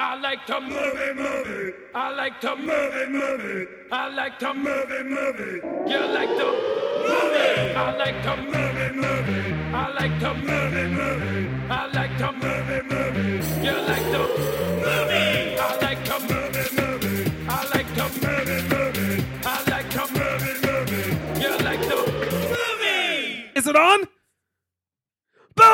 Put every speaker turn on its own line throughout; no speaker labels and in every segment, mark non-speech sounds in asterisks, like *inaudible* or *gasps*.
I like to move it, move it. I like to move it, move it. I like to move it, move it. You like to move it. I like to move it, move it. I like to move it, move it. I like to move it, move it. You like to move it. I like to move it, move it. I like to move it, move it. I like to move it, move it. You like to move it.
Is it on? Bone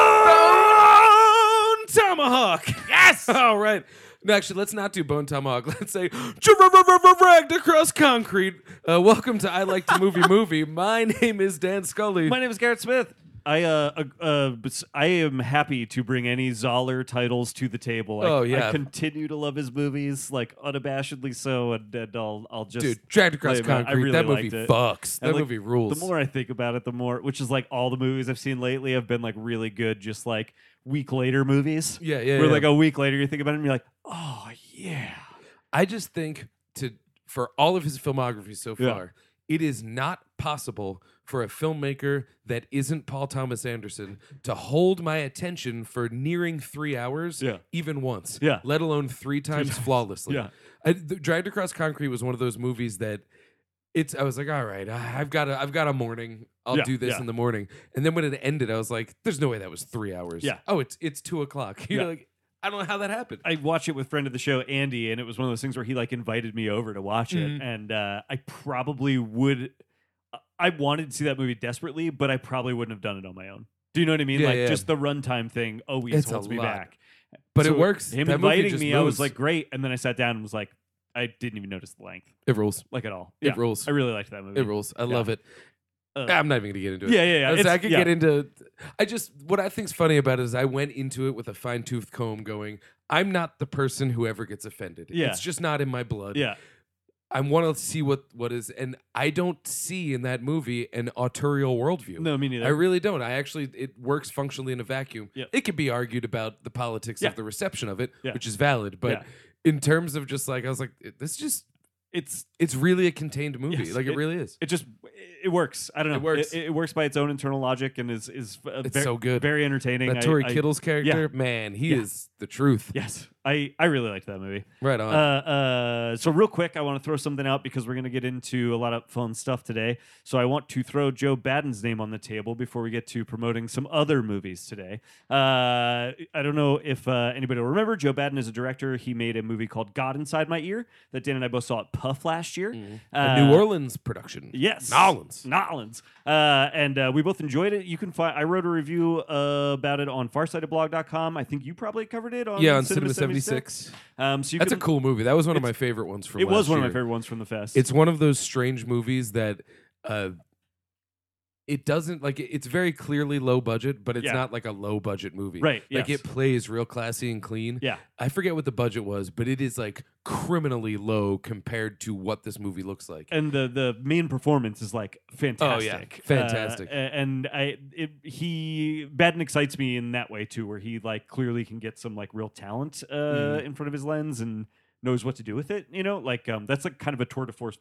Tomahawk.
Yes!
All right. No, actually, let's not do Bone Tomahawk. Let's say dragged across concrete. Uh, welcome to I Like to Movie Movie. My name is Dan Scully.
My name is Garrett Smith. I uh, uh, uh bes- I am happy to bring any Zoller titles to the table. I,
Oh, yeah.
I continue to love his movies, like unabashedly so, and, and I'll I'll just
Dude, dragged across
play them out. I
concrete.
really
that movie
liked it.
fucks.
And,
That
like,
movie rules.
The more I think about it, the more which is like all the movies I've seen lately have been like really good, just like week later movies.
yeah, yeah.
Where
yeah.
like a week later you think about it and you're like, oh yeah.
I just think to for all of his filmography so
Yeah.
far, it is not possible for a filmmaker that isn't Paul Thomas Anderson to hold my attention for nearing three hours,
Yeah.
even once,
Yeah.
let alone three times flawlessly.
Yeah.
I, the, Dragged Across Concrete was one of those movies that it's. I was like, all right, I, I've got a, I've got a morning. I'll
Yeah,
do this
yeah.
in the morning. And then when it ended, I was like, there's no way that was three hours.
Yeah.
Oh, it's it's two o'clock. *laughs* You're
Yeah.
like, I don't know how that happened.
I watched it with friend of the show Andy, and it was one of those things where he like invited me over to watch it,
Mhm.
and uh, I probably would. I wanted to see that movie desperately, but I probably wouldn't have done it on my own. Do you know what I mean?
Yeah,
like
yeah.
just the runtime thing always
It's a
holds me
lot.
back.
But
So
it works.
Him
That movie
inviting
just
me, I was
moves.
like, great, and then I sat down and was like, I didn't even notice the length,
it rules.
like at all.
It
Yeah,
rules.
I really liked that movie.
It rules. I love it.
Uh,
I'm not even gonna get into it.
Yeah, yeah, yeah.
I, was-
It's-
I could
yeah.
get into. I just what I think's funny about it is I went into it with a fine tooth comb, going, "I'm not the person who ever gets offended.
Yeah.
It's just not in my blood.
Yeah,
I want to see what what is, and I don't see in that movie an autorial worldview.
no, me neither.
I really don't. I actually it works functionally in a vacuum.
Yeah.
It could be argued about the politics
Yeah.
of the reception of it,
Yeah.
which is valid, but
Yeah.
in terms of just like I was like, it- this just
it's
it's really a contained movie.
Yes,
like it,
it-
really is.
it just it works. I don't know.
It works.
It, it works by its own internal logic and is is uh,
It's
ver-
so good.
very entertaining.
That
I-
Tory
I-
Kittle's character, man, he
Yeah.
is the truth.
Yes, I I really liked that movie.
Right
Uh,
on.
uh, so real quick, I want to throw something out because we're gonna get into a lot of fun stuff today. So I want to throw Joe Baden's name on the table before we get to promoting some other movies today. Uh, I don't know if uh, anybody will remember. Joe Baden is a director. He made a movie called God Inside My Ear that Dan and I both saw at Puff last year.
a
Uh,
Mm-hmm. New Orleans production.
Yes.
Nolans.
Nolans. Uh, and uh, we both enjoyed it. You can find, I wrote a review uh, about it on farsightedblog.com. I think you probably covered it on
Yeah, on
Cinema
Cinema
76.
76.
Um, so you
That's a
can,
cool movie. That was one of my favorite ones from
It
last
was one
year.
of my favorite ones from the fest.
It's one of those strange movies that uh it doesn't like it- it's very clearly low budget, but it's
Yeah.
not like a low budget movie.
Right,
Like
yes.
it plays real classy and clean.
yeah,
I forget what the budget was, but it is like criminally low compared to what this movie looks like.
and the the main performance is like fantastic,
Oh, Fantastic.
Uh, a- and I it, he Baden excites me in that way too, where he like clearly can get some like real talent uh,
Mhm.
in front of his lens and knows what to do with it. You know, like um, that's like kind of a tour de force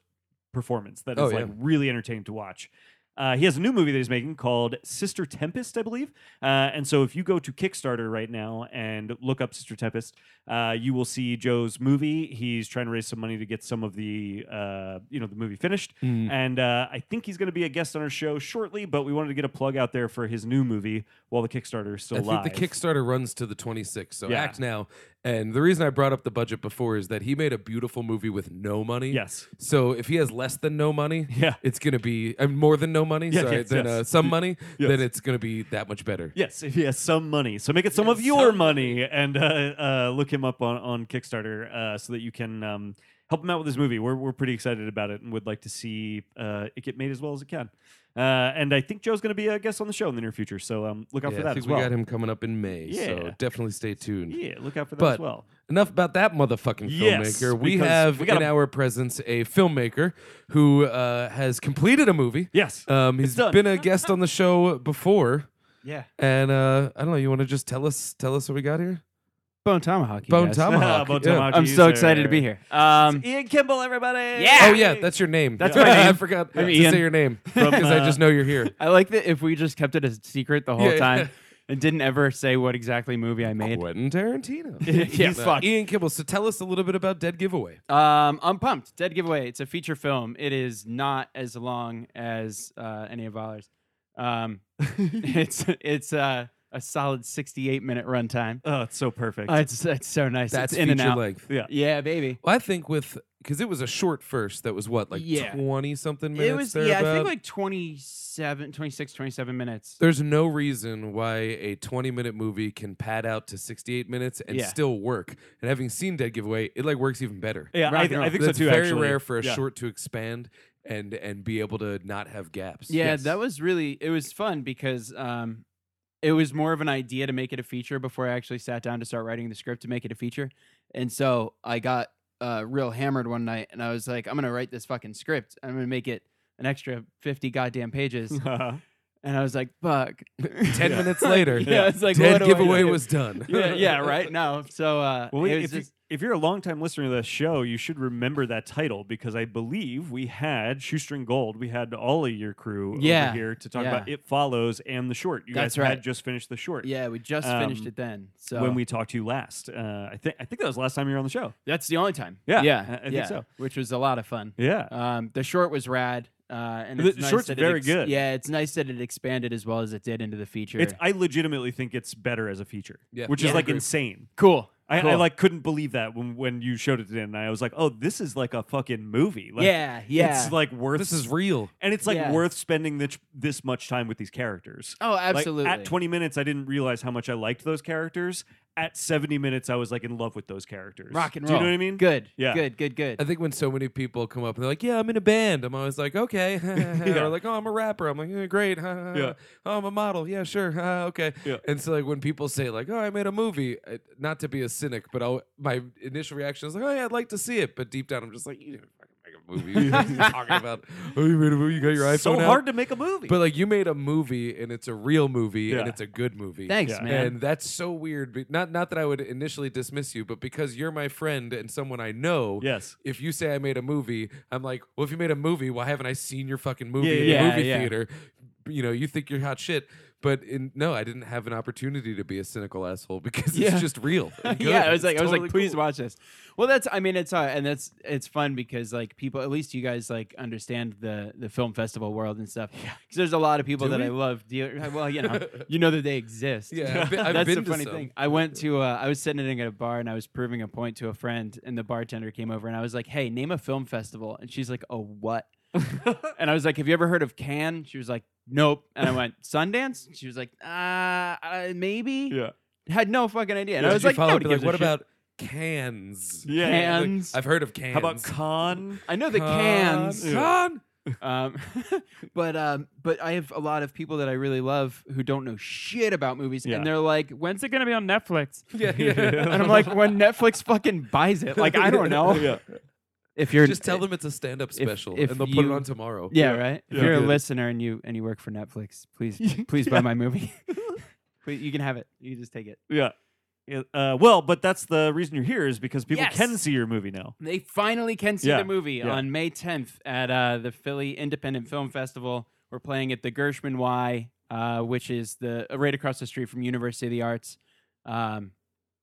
performance that is
Oh, yeah.
like really entertaining to watch. Uh, he has a new movie that he's making called Sister Tempest, I believe. Uh, and so if you go to Kickstarter right now and look up Sister Tempest, uh, you will see Joe's movie. He's trying to raise some money to get some of the uh, you know the movie finished.
Mm.
And uh, I think he's going to be a guest on our show shortly. But we wanted to get a plug out there for his new movie while the Kickstarter is still
I
live.
think the Kickstarter runs to the 26th, so
Yeah.
act now. And the reason I brought up the budget before is that he made a beautiful movie with no money.
yes,
So if he has less than no money,
*laughs* yeah.
it's going to be I mean, more than no money,
Yeah,
sorry,
yes,
than
yes.
Uh, some money,
Yes.
then it's going to be that much better.
Yes, if he has some money. So make it some
Yeah,
of your
some
money and uh, uh, look him up on, on Kickstarter uh, so that you can um, help him out with his movie. We're, we're pretty excited about it and would like to see uh, it get made as well as it can. Uh, and I think Joe's going to be a guest on the show in the near future. So um, look out
Yeah,
for
I
that
think
as well.
we got him coming up in May,
Yeah.
so definitely stay tuned.
Yeah, look out for that as
But-
well.
Enough about that motherfucking
Yes,
filmmaker. We
because
have
we gotta-
in our presence a filmmaker who uh, has completed a movie.
Yes. *laughs*
Um,
It's
he's
done.
been a guest on the show before,
yeah.
and uh, I don't know. You want to just tell us tell us what we got here?
Bone Tomahawk. you
Bone
guys.
Tomahawk.
Bone
yeah.
Tomahawk.
*laughs* I'm so
User.
excited to be here. Um,
Ian Kimball, everybody.
Yeah.
Oh yeah, that's your name.
Ah!
*laughs*
That's
Yeah.
my name.
I forgot
I'm
to
Ian. *laughs* uh,
say your name because I just know you're here.
I like that if we just kept it a secret the whole
Yeah,
time, and didn't ever say what exactly movie
*laughs*
I made.
Quentin Tarantino.
*laughs* Yeah.
Uh, Ian Kibble. So tell us a little bit about Dead Giveaway.
Um, I'm pumped. Dead Giveaway. It's a feature film. It is not as long as uh, any of ours.
*laughs*
Um, it's it's uh, a solid 68
*laughs*
minute runtime.
Oh, it's so perfect.
Uh, it's it's so nice.
That's
it's in and
feature
out.
length.
yeah.
Yeah, baby.
Well, I think with because it was a short first that was what like
Yeah.
twenty something minutes.
it was
there
yeah, I
about?
think like 27, 26, 27 minutes.
There's no reason why a 20 minute movie can pad out to 68 minutes and
Yeah.
still work. And having seen Dead Giveaway, it like works even better.
Yeah,
Rock
I,
and
th- I
roll.
think
That's
so too.
very
actually.
rare for a
Yeah.
short to expand and and be able to not have gaps.
Yeah, that was really it was fun because um it was more of an idea to make it a feature before I actually sat down to start writing the script to make it a feature. And so I got uh real hammered one night and I was like, I'm gonna write this fucking script. I'm gonna make it an extra fifty
*laughs*
goddamn pages. and I was like, fuck. *laughs*
10 minutes
*laughs*
later.
yeah, it's like
Dead
what do I
Giveaway
do?
was done.
*laughs* yeah, yeah, right now. So uh
Well,
it
wait,
was
if, you-
just-
if you're a longtime listener to the show, you should remember that title because I believe we had Shoestring Gold, we had all of your crew
Yeah,
over here to talk
yeah.
about It Follows and the short. You
That's
guys
right.
had just finished the short.
yeah, we just finished
Um,
it then. So
When we talked to you last, uh, I think I think that was the last time you were on the show.
that's the only time.
Yeah,
yeah,
I- I think
yeah,
so.
Which was a lot of fun.
Yeah,
Um, the short was rad, uh, and
The
it's nice
short's
that it
very
ex-
good.
Yeah, it's nice that it expanded as well as it did into the feature.
it's. I legitimately think it's better as a feature,
Yeah.
which
Yeah.
is like
Agree.
insane.
cool.
I, I
cool.
like couldn't believe that when when you showed it to me, and I was like, oh, this is like a fucking movie. Like,
yeah, yeah.
It's like worth
This is real.
and it's like
Yeah.
worth spending this this much time with these characters.
oh,
Like,
absolutely.
at 20 minutes, I didn't realize how much I liked those characters. At 70 minutes, I was like in love with those characters.
rock and
Do
roll.
you know what I mean?
Good.
Yeah.
Good. Good.
I
Good.
think when so many people come up and they're like, "Yeah, I'm in a band," I'm always like, "Okay," *laughs* or like, "Oh, I'm a rapper." I'm like, "Yeah, "Great." *laughs* yeah. Oh, I'm a model. Yeah, sure. *laughs* Uh, okay.
Yeah.
And so like when people say like, "Oh, I made a movie," uh, not to be a cynic, but I'll, my initial reaction is like, "Oh yeah, I'd like to see it," but deep down I'm just like, "You didn't fucking make a movie.
*laughs*
What are you talking about? Oh, you made a movie. You got your iPhone
so
out?"
hard to make a movie.
But like you made a movie and it's a real movie and
Yeah.
it's a good movie.
Thanks,
Yeah.
man.
And that's so weird. But not not that I would initially dismiss you, but because you're my friend and someone I know.
yes.
If you say I made a movie, I'm like, well, if you made a movie, why haven't I seen your fucking movie
Yeah,
in
yeah,
the movie
yeah.
theater? You know, you think you're hot shit, but in, no, I didn't have an opportunity to be a cynical asshole because
Yeah.
it's just
*laughs*
real. and good.
yeah, I was
It's
like, I was
totally
like, please
cool.
watch this. Well, that's, I mean, it's, uh, and that's, it's fun because like people, at least you guys like understand the the film festival world and stuff. Because there's a lot of people
Do
that I
we?
love. deal- well,
*laughs*
you know, you know that they exist.
Yeah,
*laughs*
I've been, I've
That's
been
the
to
funny
some.
thing. I went to uh, I was sitting at a bar and I was proving a point to a friend, and the bartender came over and I was like, "Hey, name a film festival," and she's like,
*laughs*
"A what?" and I was like, "Have you ever heard of Cannes?" She was like, "Nope," and I went, "Sundance?" She was like, "Uh, uh maybe."
Yeah.
Had no fucking idea, and
Did
I was
you
like,
follow up
"Nobody
and be like,
gives a
what
shit."
about cans?
Yeah.
Like,
Cans.
I've heard of cans.
How about
*laughs*
con?
I know the Cannes,
*laughs*
Con.
*laughs* um, but um, but I have a lot of people that I really love who don't know shit about movies,
Yeah.
and they're like, "When's it gonna be on *laughs* Netflix?"
Yeah, yeah.
and I'm like, when Netflix fucking buys it, like I don't know. *laughs*
Yeah.
If you're
Just
*laughs*
tell them it's a stand-up special,
if
and they'll put it
you-
on tomorrow.
Yeah, right.
Yeah.
If you're a
Good.
listener and you and you work for Netflix, please please *laughs* buy my movie. Please, you can have it. You can just take it.
Yeah. Yeah, Uh, well, but that's the reason you're here is because people
Yes.
can see your movie now.
They finally can see
Yeah,
the movie
yeah.
on May 10th at uh, the Philly Independent Film Festival. We're playing at the Gershman Y, uh, which is the uh, right across the street from University of the Arts. Um,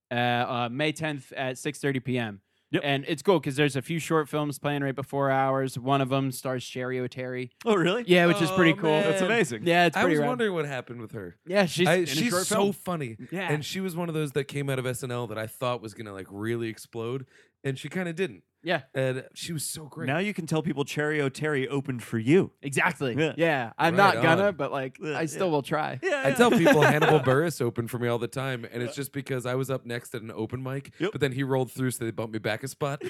uh, uh, May 10th at 6:30 p.m.
Yep.
And it's cool because there's a few short films playing right before ours. One of them stars Sherry O'Terry.
Oh, really?
Yeah, which is pretty
Oh,
cool.
man.
That's amazing.
Yeah, it's
I
pretty
was
rad.
wondering what happened with her.
Yeah, she's
I-
in a
she's
short
so
film.
funny.
Yeah.
And she was one of those that came out of SNL that I thought was gonna like really explode, and she kind of didn't.
Yeah.
And she was so great.
Now you can tell people Cherry O'Terry opened for you.
Exactly.
Yeah.
Yeah. I'm
Right
not gonna,
on.
but like
Yeah,
I still
yeah.
will try.
Yeah.
I
*laughs*
tell people Hannibal Burris opened for me all the time, and it's just because I was up next at an open mic,
Yep.
but then he rolled through, so they bumped me back a
*laughs*
spot.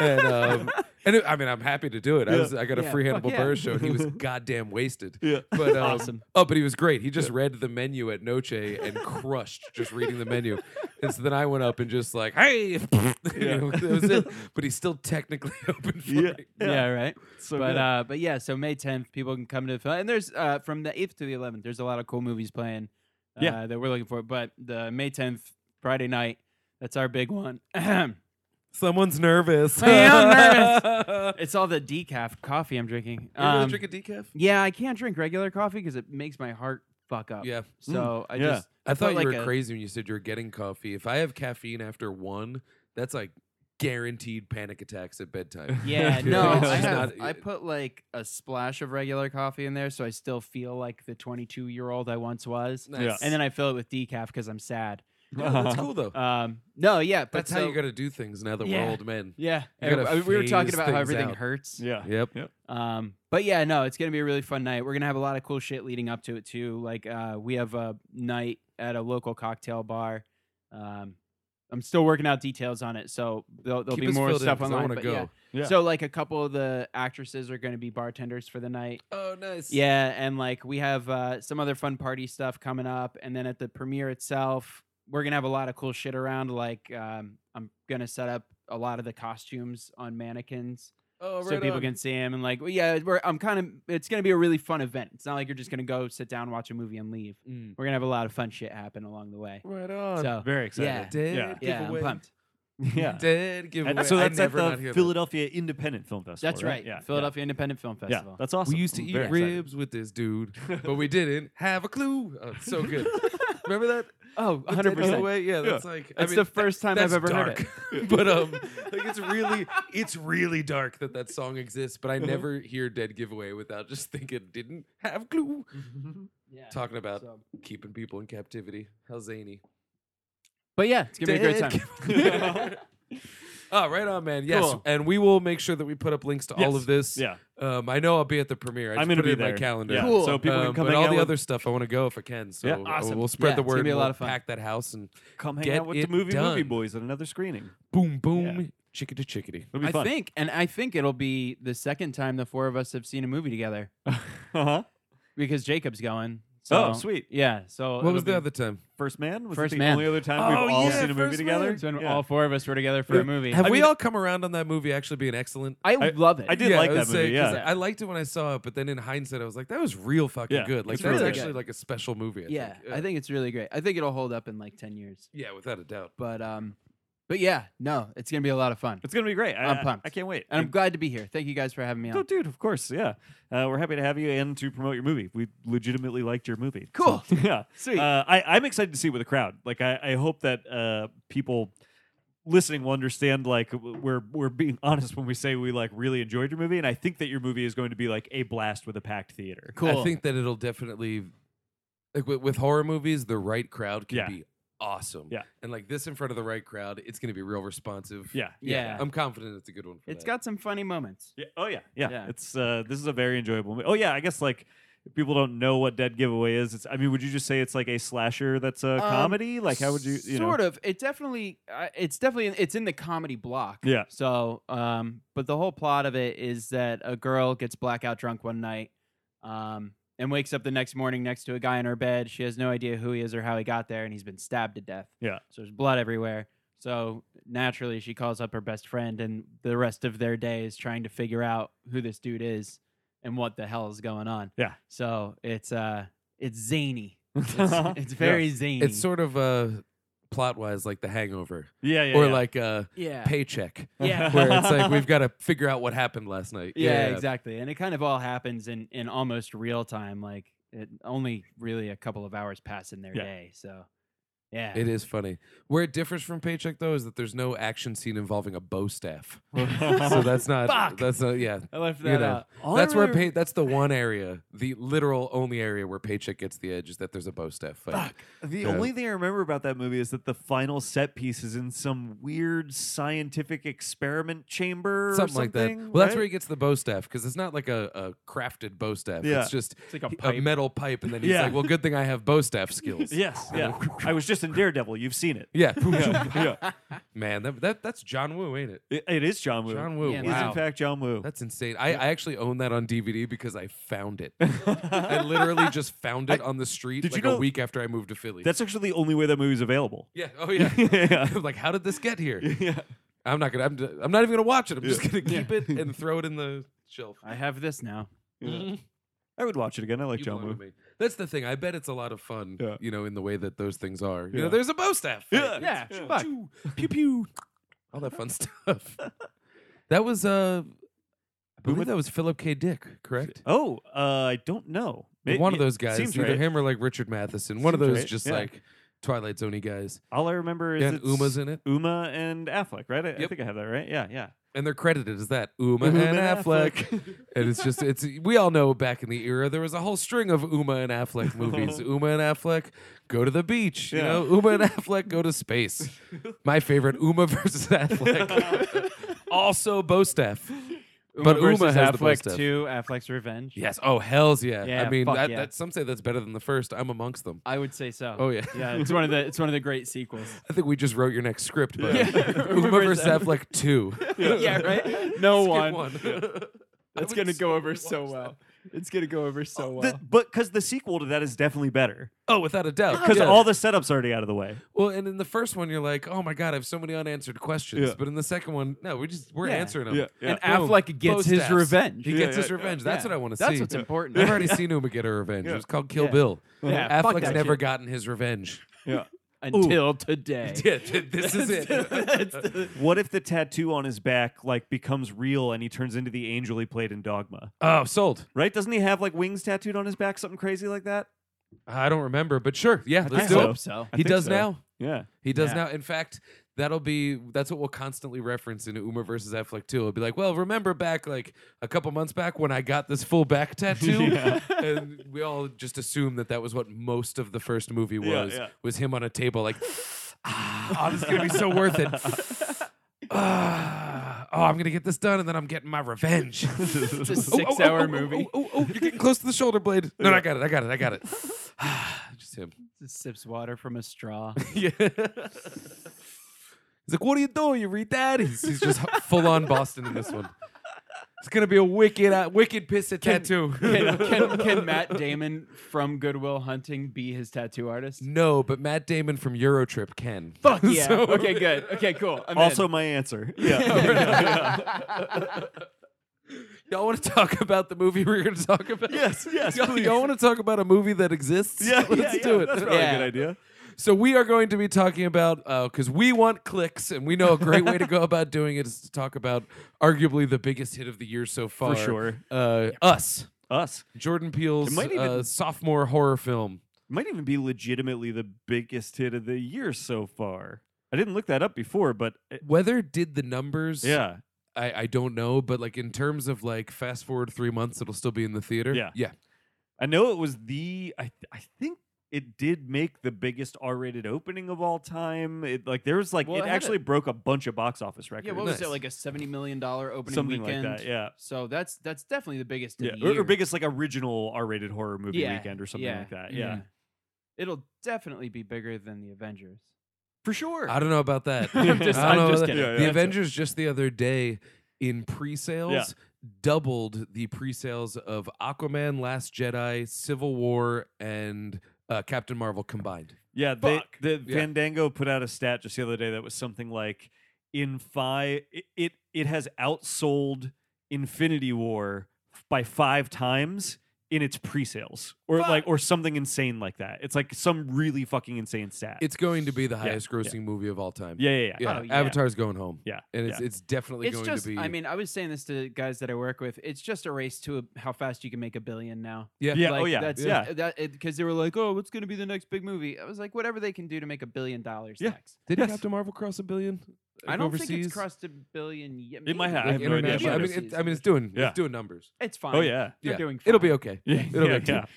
and um, and it- I mean, I'm happy to do it. I
Yeah.
was I got a
Yeah,
free
fuck
Hannibal
yeah.
Burris show, and he
*laughs*
was goddamn wasted.
Yeah.
But um,
Awesome.
Oh, but he was great. He just read the menu at Noche and crushed just reading the menu. And so then I went up and just like, hey, *laughs* you know, that was it. But he's still technically *laughs* open for
Yeah.
me.
Yeah, right.
So
but
good.
uh, but yeah, so May 10th, people can come to the film, and there's uh, from the 8th to the 11th, there's a lot of cool movies playing. Uh,
Yeah.
that we're looking for. But the May 10th Friday night, that's our big one. *clears throat* it's
Someone's nervous.
I am
nervous.
all the decaf coffee I'm drinking.
*laughs* You ever
Um,
drink a decaf?
yeah, I can't drink regular coffee because it makes my heart fuck up.
Yeah.
So I
Yeah.
just
I thought
felt
you
like
were
a-
crazy when you said you were getting coffee. If I have caffeine after one, that's like guaranteed panic attacks at bedtime.
*laughs*
*laughs*
Yeah,
Dude,
no,
it's
I,
just
have,
not-
I put like a splash of regular coffee in there, so I still feel like the 22 year old I once was.
Yeah.
And then I fill it with decaf because I'm sad.
No,
*laughs*
that's cool though.
Um, no, yeah, but
that's how
so-
you got to do things now that
Yeah.
we're old men.
Yeah,
you gotta
I mean, we were talking
phase
about how
things
everything
out.
hurts.
yeah.
Yep.
Um, but yeah, no, it's gonna be a really fun night. We're gonna have a lot of cool shit leading up to it too. Like uh, we have a night at a local cocktail bar. Um, I'm still working out details on it, so there'll, there'll
Keep
be
us
more
filled in,
stuff
'cause I
online.
want to
but
go.
yeah.
Yeah.
So like a couple of the actresses are gonna be bartenders for the night.
Oh, nice.
Yeah, and like we have uh, some other fun party stuff coming up, and then at the premiere itself, we're gonna have a lot of cool shit around. Like um, I'm gonna set up a lot of the costumes on mannequins
Oh, right
so people
on.
can see them, and like well, yeah, we're, I'm kind of it's gonna be a really fun event. It's not like you're just gonna go sit down, watch a movie, and leave.
Mm.
We're gonna have a lot of fun shit happen along the way.
Right on.
So
Very excited.
Yeah.
Dead
yeah,
giveaway.
I'm pumped.
Yeah. *laughs*
Dead giveaway.
And so
I
that's at
never not
the
hear that.
Philadelphia Independent Film Festival.
That's right,
Yeah.
Philadelphia Independent Film
Yeah.
Festival.
Yeah. That's awesome.
We used to
I'm
eat
very excited.
ribs with this
*laughs*
dude, but we didn't have a clue. Oh, it's so good. Remember that? *laughs*
oh,
The
100
Dead
percent.
Giveaway? Yeah, that's like. I
It's
mean,
the first time I've
that's
ever heard
dark. *laughs*
it.
but um, like it's really, it's really dark that that song exists. But I
Uh-huh.
never hear "Dead Giveaway" without just thinking, "Didn't have clue."
*laughs* Yeah.
Talking about
So-
keeping people in captivity. How zany!
But yeah, it's gonna be a great
Dead
time. *laughs*
giveaway. *laughs* oh, right on, man. Yes,
Cool.
and we will make sure that we put up links to all
Yes.
of this.
Yeah.
Um, I know I'll be at the premiere. I just
I'm going to
put it
be
in
there.
my calendar.
Yeah.
Cool.
So people
Um,
can come
but
hang
all
out
the
with,
other stuff, I want to go if I can. So
Yeah,
uh,
awesome.
we'll spread
Yeah,
the
it's gonna
word.
be a
and
lot
we'll
of fun.
Pack that house and
come hang
Get
out with the
it
movie movie
done.
boys at another screening.
boom, boom, chickadee, chickadee.
It'll be
I
fun.
think, and I think it'll be the second time the four of us have seen a movie together
uh-huh.
because Jacob's going. So,
Oh, sweet.
Yeah. So
What was
it'll
the
be-
other time?
First Man was
First
it the
Man.
only other time
Oh,
we've all
yeah,
seen a movie
First
together.
Man.
So when
Yeah.
all four of us were together for a movie.
Have
I
we
mean-
all come around on that movie actually being excellent?
I
I-
love it.
I did
Yeah,
like
I
that
would say,
movie.
'cause
Yeah.
I liked it when I saw it, but then in hindsight, I was like, that was real fucking
Yeah,
good. Like
it's
that's
really
actually
good.
like a special movie. I
Yeah,
think. Uh,
I think it's really great. I think it'll hold up in like ten years.
yeah, without a doubt.
But um, but yeah, no, it's gonna be a lot of fun,
It's gonna be great. I,
I'm
I-
pumped.
I can't wait.
and I'm glad to be here. Thank you guys for having me
Oh,
on.
dude, of course, yeah. Uh, we're happy to have you and to promote your movie. We legitimately liked your movie.
Cool.
So, *laughs* yeah.
Sweet.
Uh, I, I'm excited to see it with a crowd. Like, I, I hope that uh, people listening will understand. Like, w- we're we're being *laughs* honest when we say we like really enjoyed your movie, and I think that your movie is going to be like a blast with a packed theater.
Cool.
I think that it'll definitely, like with, with horror movies, the right crowd can
Yeah.
be awesome.
Yeah.
and like this in front of the right crowd, it's going to be real responsive.
Yeah.
yeah,
I'm confident it's a good one. For
it's
that.
got some funny moments.
Yeah. Oh yeah. Yeah.
Yeah.
It's uh, this is a very enjoyable. Movie. Oh yeah. I guess like. if People don't know what Dead Giveaway is. It's, I mean, would you just say it's like a slasher that's a
Um,
comedy? Like, how would you, you know?
sort of it definitely uh, it's definitely it's in the comedy block
Yeah.
so um but the whole plot of it is that a girl gets blackout drunk one night um and wakes up the next morning next to a guy in her bed she has no idea who he is or how he got there and he's been stabbed to death
Yeah.
so there's blood everywhere so naturally she calls up her best friend and the rest of their day is trying to figure out who this dude is and what the hell is going on
Yeah.
so it's uh it's
*laughs*
zany it's, it's very zany
It's sort of uh, plot wise like The Hangover,
yeah, yeah,
or
*laughs* yeah.
like *laughs* uh,
yeah
Paycheck,
*laughs* Yeah.
where it's
*laughs*
like we've got to figure out what happened last night.
yeah, exactly. And it kind of all happens in in almost real time. Like it only really a couple of hours pass in their
Yeah.
day. So yeah,
It is funny. Where it differs from Paycheck though is that there's no action scene involving a bow staff.
*laughs*
so that's not
Fuck.
that's not yeah.
I left that
You know,
out.
All I
that's where
*laughs* remember-
pay, that's the one area, the literal only area where Paycheck gets the edge is that there's a bow staff fight.
The
Yeah.
only thing I remember about that movie is that the final set piece is in some weird scientific experiment chamber, or
Something, like that. Well,
something,
that's where he
right?
gets the bow staff because it's not like a, a crafted bow staff.
Yeah.
It's just
It's like a
he-
pipe.
metal pipe, and then he's
Yeah.
like, "Well, good thing I have bow
*laughs*
staff skills."
Yes,
*laughs*
yeah. I was just in Daredevil. You've seen it.
yeah.
*laughs* yeah,
*laughs* Man, that, that that's John Woo, ain't it?
It- it is John Woo.
John Woo.
Yeah,
is
wow.
in fact John Woo.
That's insane. I, I actually own that on DVD because I found
*laughs*
it. I literally just found it on the street
Did you
like
know-
a week after I moved to Philly.
That's actually the only way that movie's available. *laughs*
yeah. Oh yeah.
Yeah.
I'm like, how did this get here?
*laughs* yeah.
I'm not gonna. I'm, d- I'm not even gonna watch it. I'm just gonna keep it and throw it in the shelf.
I have this now.
Mm-hmm.
Yeah. I would watch it again. I *laughs* like
You
John
blew
Woo.
me. That's the thing. I bet it's a lot of fun.
Yeah.
You know, in the way that those things are. You
Yeah.
know, there's a bow staff.
Yeah.
Yeah,
Yeah. *laughs*
fuck.
Pew, pew pew. All that fun stuff. that was uh. I believe
went-
that was Philip K. Dick, correct?
Oh, uh, I don't know. May-
one of
yeah,
those guys,
seems
either
right.
him or like Richard Matheson, one of
Seems
those
right,
just
yeah.
like Twilight Zoney guys.
All I remember is
Yeah, and
it's
Uma's in it,
Uma and Affleck, right? I, I
Yep.
think I have that right. Yeah, yeah.
and they're credited as that Uma,
Uma
and
and
Affleck.
Affleck. *laughs*
and it's just it's we all know back in the era there was a whole string of Uma and
*laughs*
Affleck movies. Uma and Affleck go to the beach, you
Yeah.
know. Uma and Affleck go to space. My favorite Uma *laughs* versus
*laughs*
Affleck. also Bostaph. But
versus
Uma has the
Affleck
most of.
too. Affleck's Revenge.
Yes. Oh hell's yeah. I
Yeah,
mean
fuck
that,
yeah.
that some say that's better than the first. I'm amongst them.
I would say so.
Oh yeah.
*laughs* yeah. It's one of the it's one of the great sequels.
I think we just wrote your next script, but
*laughs*
Yeah.
Uma versus
Versus
Affleck two.
yeah, right. *laughs* No
Skip
one.
I
It's
would
gonna go over
watch
so Oh,
that.
well. It's gonna go over so well.
The- but because the sequel to that is definitely better
*laughs* Oh, without a doubt.
because
yeah.
all the setup's already out of the way.
Well, and in the first one, you're like, "Oh my god, I have so many unanswered questions."
Yeah.
But in the second one, no, we just we're
Yeah.
answering them.
Yeah, yeah.
Boom.
and Affleck gets
Both
his
stabs.
revenge.
He
Yeah,
gets
yeah,
his
yeah.
revenge. That's
Yeah.
what I want to see.
That's what's
*laughs*
important. *laughs*
I've already seen Uma get her revenge. It was called Kill
Yeah.
Bill.
Yeah, fuck
Affleck's
that
never
shit.
gotten his revenge. *laughs*
Yeah.
until *laughs* today.
Yeah, th- this is it.
That's the-
What if the tattoo on his back like becomes real and he turns into the angel he played in Dogma?
oh, sold.
Right? Doesn't he have like wings tattooed on his back, something crazy like that?
I don't remember, but sure, yeah,
I
let's
think
do
so.
it.
so.
I
He
think
does
so.
now.
Yeah.
*laughs* He does
Yeah.
now. In fact, that'll be that's what we'll constantly reference in Uma versus Affleck too. It'll be like, well, remember back like a couple months back when I got this full
*laughs*
back tattoo,
Yeah.
and we all just assume that that was what most of the first movie
Yeah,
was
yeah.
was him on a table
*laughs*
like, ah, oh, this is gonna be so worth it. *sighs* Ah, oh, I'm gonna get this done, and then I'm getting my revenge.
*laughs* It's a
*laughs* Oh, oh, oh,
*laughs* six hour
oh, oh,
movie.
Oh, oh, oh, you're getting close to the shoulder blade. No, no, I got it. I got it. I got it. *sighs* Just him.
Just sips water from
*laughs*
a straw.
Yeah. He's like, what are you doing? You read that? He's, he's just full on Boston in this one. It's gonna be a wicked, uh, wicked piss at tattoo.
Can, can, can Matt Damon from Goodwill Hunting be his tattoo
*laughs*
artist?
no, but Matt Damon from Eurotrip can. *laughs*
Fuck yeah.
So-
okay, good. Okay, cool. I'm in.
Also my answer.
*laughs*
Yeah.
y'all want to talk about the movie we're gonna talk about?
yes, yes,
Y'all,
please.
want to talk about a movie that exists?
yeah,
let's
yeah,
do
yeah,
it.
That's probably
Yeah.
a good idea.
So we are going to be talking about because we want clicks, and we know a great way to go about doing it is to talk about arguably the biggest hit of the year so far.
sure.
uh, us.
Us.
Jordan Peele's
It might even-
uh, sophomore horror film.
Might even be legitimately the biggest hit of the year so far. I didn't look that up before, but it,
Whether it did the numbers,
yeah.
I, I don't know, but like in terms of like fast forward three months, it'll still be in the theater.
Yeah.
yeah.
I know it was the I th- I think it did make the biggest R-rated opening of all time. It like there was like
Well,
it
it had a-
actually broke a bunch of box office records.
yeah, what was
Nice.
it like a seventy million dollar opening
Something
weekend?
like that. Yeah.
So that's that's definitely the biggest. Of
Yeah,
the
or- or,
year.
biggest like original R-rated horror movie
Yeah,
weekend or something like that. Yeah,
It'll definitely be bigger than the Avengers.
for sure. *laughs*
I don't know about that.
I'm just-
I don't
I'm
know
just
about that.
kidding.
Yeah, yeah.
The
That's it.
Avengers just the other day in pre-sales doubled the pre-sales of Aquaman, Last Jedi, Civil War, and uh, Captain Marvel combined.
yeah, they,
Fuck.
the
Yeah.
Fandango put out a stat just the other day that was something like in five it it, it has outsold Infinity War f- by five times in its pre-sales or
Fuck.
like or something insane like that. It's like some really fucking insane stat.
It's going to be the
yeah.
highest-grossing movie of all time.
yeah, yeah, yeah.
yeah.
Oh, yeah.
Avatar's going home,
Yeah,
and it's it's definitely
it's
going
just.
to be.
I mean, I was saying this to guys that I work with. It's just a race to a, how fast you can make a billion now.
yeah,
Yeah,
Like,
oh yeah.
That's
yeah.
That because they were like, oh, what's going to be the next big movie? I was like, whatever they can do to make a billion dollars
Yeah.
next.
Did
Yes.
Captain Marvel cross a billion?
I
like,
don't think
overseas?
it's crossed a billion yet.
It might
maybe.
have. I no idea.
International- I mean,
Overseas,
it, I mean, it's
overseas.
doing
Yeah.
it's doing numbers.
It's fine.
Oh yeah. *laughs*
They're
Yeah.
doing. Fine.
It'll be okay.
Yeah,
It'll
yeah,
be
yeah,
okay.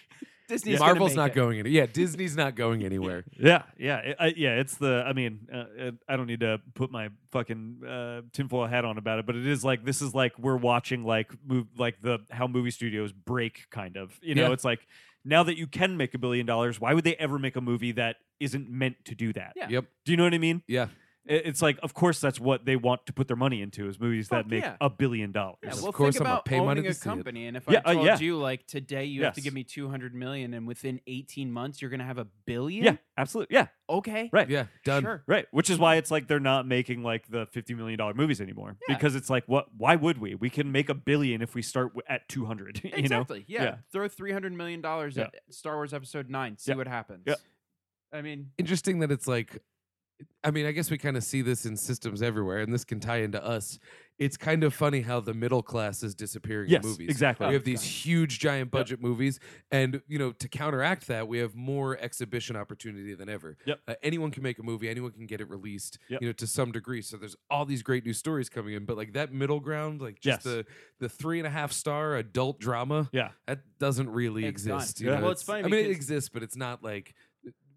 Disney's gonna
Marvel's
make
not
it.
going any. Yeah, Disney's not going anywhere.
yeah, yeah, it- I- yeah. It's the. I mean, uh, uh, I don't need to put my fucking uh, tinfoil hat on about it, but it is like this is like we're watching like move like the how movie studios break kind of. You know,
Yeah.
it's like now that you can make a billion dollars, why would they ever make a movie that isn't meant to do that?
Yeah.
Yep.
Do you know what I mean?
Yeah.
I- It's like, of course, that's what they want to put their money into is movies
Fuck
that make
yeah.
a billion dollars.
Yeah,
Of
well,
course
think
I'm gonna
about
pay money
owning
to
a
see it.
company, and if
Yeah,
I
uh,
told
yeah.
you like today you have to
Yes.
give me two hundred million, and within eighteen months you're gonna have a billion.
yeah, absolutely. Yeah,
Okay.
right.
Yeah. Done.
Sure.
Right, which is why it's like they're not making like the fifty million dollar movies anymore
Yeah.
because it's like what? Why would we? We can make a billion if we start w- at two hundred. *laughs* You know,
Exactly. Yeah.
Yeah.
Throw three hundred million dollars
Yeah.
at Star Wars Episode Nine. See
Yeah.
what happens.
Yeah.
I mean,
Interesting that it's like I mean, I guess we kind of see this in systems everywhere, and this can tie into us. It's kind of funny how the middle class is disappearing
Yes,
in movies.
exactly.
We have these huge, giant budget movies, and you know, to counteract that, we have more exhibition opportunity than ever.
Yep.
Uh, anyone can make a movie, anyone can get it released,
Yep.
you know, to some degree. So there's all these great new stories coming in, but like that middle ground, like just
Yes.
the the three and a half star adult drama,
Yeah.
that doesn't really
It's gone.
exist.
Yeah.
know,
Well, it's funny
I mean, it
because-
exists, but it's not like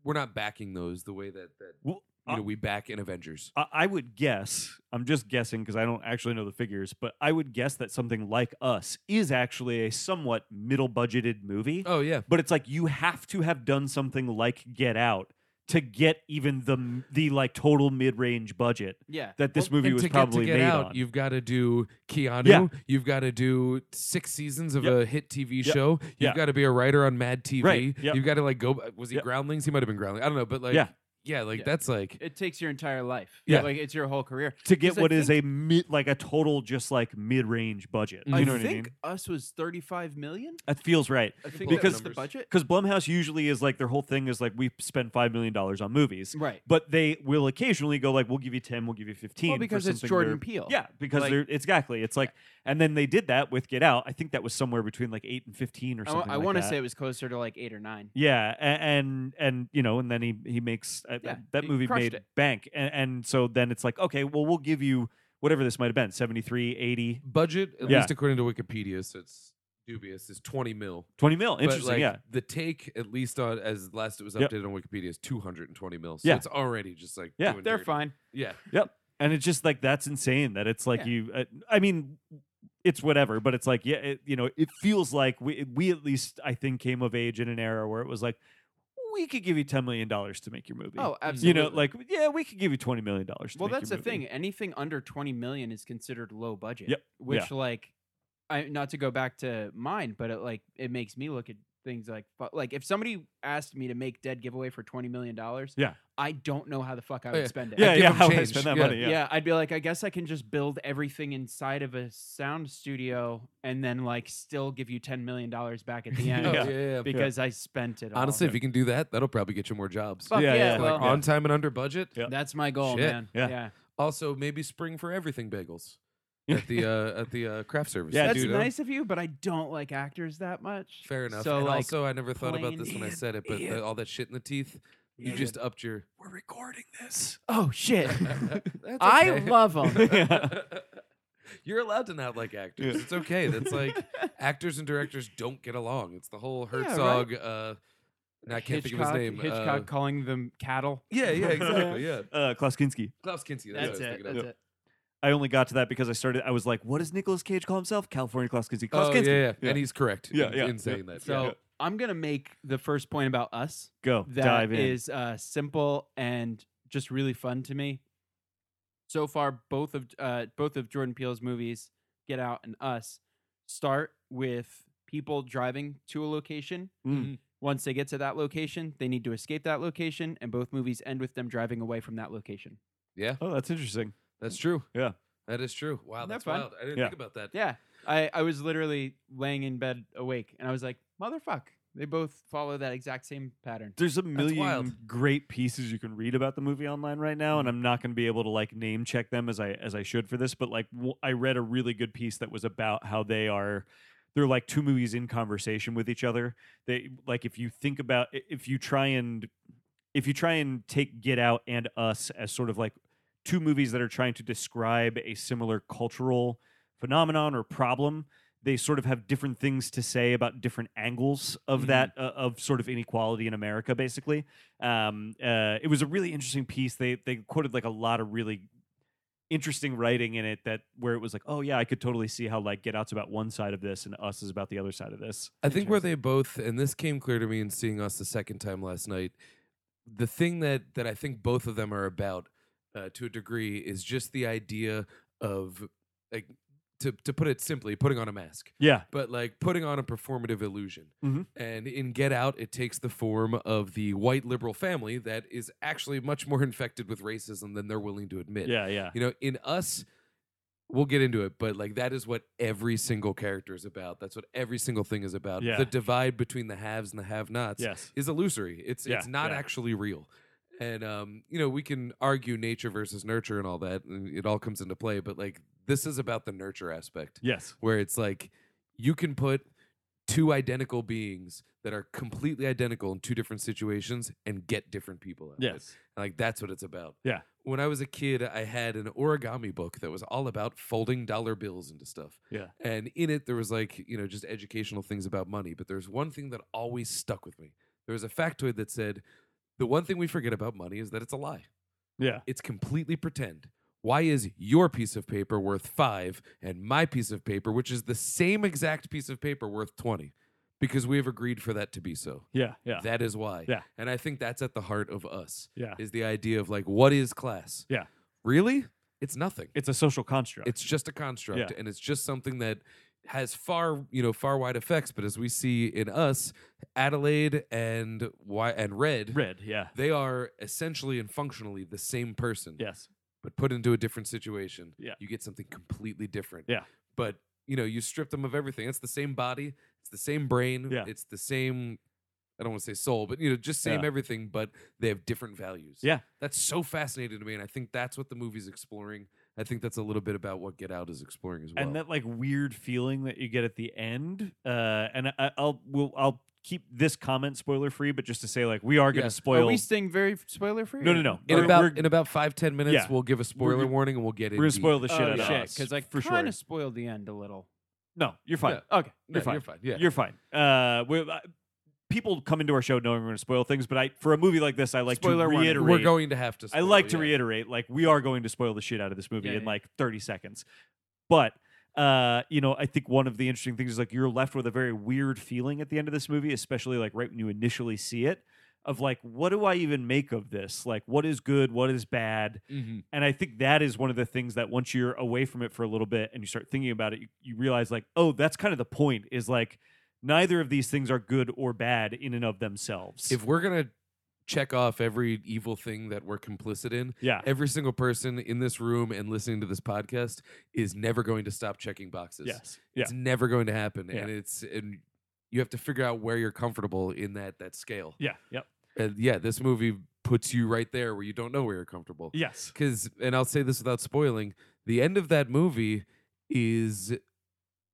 we're not backing those the way that that
Well,
you know
uh,
we back in Avengers.
I, I would guess, I'm just guessing because I don't actually know the figures, but I would guess that something like Us is actually a somewhat middle budgeted movie.
Oh yeah,
But it's like you have to have done something like Get Out to get even the m- the like total mid range budget
Yeah.
that this
Well,
movie
and
was
to
probably
get, to get
made
out,
on.
You've got to do Keanu. You've got to do six seasons of
Yep.
a hit TV
Yep.
show. You've
Yeah.
got to be a writer on Mad TV.
Right. Yep.
You've got to like go. Was he
Yep.
Groundlings? He might have been Groundlings. I don't know, but like
Yeah.
yeah, like
Yeah.
that's like
It takes your entire life.
Yeah.
Like it's your whole career.
to get
'Cause I
what is a mid like a total just like mid range budget.
Mhm.
You know
I
what I
think
mean?
us was 35 million.
That feels right.
I think
Because-
that was the budget.
Because Blumhouse usually is like their whole thing is like we spend five million dollars on movies.
Right.
But they will occasionally go like we'll give you ten, we'll give you fifteen.
Well,
for
because it's
something
Jordan
they're-
Peele.
Yeah, because
Like-
they're exactly. It's like, and then they did that with Get Out. I think that was somewhere between like eight and fifteen or
I, wa-
something.
I
like
want to
that.
say it was closer to like eight or nine.
Yeah, a- and and you know, and then he he makes uh,
Yeah,
that
he
movie
crushed
made
it.
bank, and, and so then it's like, okay, well, we'll give you whatever this might have been 73, 80,
budget at
Yeah.
least according to Wikipedia. So it's dubious. Is twenty mil.
20 mil.
But,
Interesting,
like,
yeah.
The take, at least on as last it was
Yep.
updated on Wikipedia, is two hundred and twenty mil. So
Yeah.
it's already just like
Yeah.
doing
They're
dirty.
fine.
Yeah,
And it's just like that's insane that it's like
Yeah.
you. Uh, I mean, it's whatever, but it's like yeah, it, you know, it feels like we we at least I think came of age in an era where it was like we could give you 10 million dollars to make your movie.
Oh,
you
absolutely.
know, like yeah, we could give you 20 million dollars.
well, that's the thing. Anything under 20 million is considered low budget.
Yep.
Which, like, I not to go back to mine, but it like it makes me look at things like fu- like if somebody asked me to make Dead Giveaway for 20 million dollars,
Yeah.
I don't know how the fuck I
Oh,
would
yeah.
spend it.
Yeah,
I'd give
yeah, *laughs*
'em
how would I
change,
spend that
yeah.
money?
yeah. I'd be like, I guess I can just build everything inside of a sound studio and then like still give you 10 million dollars back
*laughs*
at the end
Oh,
*laughs*
*laughs*
Yeah.
yeah.
because I spent it. all.
Honestly, if you can do that, that'll probably get you more jobs.
Fuck
Yeah,
yeah,
yeah,
well,
like on time and under budget.
Yeah.
that's my goal,
Shit.
man.
Yeah.
yeah.
Also, maybe spring for everything bagels at
*laughs*
the uh, at the uh, craft service.
Yeah,
That's
dude,
huh?
nice of you, but I don't like actors that much.
Fair enough.
So
and
like,
also, I never thought about
plain
this when I said it, but the- all that shit in the teeth, you
Yeah.
just upped your. *laughs*
We're recording this.
oh shit,
That's
*laughs*
*laughs*
I
okay.
love them.
Yeah.
You're allowed to not like actors.
Yeah.
It's okay. That's
*laughs*
like actors and directors don't get along. It's the whole
right.
Herzog. uh, and I can't
Hitchcock,
think of his name. uh,
Hitchcock calling them cattle.
yeah,
*laughs*
yeah, exactly. Yeah,
Uh, Klaus Kinski.
Klaus Kinski. That's, what
That's,
I was
it.
thinking of.
That's it.
I only got to that because I started. I was like, "What does Nicolas Cage call himself? California Klaus Kinski." Klaus
Oh, yeah,
Kinski.
yeah,
Yeah.
and he's correct.
Yeah,
in,
yeah,
in
yeah.
saying that.
So
yeah.
I'm gonna make the first point about us
Go
that
dive in.
is uh, simple and just really fun to me. So far, both of uh, both of Jordan Peele's movies, Get Out and Us, start with people driving to a location.
Mm.
Once they get to that location, they need to escape that location, and both movies end with them driving away from that location.
yeah,
oh, that's interesting.
that's true.
Yeah.
that is true. Wow,
Isn't that
that's
fun?
wild. I didn't
Yeah.
think about that.
Yeah, I, I was literally laying in bed awake, and I was like, "Motherfuck!" They both follow that exact same pattern.
There's a
wild.
million great pieces you can read about the movie online right now, and I'm not going to be able to like name check them as I as I should for this. But like, w- I read a really good piece that was about how they are. They're like two movies in conversation with each other. They like if you think about i- if you try and if you try and take Get Out and Us as sort of like two movies that are trying to describe a similar cultural phenomenon or problem they sort of have different things to say about different angles of
Mhm.
that uh, of sort of inequality in america basically um, uh, it was a really interesting piece they they quoted like a lot of really interesting writing in it that where it was like oh yeah i could totally see how like get out's about one side of this and us is about the other side of this
I think where they both, and this came clear to me in seeing us the second time last night, the thing that that I think both of them are about, uh, to a degree, is just the idea of like to to put it simply, putting on a mask,
yeah
but like putting on a performative illusion.
Mhm.
And in Get Out, it takes the form of the white liberal family that is actually much more *laughs* infected with racism than they're willing to admit.
yeah yeah
You know, in us, we'll get into it, but like that is what every single character is about. That's what every single thing is about.
Yeah.
The divide between the haves and the have-nots
yes
is illusory. It's
Yeah,
it's not
yeah.
actually real. and um, you know we can argue nature versus nurture and all that, and it all comes into play. But like this is about the nurture aspect,
Yes.
where it's like you can put two identical beings that are completely identical in two different situations and get different people out of it.
Yes.
Like that's what it's about.
Yeah.
When I was a kid, I had an origami book that was all about folding dollar bills into stuff.
Yeah.
And in it there was like, you know, just educational things about money, but there's one thing that always stuck with me. There was a factoid that said the one thing we forget about money is that it's a lie.
Yeah.
It's completely pretend. Why is your piece of paper worth 5 and my piece of paper, which is the same exact piece of paper worth 20? Because we have agreed for that to be so.
Yeah. Yeah.
That is why.
Yeah.
And I think that's at the heart of us
Yeah.
is the idea of like what is class?
Yeah.
Really? It's nothing.
It's a social construct.
It's just a construct and it's just something that has far, you know, far wide effects, but as we see in us, Adelaide and why and Red,
red. Yeah.
they are essentially and functionally the same person,
Yes.
but put into a different situation.
Yeah.
You get something completely different.
Yeah.
But, you know, you strip them of everything. It's the same body, it's the same brain,
Yeah.
it's the same I don't want to say soul, but you know, just same
Yeah.
everything, but they have different values.
Yeah.
That's so fascinating to me. And I think that's what the movie's exploring. I think that's a little bit about what Get Out is exploring as well.
and that like weird feeling that you get at the end. Uh, and I, I'll we'll, I'll keep this comment spoiler free, but just to say like we are going
Yeah.
to
Are
spoil.
Are we staying very spoiler free?
no, no, no.
in
We're-
about
we're,
in about five, ten minutes,
Yeah.
we'll give a spoiler
gonna-
warning and we'll get in.
we're gonna
deep.
spoil the shit
oh,
out of
shit,
us
because I
for
kind
sure.
of spoiled the end a little.
No, you're fine.
Okay.
No,
you're fine.
You're fine. Yeah.
You're fine. Uh, we I, people come into our show knowing we're going to spoil things, but I for a movie like this, I like
Spoiler
to
warning.
reiterate.
We're going to have to.
I
Spoil,
like to
yeah.
reiterate, like we are going to spoil the shit out of this movie
Yeah,
in
yeah.
like 30 seconds, but. Uh, you know, I think one of the interesting things is like you're left with a very weird feeling at the end of this movie, especially like right when you initially see it, of like, what do I even make of this? Like, what is good? What is bad?
Mhm.
And I think that is one of the things that once you're away from it for a little bit and you start thinking about it, you, you realize like, oh, that's kind of the point is like neither of these things are good or bad in and of themselves.
If we're gonna check off every evil thing that we're complicit in,
yeah.
every single person in this room and listening to this podcast is never going to stop checking boxes.
Yes. Yeah.
It's never going to happen,
Yeah.
and it's and you have to figure out where you're comfortable in that that scale.
Yeah. Yep.
And yeah, this movie puts you right there where you don't know where you're comfortable.
Yes.
Because, and I'll say this without spoiling, the end of that movie is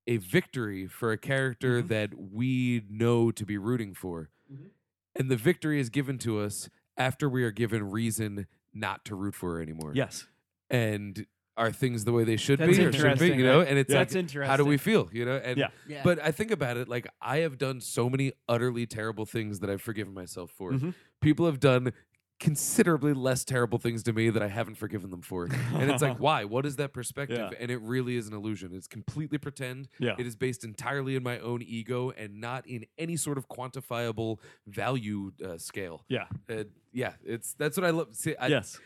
a victory for a character
Mm-hmm.
Mhm.
that we know to be rooting for.
Mhm.
And the victory is given to us after we are given reason not to root for her anymore.
Yes.
And are things the way they should
That's
be or should be,
interesting,
you know?
right?
And it's
Yeah.
like,
That's interesting.
how do we feel, you know? And
Yeah.
Yeah.
but I think about it, like I have done so many utterly terrible things that I've forgiven myself for.
Mhm.
People have done considerably less terrible things to me that I haven't forgiven them for. And it's
*laughs*
like, why? What is that perspective?
Yeah.
And it really is an illusion. It's completely pretend.
Yeah.
It is based entirely in my own ego and not in any sort of quantifiable value uh, scale.
Yeah.
Uh, yeah, it's that's what I love. See, I,
yes.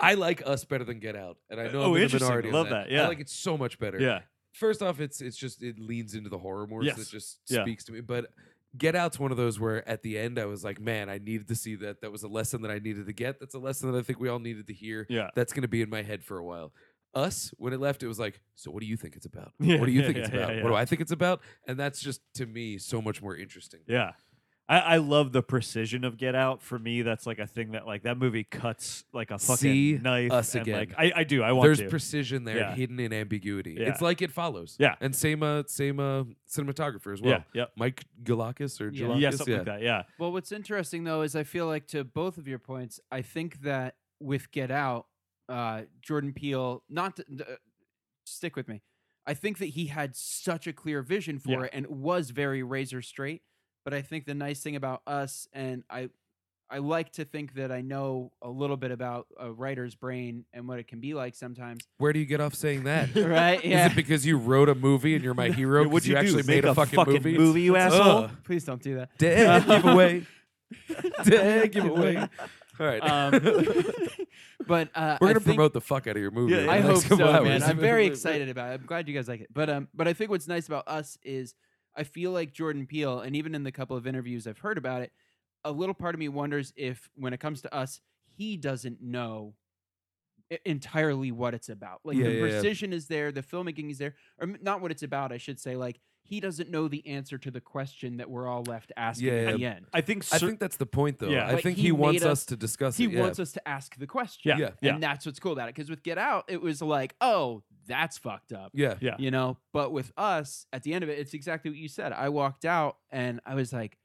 I like us better than Get Out, and I know
Oh,
I'm in the
interesting.
minority. on
Love that, yeah.
I like it so much better
Yeah.
first off, it's it's just it leans into the horror more, so
Yes.
it just
Yeah.
speaks to me. But Get Out's one of those where at the end I was like, man, I needed to see that. That was a lesson that I needed to get. That's a lesson that I think we all needed to hear.
Yeah.
That's gonna be in my head for a while. Us, when it left, it was like, so what do you think it's about?
*laughs* Yeah,
what do you
yeah,
think it's
yeah, yeah,
about?
yeah.
What do I think it's about? And that's just to me so much more interesting.
Yeah. I, I love the precision of Get Out. For me, that's like a thing that like that movie cuts like a fucking
See
knife.
us
and,
again.
Like I, I do. I want
There's
to.
precision there
Yeah.
hidden in ambiguity.
Yeah.
It's like it follows.
Yeah.
And same uh same uh cinematographer as well.
yeah. Yep.
Mike Galakis or
Yeah.
Galakis.
yeah. Something like that. Yeah.
Well, what's interesting though is I feel like to both of your points, I think that with Get Out, uh, Jordan Peele, not to, uh, stick with me, I think that he had such a clear vision for
Yeah.
it and it was very razor straight. But I think the nice thing about us, and I, I like to think that I know a little bit about a writer's brain and what it can be like sometimes.
*laughs* Where do you get off saying that?
right?
Is it because you wrote a movie and you're my hero?
What
Because you,
you do?
actually
Make
made a, fucking, movie?
you asshole.
Ugh.
Please don't do that.
Dead
Uh,
giveaway. Dead giveaway. All right. *laughs*
Um, but uh,
We're
I
gonna
think-
promote the fuck out of your movie. over
Yeah,
*laughs*
yeah.
the
I
next
hope so,
couple
man.
hours.
I'm very *laughs* excited about it. I'm glad you guys like it. But um, but I think what's nice about us is I feel like Jordan Peele, and even in the couple of interviews I've heard about it, a little part of me wonders if when it comes to us, he doesn't know i- entirely what it's about. Like
Yeah,
the
yeah, yeah.
precision is there, the filmmaking is there, or m- not what it's about, I should say. Like he doesn't know the answer to the question that we're all left asking
Yeah,
at the end.
I think,
I
cer-
think that's the point, though.
Yeah.
I
Like,
think
he
he, wants
made
us
us-
to discuss
He
it. yeah.
wants us to ask the question.
Yeah,
Yeah.
yeah.
And that's what's cool about it. Because with Get Out, it was like, oh, that's fucked up.
Yeah.
yeah.
You know, but with us, at the end of it, it's exactly what you said. I walked out and I was like,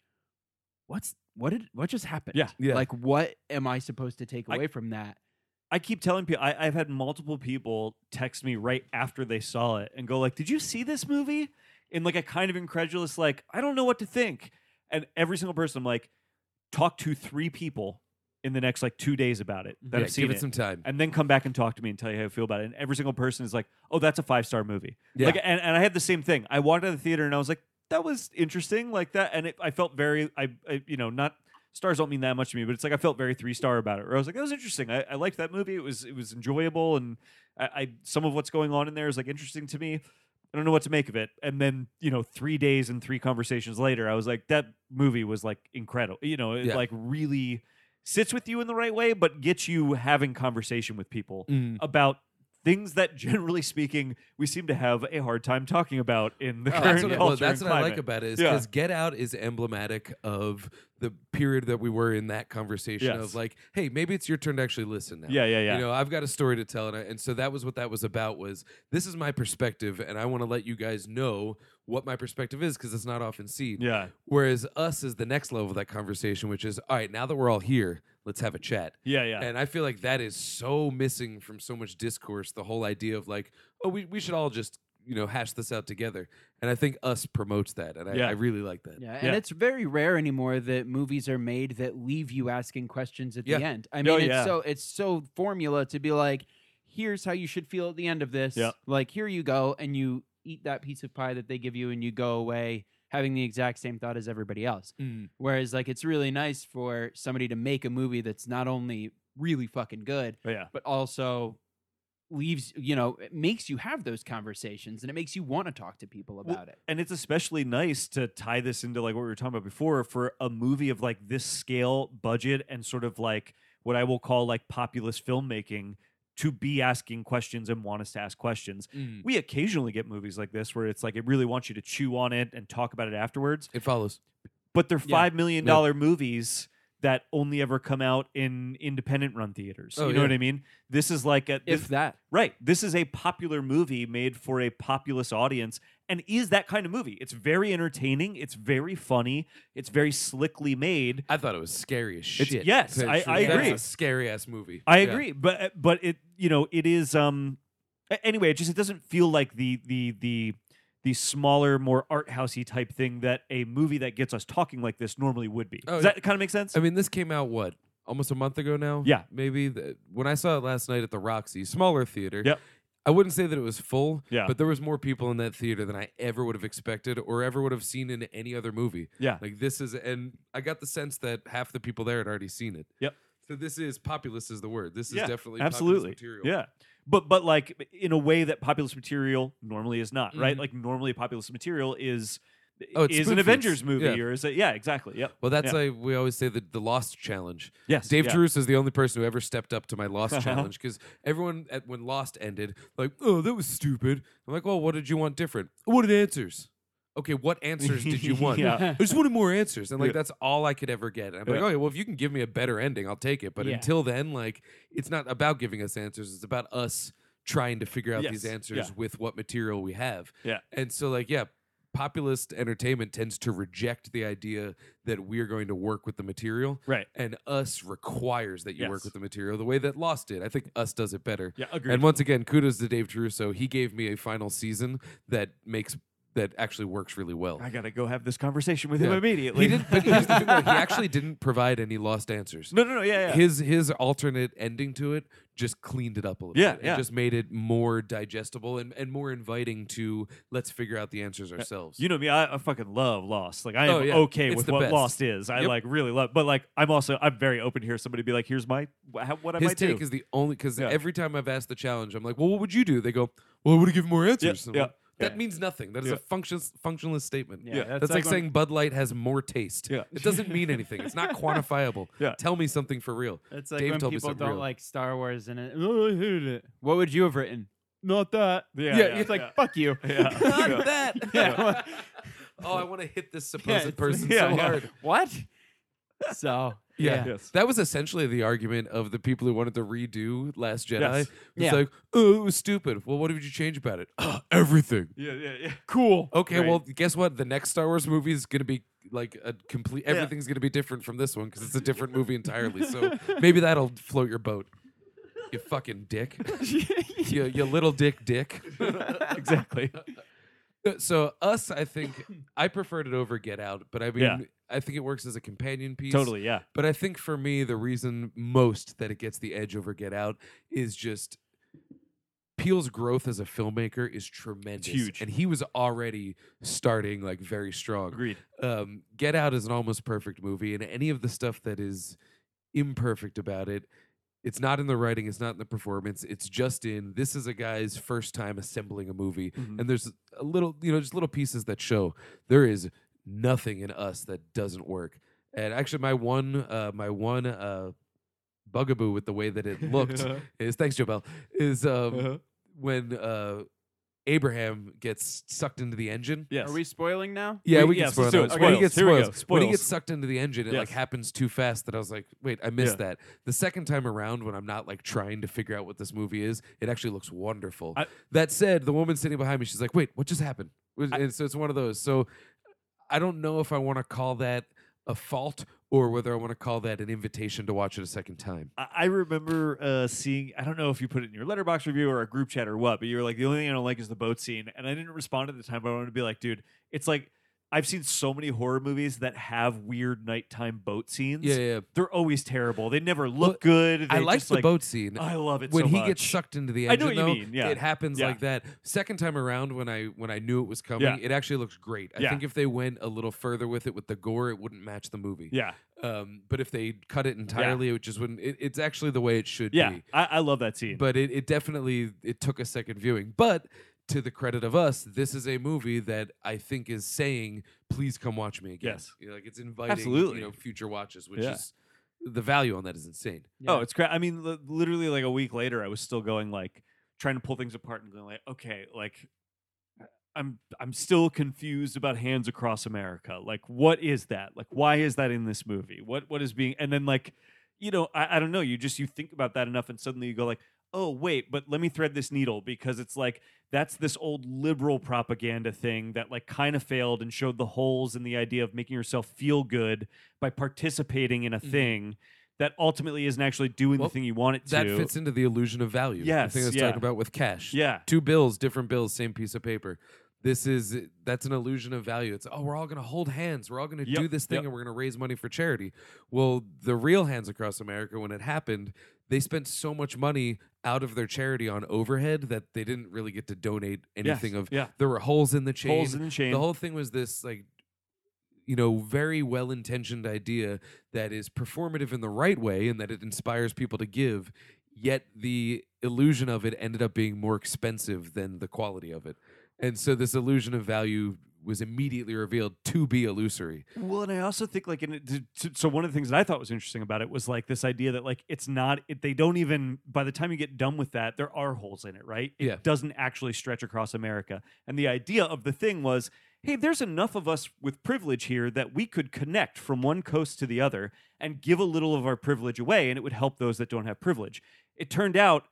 what's what did what just happened?
Yeah.
Yeah.
Like what am I supposed to take
I-
away from that?
I keep telling people I, I've had multiple people text me right after they saw it and go like, "Did you see this movie?" In like a kind of incredulous, like, "I don't know what to think." And every single person, I'm like, "Talk to three people in the next like two days about it that
Yeah,
have seen
give it
it,
some time.
and then come back and talk to me and tell you how you feel about it." And every single person is like, "Oh, that's a five star movie."
Yeah.
Like, and, and I had the same thing. I walked out of the theater and I was like, "That was interesting," like that, and it, I felt very, I, I, you know, not stars don't mean that much to me, but it's like I felt very three star about it. Where I was like, that was interesting. I, I liked that movie. It was it was enjoyable, and I, I some of what's going on in there is like interesting to me. I don't know what to make of it. And then you know, three days and three conversations later, I was like, that movie was like incredible. You know, it
Yeah.
like really sits with you in the right way, but gets you having conversation with people
Mm.
about. Things that, generally speaking, we seem to have a hard time talking about in the
Oh,
current
that's what, I-
culture.
well, that's
and
what I
climate.
like about it is
Yeah.
because Get Out is emblematic of the period that we were in that conversation
Yes.
of like, hey, maybe it's your turn to actually listen now.
Yeah, yeah, yeah.
You know, I've got a story to tell, and, I, and so that was what that was about. Was this is my perspective, and I want to let you guys know what my perspective is because it's not often seen.
yeah,
Whereas us is the next level of that conversation, which is all right. Now that we're all here, let's have a chat.
yeah, yeah.
And I feel like that is so missing from so much discourse. The whole idea of like, oh, we, we should all just you know hash this out together. And I think us promotes that, and I,
Yeah.
I really like that.
Yeah.
Yeah.
And it's very rare anymore that movies are made that leave you asking questions at
Yeah.
the end. I mean,
No,
it's
yeah.
so it's so formula to be like, here's how you should feel at the end of this.
Yeah.
Like here you go, and you eat that piece of pie that they give you and you go away having the exact same thought as everybody else.
Mm.
Whereas like it's really nice for somebody to make a movie that's not only really fucking good,
But Oh, yeah.
but also leaves you know, it makes you have those conversations and it makes you want to talk to people
Well,
about it.
and it's especially nice to tie this into like what we were talking about before for a movie of like this scale budget and sort of like what i will call like populist filmmaking to be asking questions and want us to ask questions
Mm.
we occasionally get movies like this where it's like it really wants you to chew on it and talk about it afterwards
It follows.
but they're
Yeah.
five million
Yeah.
dollar movies that only ever come out in independent run theaters
Oh,
you know
yeah.
what i mean this is like a this-
If that
Right. This is a popular movie made for a populous audience and is that kind of movie. It's very entertaining. It's very funny. It's very slickly made.
I thought it was scary as shit.
yes, I- I
That's
agree.
a scary ass movie.
I
Yeah.
agree, but but it you know it is um a- anyway. It just it doesn't feel like the the the the smaller, more art housey type thing that a movie that gets us talking like this normally would be.
Oh,
Does
yeah.
that kind of make sense?
I mean, this came out what almost a month ago now.
Yeah.
maybe the, when I saw it last night at the Roxy, smaller theater.
Yep.
I wouldn't say that it was full.
Yeah.
but there was more people in that theater than I ever would have expected or ever would have seen in any other movie.
yeah.
Like this is, and I got the sense that half the people there had already seen it.
Yep.
So this is populist is the word. This is
Yeah,
definitely
absolutely
populist material.
yeah but but like in a way that populist material normally is not right
Mhm.
like normally populist material is
Oh, it's
is
spoon
an
feeds.
avengers movie
Yeah.
or is it yeah exactly yep
Well, that's
Yeah.
like we always say the, the Lost challenge.
yes
Dave
yeah.
Drews is the only person who ever stepped up to my
*laughs*
Lost challenge because everyone at when Lost ended, like, oh, that was stupid. I'm like, well, what did you want different? I wanted answers. Okay, what answers did
*laughs*
you want?
Yeah.
I just wanted more answers, and like
Yeah.
that's all I could ever get. And I'm like,
Yeah.
okay, well, if you can give me a better ending, I'll take it. But
Yeah.
until then, like, it's not about giving us answers; it's about us trying to figure out these
Yes.
answers
Yeah.
with what material we have.
Yeah.
and so like, yeah. Populist entertainment tends to reject the idea that we're going to work with the material
right
and us requires that you work
Yes.
with the material the way that Lost did. I think us does it better.
yeah agreed
And once again, kudos to Dave Caruso. He gave me a final season that makes that actually works really well.
i gotta go have this conversation with him
Yeah.
immediately
He did, but here's the thing,
*laughs*
though, he actually didn't provide any lost answers.
no no no yeah yeah
His his alternate ending to it just cleaned it up a little
Yeah,
bit. It
yeah.
just made it more digestible and, and more inviting to let's figure out the answers ourselves.
you know me I, I fucking love lost like i am
Oh, yeah.
okay
It's
with
the
what
best.
lost is i
Yep.
like really love but like i'm also i'm very open to hear somebody be like here's my wha- how- what i
his
might do
take is the only because
Yeah.
every time I've asked the challenge, I'm like, "Well, what would you do?" They go, "Well, I would have given more answers." I'm
yeah,
like, that
yeah.
means nothing. That is
Yeah.
a function functionless statement.
Yeah, Yeah.
that's,
that's
like
like when-
saying Bud Light has more taste.
Yeah.
it doesn't mean anything. It's
*laughs*
not quantifiable.
Yeah.
tell me something for real.
It's like
Dave
when
told me
people
something
don't
real.
like Star Wars and it. "Oh, I hated it." What would you have written? not that.
Yeah, yeah,
it's like
yeah.
fuck you. *laughs*
Yeah.
Not that.
Yeah.
Oh, I want to hit this supposed
*laughs* Yeah, it's-
person
yeah,
so
yeah.
hard.
what? So
Yeah.
Yes.
That was essentially the argument of the people who wanted to redo Last Jedi.
Yes.
It's
Yeah.
like, oh, it was stupid. Well, what did you change about it? "Ah, everything.
Yeah, yeah, yeah.
cool.
Okay,
Right.
well, guess what? The next Star Wars movie is going to be like a complete.
Yeah.
Everything's going to be different from this one because
*laughs*
it's a different movie entirely. So maybe that'll float your boat. You fucking dick.
*laughs*
you, you little dick dick.
*laughs* Exactly.
Uh, *laughs* So us, I think I preferred it over Get Out, but I mean,
Yeah.
I think it works as a companion piece.
totally, yeah.
But I think for me, the reason most that it gets the edge over Get Out is just Peel's growth as a filmmaker is tremendous.
huge.
And he was already starting like very strong. *clears throat*
Agreed.
Um, Get Out is an almost perfect movie, and any of the stuff that is imperfect about it, it's not in the writing, it's not in the performance, it's just in this is a guy's first time assembling a movie.
Mhm.
And there's a little, you know, just little pieces that show there is nothing in us that doesn't work. And actually, my one, uh, my one uh, bugaboo with the way that it *laughs*
*laughs*
looked is thanks, Joe Bell, is um,
Uh-huh.
when uh, Abraham gets sucked into the engine.
Yes.
Are we spoiling now?
Yeah,
We-
we, can
yes,
spoil
let's do
that.
it.
When he
Spoils.
gets
Here we go.
spoils. When he gets
Spoils.
sucked into the engine, it like
Yes.
happens too fast that I was like, wait, I missed
Yeah.
that. The second time around, when I'm not like trying to figure out what this movie is, it actually looks wonderful.
I-
that said, the woman sitting behind me, she's like, wait, what just happened? Was- and so it's one of those. So I don't know if I want to call that a fault or whether I want to call that an invitation to watch it a second time.
I I remember uh, seeing. I don't know if you put it in your letterbox review or a group chat or what, but you were like, "The only thing I don't like is the boat scene," and I didn't respond at the time. But I wanted to be like, "Dude, it's like I've seen so many horror movies that have weird nighttime boat scenes.
Yeah, yeah.
They're always terrible. They never look
Well,
good.
I
They
like
just,
the boat scene.
I love it
when
so
he
much.
gets sucked into the
I
engine,
know what you
though,
mean, yeah.
it happens
Yeah.
like that. Second time around, when I when I knew it was coming,
Yeah.
it actually looks great. I
Yeah.
think if they went a little further with it with the gore, it wouldn't match the movie.
Yeah,
Um, but if they cut it entirely, it just wouldn't. It, it's actually the way it should
yeah.
be.
I, I love that scene.
But it, it definitely it took a second viewing. But to the credit of us, this is a movie that I think is saying, "Please come watch me again."
Yes.
You know, like it's inviting
Absolutely.
you know future watches, which
Yeah.
is the value on that is insane.
Oh, it's cra I mean, li- literally, like a week later, I was still going like trying to pull things apart and going like, okay, like I'm I'm still confused about Hands Across America. Like, what is that? Like, why is that in this movie? What what is being? And then like, you know, I, I don't know. You just you think about that enough, and suddenly you go like. Oh wait, but let me thread this needle because it's like that's this old liberal propaganda thing that like kind of failed and showed the holes in the idea of making yourself feel good by participating in a
Mhm.
thing that ultimately isn't actually doing
Well,
the thing you want it to.
That fits into the illusion of value.
Yes,
the thing I was
yeah.
talking about with cash.
yeah,
two bills, different bills, same piece of paper. This is that's an illusion of value. It's oh, we're all going to hold hands, we're all going to
Yep,
do this thing,
yep.
and we're going to raise money for charity. Well, the real Hands Across America, when it happened, they spent so much money out of their charity on overhead that they didn't really get to donate
Yes,
anything of.
yeah.
There were holes in the chain.
Holes in the chain.
The whole thing was this like you know, very well intentioned idea that is performative in the right way and that it inspires people to give, yet the illusion of it ended up being more expensive than the quality of it. And so this illusion of value was immediately revealed to be illusory.
Well, and I also think like, and it, to, to, so one of the things that I thought was interesting about it was like this idea that like it's not it, they don't even by the time you get done with that there are holes in it, right? It
Yeah.
doesn't actually stretch across America. And the idea of the thing was, hey, there's enough of us with privilege here that we could connect from one coast to the other and give a little of our privilege away, and it would help those that don't have privilege. It turned out.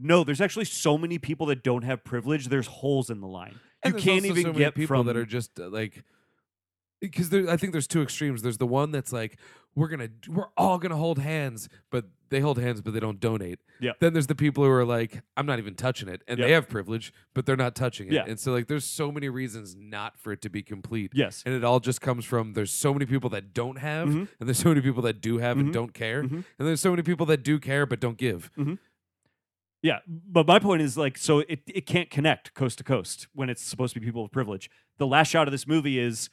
No, there's actually so many people that don't have privilege. There's holes in the line.
And
you
there's
can't
also
even
so many
get
people
from
that are just uh, like because there, I think there's two extremes. There's the one that's like we're gonna we're all gonna hold hands, but they hold hands, but they don't donate.
Yeah.
Then there's the people who are like, I'm not even touching it, and
Yeah.
they have privilege, but they're not touching it.
Yeah.
And so like, there's so many reasons not for it to be complete.
yes,
And it all just comes from there's so many people that don't have,
Mhm.
and there's so many people that do have
Mhm.
and don't care,
Mhm.
and there's so many people that do care but don't give.
Yeah, but my point is like, so it, it can't connect coast to coast when it's supposed to be people with privilege. The last shot of this movie is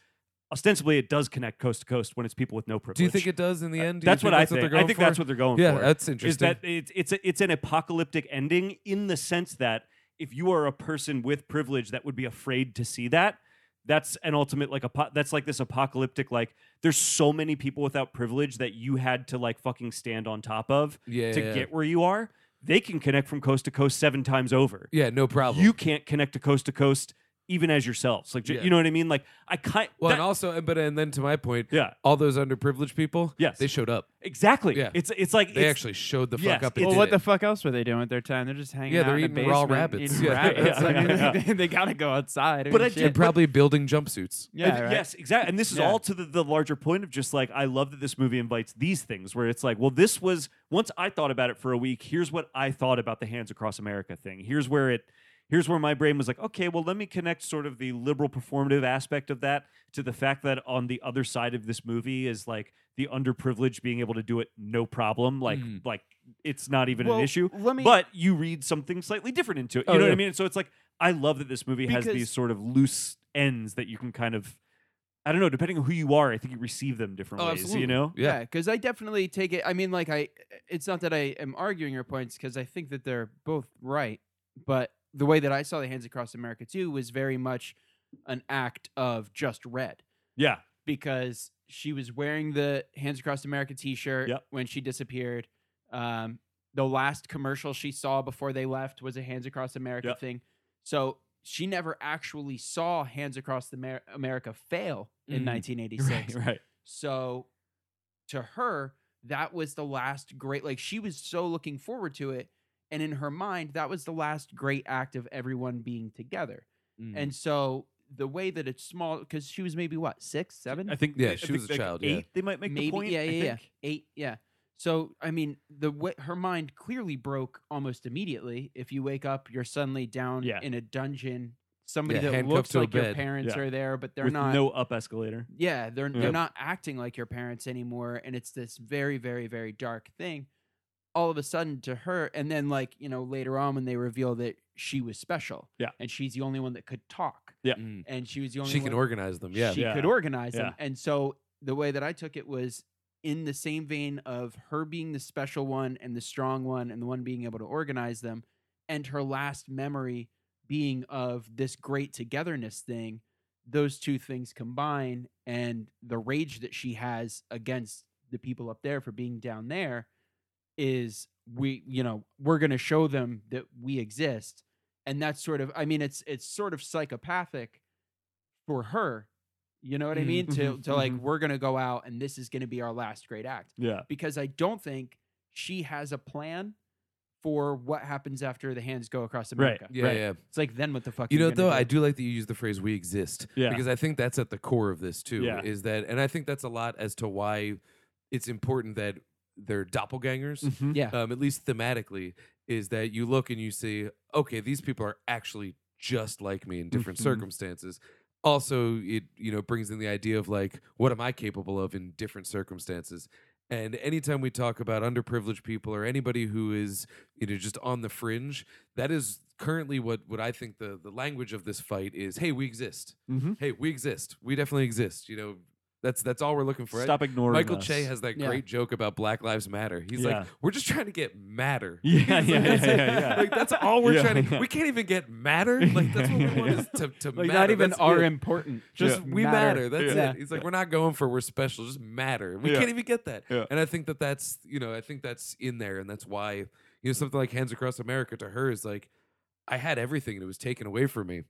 ostensibly it does connect coast to coast when it's people with no privilege.
Do you think it does in the end? Do you
that's what I
what
think.
they're
I
going
think
for?
that's what they're going
Yeah,
for.
that's
is
interesting.
that it's it's a, it's an apocalyptic ending in the sense that if you are a person with privilege that would be afraid to see that, that's an ultimate like apo- that's like this apocalyptic like there's so many people without privilege that you had to like fucking stand on top of
yeah.
to
yeah.
get where you are. they can connect from coast to coast seven times over.
Yeah, no problem.
You can't connect to coast to coast even as yourselves. Like, ju-
Yeah.
you know what I mean? Like, I kind
well,
that-
and also, but and then to my point,
yeah,
all those underprivileged people,
Yes.
they showed up.
exactly.
Yeah.
It's it's like
They
it's,
actually showed the
yes,
fuck up. And
it's-
Well,
did
what the
it.
fuck else were they doing with their time? They're just hanging
Yeah,
out
they're
in the
eating raw
basement,
rabbits.
eating
Yeah.
rabbits. I mean,
Yeah.
*laughs* they, gotta go outside. I
But
mean,
I
shit.
did-
and probably building jumpsuits.
And
yeah,
th-
right.
Yes, exactly. And this is
Yeah.
all to the, the larger point of just like, I love that this movie invites these things where it's like, well, this was, once I thought about it for a week, here's what I thought about the Hands Across America thing. Here's where it, here's where my brain was like, okay, well, let me connect sort of the liberal performative aspect of that to the fact that on the other side of this movie is like the underprivileged being able to do it no problem. Like,
Mm.
like it's not even
Well,
an issue.
Let me.
But you read something slightly different into it.
Oh,
You know what
yeah.
I mean? And so it's like I love that this movie has
Because-
these sort of loose ends that you can kind of I don't know, depending on who you are, I think you receive them different
Oh,
ways.
absolutely.
You know?
Yeah.
yeah, because I definitely take it. I mean, like I, it's not that I am arguing your points because I think that they're both right. But the way that I saw the Hands Across America too was very much an act of just red. *laughs*
Yeah.
because she was wearing the Hands Across America T-shirt
Yep.
when she disappeared. Um, the last commercial she saw before they left was a Hands Across America
Yep.
thing. So she never actually saw Hands Across the Mer- America fail
Mm,
in
Mhm.
1986.
Right, right.
So to her, that was the last great, like she was so looking forward to it. And in her mind, that was the last great act of everyone being together.
Mm.
And so the way that it's small, because she was maybe what, six, seven?
I think
Yeah,
I
she
think
was a
like
child, yeah.
Eight, they might make
Maybe,
the point.
yeah,
I
yeah, yeah.
think.
eight yeah so i mean the way her mind clearly broke almost immediately if you wake up you're suddenly down
Yeah.
in a dungeon somebody
Yeah,
that
handcuffed
looks
to a
like your
bed.
parents
Yeah.
are there but they're
With
not
no up escalator.
yeah they're, they're
Yep.
not acting like your parents anymore and it's this very very very dark thing all of a sudden to her and then like you know later on when they reveal that she was special
Yeah.
and she's the only one that could talk
Mm.
and she was the only
she
one
can organize them. Yeah.
she
Yeah.
could organize them.
Yeah.
And so the way that I took it was in the same vein of her being the special one and the strong one and the one being able to organize them, and her last memory being of this great togetherness thing. Those two things combine and the rage that she has against the people up there for being down there is we you know we're going to show them that we exist and that's sort of i mean it's it's sort of psychopathic for her you know what i
Mhm,
mean to
mhm,
to like
mhm.
we're going to go out and this is going to be our last great act
Yeah.
because i don't think she has a plan for what happens after the hands go across america
Yeah,
Right.
yeah.
it's like then what the fuck
You
are
know,
gonna
though, I
do?
do like that you use the phrase "we exist"
Yeah.
because I think that's at the core of this too.
Yeah.
Is that, and I think that's a lot as to why it's important that they're doppelgangers,
Mhm.
yeah
*laughs* um, at least thematically, is that you look and you see, okay, these people are actually just like me in different
Mhm.
circumstances. Also, it you know brings in the idea of like, what am I capable of in different circumstances? And anytime we talk about underprivileged people or anybody who is you know just on the fringe, that is currently what what I think the the language of this fight is. Hey, we exist.
Mhm.
Hey, we exist. We definitely exist. You know, that's that's all we're looking for.
Stop ignoring
Michael
us.
Che has that
Yeah.
great joke about Black Lives Matter. He's like,
Yeah.
we're just trying to get matter.
*laughs* *laughs*
*laughs*
Yeah,
He's
yeah,
like, that's
yeah,
it.
yeah, yeah.
*laughs* Like, that's all we're
Yeah,
trying to.
yeah.
We can't even get matter. Like that's what we want
*laughs* Yeah.
is to, to
like
matter.
not even
That's
are
it.
important
Just we matter. That's
Yeah.
it. He's like, we're not going for we're special. Just matter. We
Yeah.
can't even get that.
Yeah.
And I think that that's you know I think that's in there, and that's why you know something like Hands Across America to her is like, I had everything and it was taken away from me.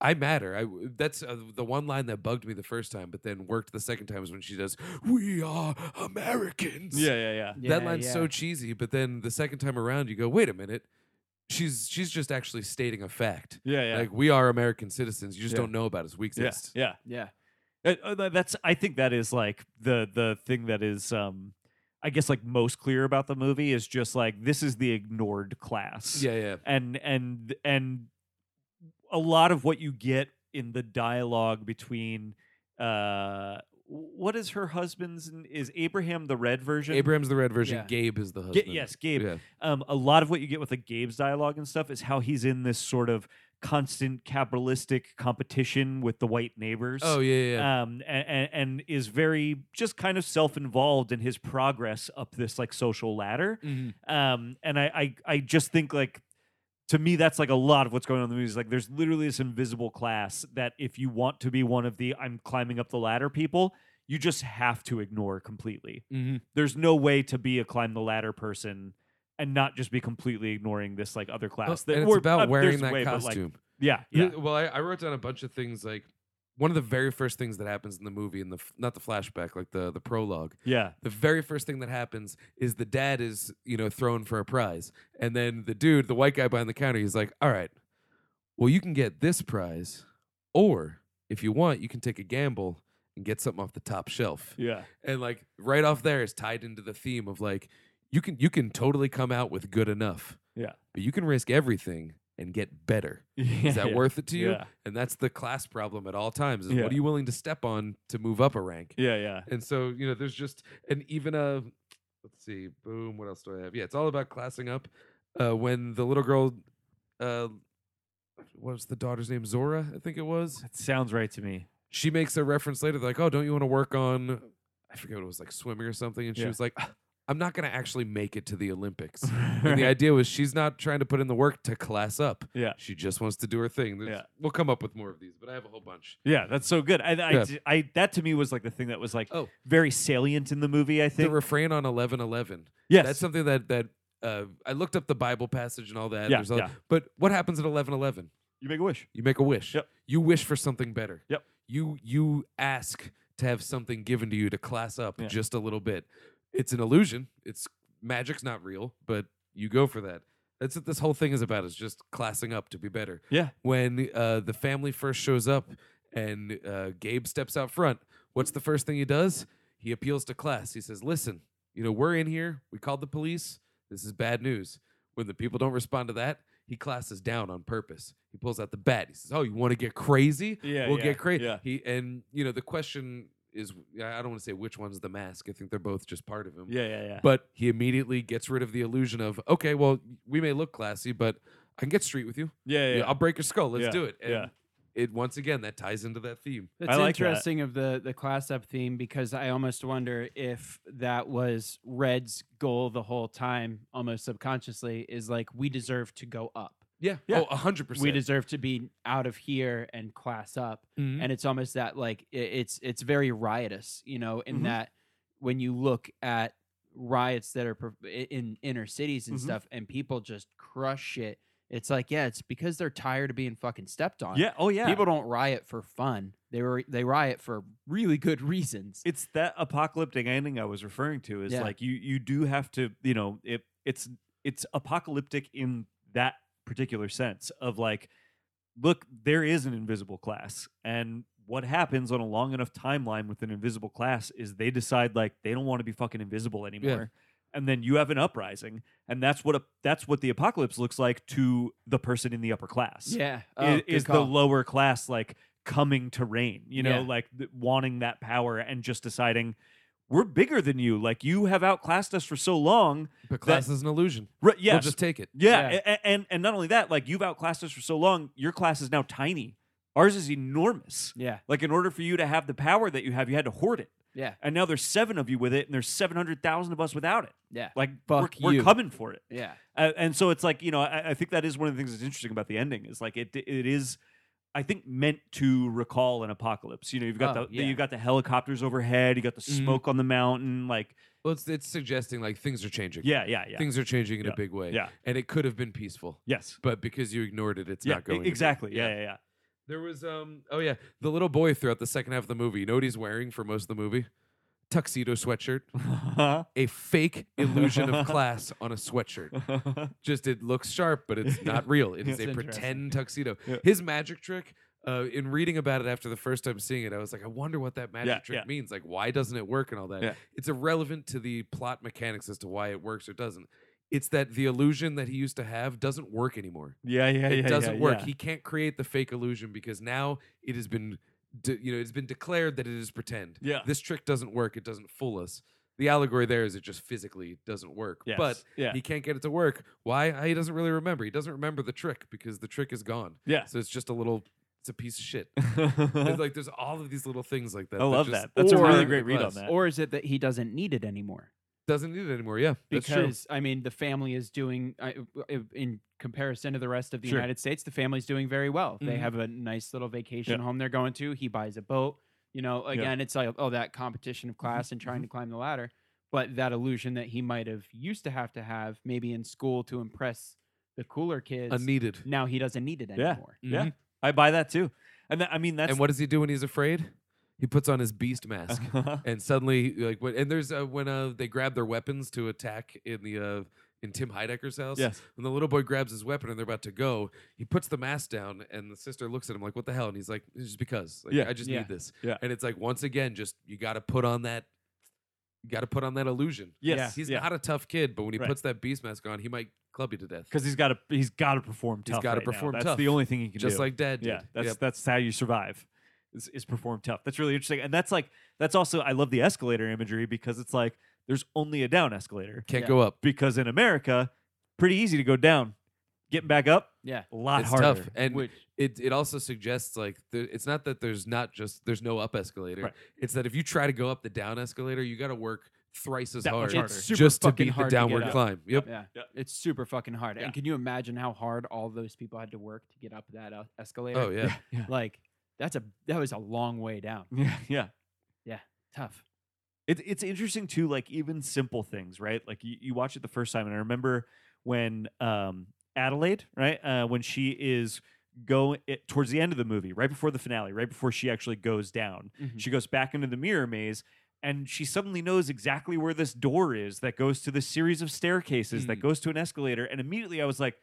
I matter. I that's uh, the one line that bugged me the first time, but then worked the second time is when she does, "We are Americans."
Yeah, yeah, yeah.
Yeah,
that line's
yeah.
so cheesy, but then the second time around, you go, "Wait a minute." She's she's just actually stating a fact.
Yeah, yeah.
Like we are American citizens. You just
Yeah.
don't know about us. We
yeah,
exist.
yeah.
yeah
Uh, uh, tha- that's I think that is like the the thing that is um I guess like most clear about the movie is just like this is the ignored class.
Yeah, yeah.
And and and a lot of what you get in the dialogue between uh what is her husband's n- is Abraham the red version?
Abraham's the red version.
Yeah.
Gabe is the
Ga-
husband.
yes, Gabe
Yeah.
um, a lot of what you get with like Gabe's dialogue and stuff is how he's in this sort of constant capitalistic competition with the white neighbors.
Oh yeah, yeah, yeah.
Um, and, and, and is very just kind of self-involved in his progress up this like social ladder.
Mhm.
Um, and I, I, I just think like, to me, that's like a lot of what's going on in the movie. Is like, there's literally this invisible class that if you want to be one of the I'm climbing up the ladder people, you just have to ignore completely.
Mhm.
There's no way to be a climb the ladder person and not just be completely ignoring this like other class
Oh, and it's
we're
about
up
wearing
this
that
way, but, like,
costume.
yeah, yeah.
Well, I, I wrote down a bunch of things like one of the very first things that happens in the movie, in the f- not the flashback, like the the prologue.
Yeah.
The very first thing that happens is the dad is you know thrown for a prize, and then the dude, the white guy behind the counter, he's like, "All right, well you can get this prize, or if you want, you can take a gamble and get something off the top shelf."
Yeah.
and like right off there is tied into the theme of like you can you can totally come out with good enough
Yeah.
but you can risk everything and get
*laughs*
better is that
Yeah.
worth it to you
Yeah.
and that's the class problem at all times is
Yeah.
what are you willing to step on to move up a rank
Yeah, yeah.
and so you know there's just and even a let's see boom what else do i have yeah it's all about classing up uh when the little girl uh what was the daughter's name zora i think it was
That sounds right
*laughs*
to me. *laughs*
she makes a reference later like oh don't you want to work on i forget what it was like swimming or something and she
Yeah.
was like "Ah, i'm not going to actually make it to the
*laughs*
olympics and the idea was she's not trying to put in the work to class up
Yeah.
she just wants to do her thing There's-
Yeah.
we'll come up with more of these but i have a whole bunch
Yeah, that's so good. I, I,
Yeah.
I, that to me was like the thing that was like
Oh.
very salient in the movie. I
the
think.
refrain on 1111
yes.
that's something that that uh, i looked up the bible passage and all that
Yeah,
There's all-
yeah.
but what happens at 1111
you make a wish.
You make a wish.
Yep.
You wish for something better.
Yep.
You you ask to have something given to you to class up
Yeah.
just a little bit. It's an illusion. It's magic's not real, but you go for that. That's what this whole thing is about. Is just classing up to be better.
Yeah.
When uh, the family first shows up and uh, Gabe steps out front, what's the first thing he does? He appeals to class. He says, "Listen, you know we're in here. We called the police. This is bad news. When the people don't respond to that, he classes down on purpose. He pulls out the bat. He says, "Oh, you want to get crazy?
Yeah,
we'll
yeah,
get crazy."
yeah.
He and you know the question is, I I don't want to say which one's the mask. I think they're both just part of him.
Yeah, yeah, yeah.
But he immediately gets rid of the illusion of, okay, well, we may look classy, but I can get street with you.
yeah, yeah, yeah.
I'll break your skull. Let's
Yeah,
do it. And
yeah.
it once again that ties into that theme.
That's
I like that.
interesting of the the class up theme because I almost wonder if that was Red's goal the whole time, almost subconsciously, is like we deserve to go up.
Yeah.
Yeah.
Oh, hundred percent.
We deserve to be out of here and class up.
Mhm.
Mm-hmm.
And it's almost that like i- it's it's very riotous, you know, in
Mhm.
that when you look at riots that are per- i- in inner cities and
Mhm.
stuff and people just crush it. It's like, yeah, it's because they're tired of being fucking stepped on.
yeah. Oh, yeah.
People don't riot for fun. They were they riot for really good reasons.
it's that apocalyptic ending I was referring to. Is
Yeah.
like you you do have to you know it it's it's apocalyptic in that particular sense of like look there is an invisible class and what happens on a long enough timeline with an invisible class is they decide like they don't want to be fucking invisible anymore and then you have an uprising and that's what a that's what the apocalypse looks like to the person in the upper class
yeah,
i-
oh, good
is the
call.
lower class like coming to reign you know
Yeah.
like th- wanting that power and just deciding we're bigger than you like you have outclassed us for so long
but class is an illusion.
right
We'll
yes
just take it.
yeah,
Yeah.
a- a- and and not only that like you've outclassed us for so long your class is now tiny ours is enormous
yeah
like in order for you to have the power that you have you had to hoard it
yeah
and now there's seven of you with it and there's 700000 of us without it
yeah
like
Fuck
we're,
you.
we're coming for it
yeah.
uh, and so it's like you know I, I think that is one of the things that's interesting about the ending is like it it is I think meant to recall an apocalypse. You know, you've got
Oh,
the
yeah.
you've got the helicopters overhead, you got the
Mhm.
smoke on the mountain, like
Well, it's, it's suggesting like things are changing.
yeah, yeah, yeah,
Things are changing in
Yeah.
a big way.
yeah,
And it could have been peaceful,
yes,
but because you ignored it, it's
yeah, e,
not going. to be.
exactly, yeah, yeah, yeah.
e, There was um oh yeah the little boy throughout the second half of the movie. You know what he's wearing for most of the movie? Tuxedo sweatshirt, a fake illusion *laughs* of class on a sweatshirt. Just it looks sharp, but it's not real. *laughs* It is
That's
a
interesting.
pretend tuxedo.
Yeah.
His magic trick. Uh, in reading about it after the first time seeing it, I was like, I wonder what that magic
Yeah,
trick
yeah.
means. Like, why doesn't it work and all that?
Yeah.
It's irrelevant to the plot mechanics as to why it works or doesn't. It's that the illusion that he used to have doesn't work anymore
*laughs* yeah, yeah, yeah.
it
yeah,
doesn't
yeah.
work. He can't create the fake illusion because now it has been, de- you know, it's been declared that it is pretend.
Yeah.
This trick doesn't work. It doesn't fool us. The allegory there is it just physically doesn't work.
Yes,
But
yeah,
he can't get it to work. Why? Ah, He doesn't really remember. He doesn't remember the trick because the trick is gone.
*laughs* yeah.
So it's just a little. It's a piece of shit.
I
It's like there's all of these little things like that.
Uh-huh. love
just-
that. That's a really
or-
great read on
Plus,
that.
Or is it that he doesn't need it anymore?
Doesn't need it anymore. Yeah, that's true.
Because I mean, the family is doing I- i- in comparison to the rest of the
Sure. Mm-hmm.
United States, the family's doing very well. They
Mhm.
have a nice little vacation
Yeah.
home they're going
Mm-hmm.
to. He buys a boat. You know, again, it's like oh that competition of class and trying to climb the ladder. but that illusion that he might have used to have to have maybe in school to impress the cooler kids.
unneeded.
now he doesn't need it
Yeah.
anymore.
Yeah,
Mhm.
I buy that too. And tha- I mean, that's
And what does he do when he's afraid? He puts on his beast mask.
*laughs*
and suddenly like when and there's uh, when uh, they grab their weapons to attack in the uh, in Tim Heidecker's house.
yes.
When the little boy grabs his weapon and they're about to go, he puts the mask down and the sister looks at him like, "What the hell?" And he's like, "It's just because. Like,
Yeah.
I just
Yeah.
need this."
Yeah.
And it's like once again, just you got to put on that. You got to put on that illusion.
Yes,
he's
yeah.
not a tough kid, but when he
Right.
puts that beast mask on, he might club you to death.
Because he's got to he's got to perform
He's
tough.
gotta
right now.
perform
That's
tough.
the only thing he can do.
Just like Dad did.
yeah, that's
Yep.
that's how you survive. Is, is perform tough. That's really interesting, and that's like that's also I love the escalator imagery because it's like there's only a down escalator
can't
yeah.
go up.
because in America, pretty easy to go down, getting back up
Yeah.
a lot
it's
harder.
tough, and
Which
it it also suggests like th- it's not that there's not just there's no up escalator.
Right.
It's that if you try to go up the down escalator, you got to work thrice as
That
hard
much harder.
it's super
just to
fucking
beat the
hard to get
downward
up.
climb. Yep.
Yeah.
Yeah.
It's super fucking hard.
Yeah.
And can you imagine how hard all those people had to work to get up that uh, escalator?
Oh yeah.
*laughs* Like that's a that was a long way down.
Yeah, *laughs* yeah.
Tough.
It, it's interesting too, like even simple things, right? Like you, you watch it the first time, and I remember when um, Adelaide, right, uh, when she is going towards the end of the movie, right before the finale, right before she actually goes down,
Mm-hmm.
Mhm.
she goes back into the mirror maze, and she suddenly knows exactly where this door is that goes to this series of staircases that
Mm.
goes to an escalator, and immediately I was like.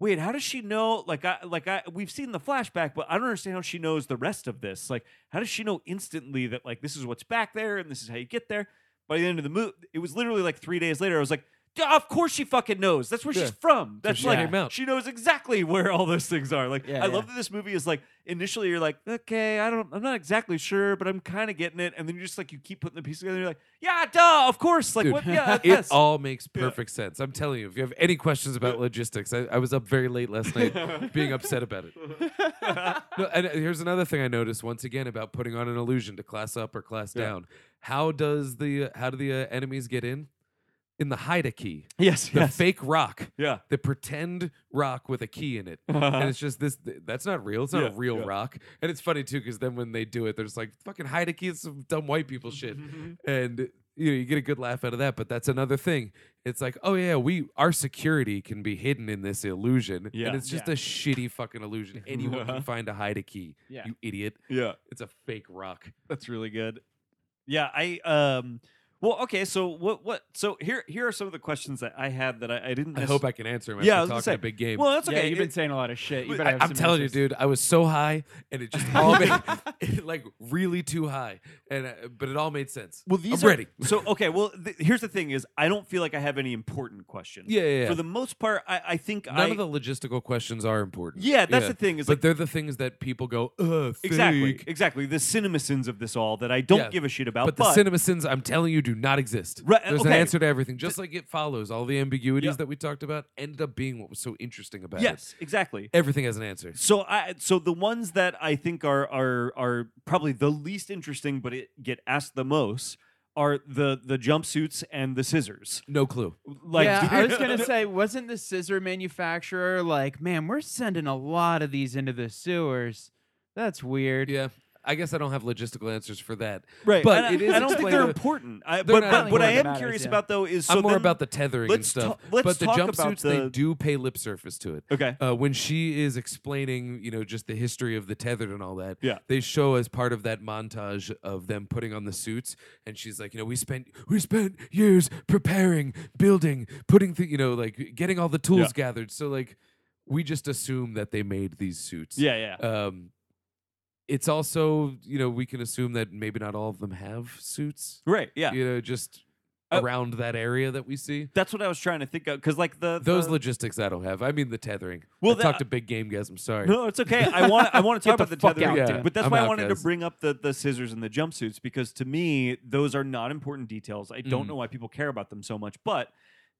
Wait, how does she know? Like, I like I we've seen the flashback, but I don't understand how she knows the rest of this. Like, how does she know instantly that like this is what's back there and this is how you get there? By the end of the movie, it was literally like three days later. I was like, "Duh, of course she fucking knows. That's where
Yeah.
she's from. That's
she
like
came out.
she knows exactly *laughs* where all those things are. Like,
Yeah,
I
yeah.
love that this movie is like initially you're like, okay, I don't, I'm not exactly sure, but I'm kind of getting it. And then you just like you keep putting the pieces together. And you're like, yeah, duh, of course. Like,
Dude, *laughs*
what?
*laughs*
Yeah,
it
yes.
all makes
Yeah.
perfect sense. I'm telling you, if you have any questions about logistics, I, I was up very late last night being upset about it. No, and uh, here's another thing I noticed once again about putting on an illusion to class up or class
Yeah.
down. How does the how do the uh, enemies get in? In the Haida key,
*laughs* yes,
the
yes,
fake rock,
yeah.
the pretend rock with a key in it. and it's just this th- that's not real it's not
Uh-huh. Yeah,
a real
yeah.
rock and it's funny too because then when they do it they're just like fucking Heideke is some dumb white people
*laughs*
shit
Mm-hmm.
and you know you get a good laugh out of that but that's another thing it's like oh yeah we our security can be hidden in this illusion
Yeah. Uh-huh.
and it's just
Yeah.
a shitty fucking
*laughs*
illusion anyone
Yeah.
can find a Heideke
Yeah.
you idiot
*laughs* yeah.
it's a fake rock
That's really good. Yeah, I um well okay, so what what so here here are some of the questions that I had that I, I didn't
I
necess-
hope I can answer him after
Yeah, I was gonna
talking a
say,
big game
Well, that's okay.
Yeah, you've been
It-
saying a lot of shit. You better
I,
have
am
some
telling you,
answers.
dude, I was so high, and it just all made *laughs* it, like really too high, and uh, but it all made sense.
well, these
I'm
are-
ready. *laughs*
so okay, well th- here's the thing is I don't feel like I have any important questions.
Yeah, yeah, yeah.
For the most part, I, I think
None
I
of the logistical questions are important.
Yeah, that's the thing, is
but
like-
they're the things that people go, ugh,
exactly
fake."
exactly the cinema sins of this all that I don't
Yeah,
give a shit about.
But the cinema sins, I'm telling you, do not exist.
Right,
There's an
okay.
answer to everything. Just like it follows, all the ambiguities
Yeah.
that we talked about ended up being what was so interesting about it.
yes, exactly.
Everything has an answer.
So I so the ones that I think are are are probably the least interesting, but it get asked the most are the the jumpsuits and the scissors.
No clue. *laughs*
Like
yeah, I
*laughs*
was gonna say, wasn't the scissor manufacturer like, man, we're sending a lot of these into the sewers. That's weird.
Yeah. I guess I don't have logistical answers for that.
right,
but
And
it
I-
is
I don't think
explained
they're
to-
important. I,
They're
but
not
but what I
important.
am
Matters,
curious
yeah.
about though is so
I'm more
then-
about the tethering and
let's
stuff.
ta- let's
but the
talk
jumpsuits,
about the-
they do pay lip service to it.
okay.
uh, when she is explaining, you know, just the history of the tethered and all that.
Yeah.
they show as part of that montage of them putting on the suits, and she's like, you know, we spent we spent years preparing, building, putting, th- you know, like getting all the tools
Yeah.
gathered. So like, we just assume that they made these suits.
Yeah, yeah.
Um, it's also, you know, we can assume that maybe not all of them have suits.
right, yeah.
You know, just
Oh.
around that area that we see.
That's what I was trying to think of because like the
Those
the,
logistics I don't have. I mean the tethering.
Well,
Well,
the-
I talked to big game guys. I'm sorry.
No, it's okay. I want
*laughs*
I want to talk
Get the
about the,
fuck
tethering,
out,
Yeah, dude.
but that's
I'm
why I
out,
wanted to
guys.
bring up the the scissors and the jumpsuits because to me those are not important details. I don't
Mm.
know why people care about them so much, but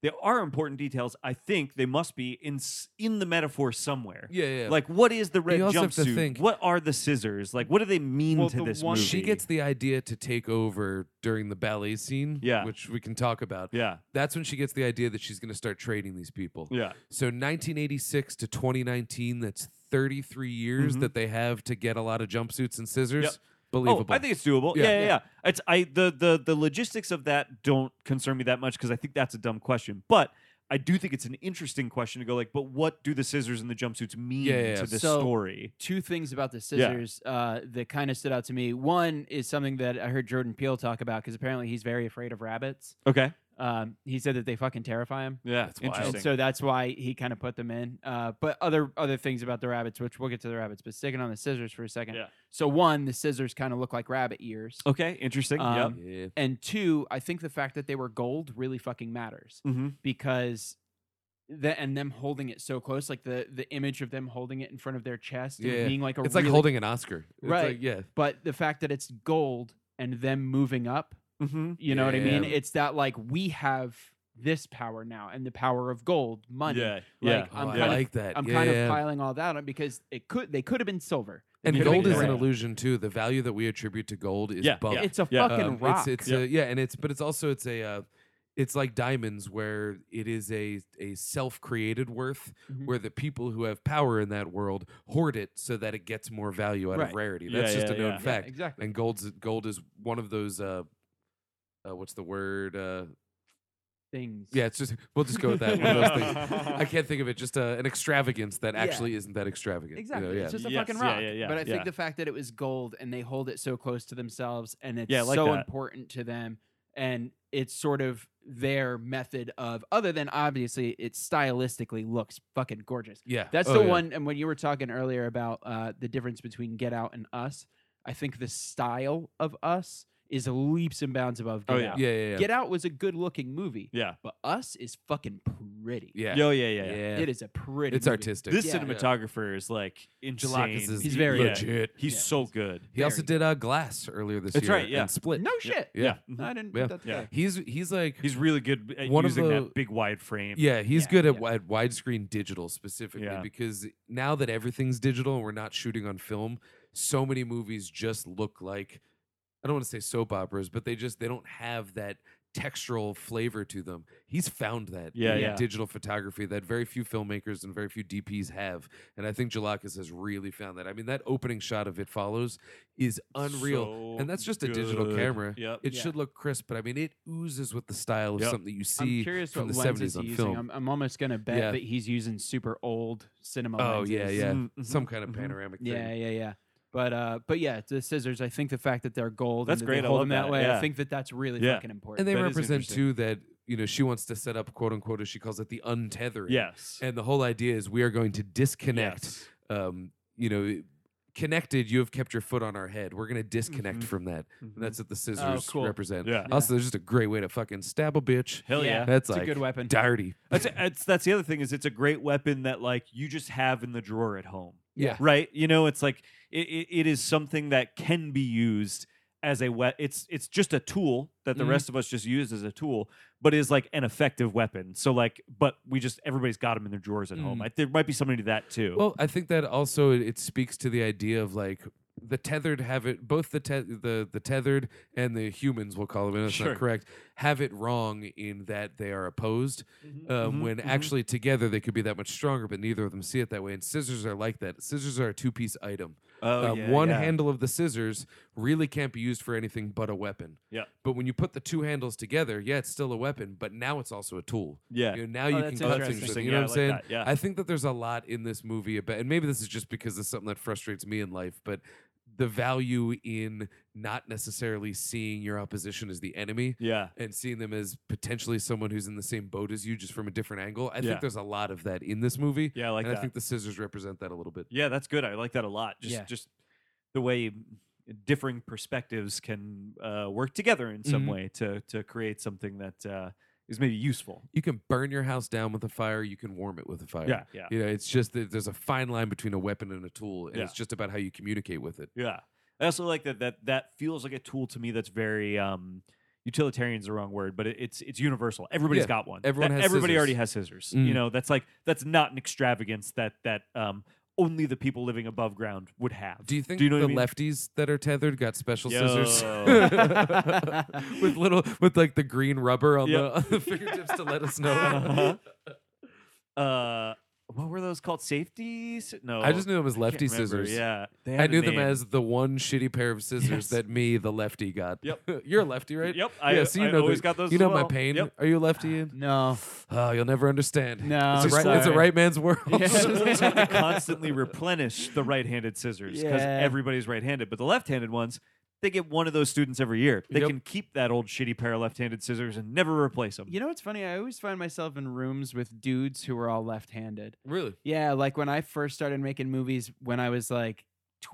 they are important details. I think they must be in s- in the metaphor somewhere.
Yeah, yeah.
Like what is the red
you also have to
jumpsuit?
think-
What are the scissors? Like what do they mean
Well,
to
the
this
one-
movie?
she gets the idea to take over during the ballet scene,
Yeah.
which we can talk about.
yeah,
That's when she gets the idea that she's going to start trading these people.
yeah,
So 1986 to 2019, that's 33 years
Mhm.
that they have to get a lot of jumpsuits and scissors.
Yep.
believable.
Oh, I think it's doable.
Yeah.
Yeah, yeah,
Yeah.
yeah. It's I the the the logistics of that don't concern me that much because I think that's a dumb question, but. I do think it's an interesting question to go like, but what do the scissors and the jumpsuits mean
Yeah, yeah, yeah.
to this
So-
story?
two things about the
Yeah.
scissors uh, that kind of stood out to me. One is something that I heard Jordan Peele talk about because apparently he's very afraid of rabbits.
Okay,
Um, he said that they fucking terrify him.
yeah,
That's wild.
interesting.
And so that's why he kind of put them in. Uh, but other other things about the rabbits, which we'll get to the rabbits, but sticking on the scissors for a second.
Yeah.
So one, the scissors kind of look like rabbit ears,
okay, interesting.
Um,
yeah.
and two, I think the fact that they were gold really fucking matters
yep. hmm
because the, and them holding it so close, like the the image of them holding it in front of their chest and it
Yeah.
being like a
It's like
really-
holding an Oscar. It's
Right.
like- yeah.
but the fact that it's gold and them moving up,
hmm
you know what I
Yeah.
mean? It's that like we have this power now and the power of gold, money.
Yeah,
Like,
Oh,
I'm
I
kind of-
like that.
I'm
yeah,
kind
yeah.
of piling all that on because it could they could have been silver. They
And
could have
gold
been
is an
gray.
illusion too. The value that we attribute to gold is
Yeah,
bumped.
yeah.
It's a
Yeah.
fucking
Um,
rock.
It's, it's
Yeah.
a, yeah, and it's but it's also it's a uh, it's like diamonds where it is a a self created worth
Mhm.
where the people who have power in that world hoard it so that it gets more value out of
Right.
rarity.
Yeah,
That's just
yeah,
a known
yeah.
Yeah,
fact.
exactly.
And gold's gold is one of those. Uh, uh, what's the word? Uh,
Things.
yeah, it's just we'll just go with that. One of those
*laughs*
things. I can't think of it. Just uh, an extravagance that
Yeah.
actually isn't that extravagant. you know,
Exactly.
yeah.
It's just a
Yes,
fucking
yeah,
rock.
yeah, yeah,
but I
yeah.
think the fact that it was gold and they hold it so close to themselves and it's
Yeah, I like
so
that.
important to them and it's sort of their method of other than obviously it stylistically looks fucking gorgeous.
Yeah.
That's
Oh,
the
yeah.
one. And when you were talking earlier about uh, the difference between Get Out and Us, I think the style of Us is leaps and bounds above Get
Oh,
Out.
Yeah, yeah, yeah.
Get Out was a good looking movie,
Yeah.
but Us is fucking pretty.
yeah.
Yo, yeah, yeah, yeah.
It is a pretty.
It's
movie.
artistic.
This
Yeah.
cinematographer is like insane.
Jalakis is
He's very
legit.
legit.
He's
Yeah.
so good.
He also
Very
did uh, Glass earlier this
That's
year.
right, yeah.
And Split.
No shit.
Yeah. Mm-hmm.
Mhm.
I didn't.
Yeah.
That's
Yeah.
right.
He's he's like
He's really good at
One of
using
the-
that big wide frame.
yeah, he's
Yeah,
good at,
yeah.
wi- at widescreen digital specifically
Yeah.
because now that everything's digital and we're not shooting on film, so many movies just look like I don't want to say soap operas, but they just they don't have that textural flavor to them. He's found that
Yeah,
in
yeah.
digital photography that very few filmmakers and very few DPs have, and I think Jalakis has really found that. I mean, that opening shot of It Follows is unreal.
So
And that's just a digital camera.
Yep.
It
Yeah.
should look crisp, but I mean, it oozes with the style of
Yep.
something that you
I'm
see
curious
from
what
the
lenses
70s on
he's using.
film.
I'm, I'm almost gonna bet
Yeah.
that he's using super old cinema.
oh,
lenses.
yeah, yeah.
Mhm, mhm,
Some kind of
mhm.
panoramic thing.
Yeah, yeah, yeah. But uh, but yeah, the scissors. I think the fact that they're gold.
That's
and that they
great, I
hold
love
them that,
that,
way. I
yeah.
think that that's really
Yeah.
fucking important.
And they
That is
represent,
interesting.
too, that, you know, she wants to set up, quote unquote, as she calls it, the untethering.
Yes.
And the whole idea is we are going to disconnect.
Yes.
Um, you know, connected, you have kept your foot on our head. We're going to disconnect
Mhm.
from that.
Mhm.
And that's what the scissors
cool.
represent.
yeah.
Yeah.
Also, there's just a great way to fucking stab a bitch.
Hell yeah.
That's
it's
like
a good weapon.
Dirty.
That's, that's that's the other thing is it's a great weapon that like you just have in the drawer at home.
Yeah.
Right? You know, it's like it, it, it is something that can be used as a we- it's it's just a tool that the
Mhm.
rest of us just use as a tool, but is like an effective weapon. So like but we just everybody's got them in their drawers at home.
Mhm.
I, there might be something to that too.
Well, I think that also it, it speaks to the idea of like the tethered have it both the te- the the tethered and the humans we'll call them and that's
Sure.
not correct have it wrong in that they are opposed
Mhm.
um,
Mm-hmm.
Mhm,
when
mhm.
actually together they could be that much stronger but neither of them see it that way and scissors are like that scissors are a two piece item
Oh,
um,
yeah,
one
yeah.
handle of the scissors really can't be used for anything but a weapon
Yeah.
but when you put the two handles together yeah it's still a weapon but now it's also a tool
Yeah.
you know, now
Oh,
you
that's
can cut
interesting.
things with it,
Interesting.
you know
Yeah,
what i'm
I
saying
like that. Yeah.
I think that there's a lot in this movie about, and maybe this is just because it's something that frustrates me in life, but the value in not necessarily seeing your opposition as the enemy
yeah.
and seeing them as potentially someone who's in the same boat as you, just from a different angle. I
Yeah.
think there's a lot of that in this movie.
Yeah, I like
and
that.
I think the scissors represent that a little bit.
yeah, that's good. I like that a lot. Just
Yeah.
just the way differing perspectives can uh, work together in some
Mhm.
way to to create something that uh, is maybe useful.
You can burn your house down with a fire. You can warm it with a fire.
Yeah, yeah,
You know, it's just that there's a fine line between a weapon and a tool, and
Yeah.
it's just about how you communicate with it.
yeah. I also like that that that feels like a tool to me that's very um, utilitarian is the wrong word, but it, it's it's universal. Everybody's
Yeah,
got one.
everyone
That-
has
everybody
scissors.
already has scissors. You
Mm.
know, that's like that's not an extravagance that that um, only the people living above ground would have.
Do you think
Do you know
the
what I mean?
lefties that are tethered got special *laughs*
*laughs* Yo.
scissors with little with like the green rubber on,
Yep.
*laughs*
the, on the fingertips to let us know?
Uh-huh. uh, what were those called? Safeties? No,
I just knew him as
I can't
Lefty
remember.
Scissors.
Yeah, They
I
had a
knew them
*laughs*
*laughs*
name.
as the one shitty pair of scissors
Yes.
that me, the lefty, got.
Yep.
*laughs* You're a lefty, right?
Yep, I,
yeah, so you
I
know the-
always got those.
You
as
know my
well.
pain.
Yep.
Are you a lefty? Ian?
No.
Oh, you'll never understand.
Ah. No,
it's a, right, it's a
sorry.
right man's world.
*laughs* Yeah.
Scissors have to constantly replenish the right-handed scissors because
Yeah.
everybody's right-handed. But the left-handed ones, they get one of those students every year. They
Yep.
can keep that old shitty pair of left-handed scissors and never replace them. *laughs*
You know what's funny? I always find myself in rooms with dudes who are all left-handed.
*laughs* really?
Yeah, like when I first started making movies when I was like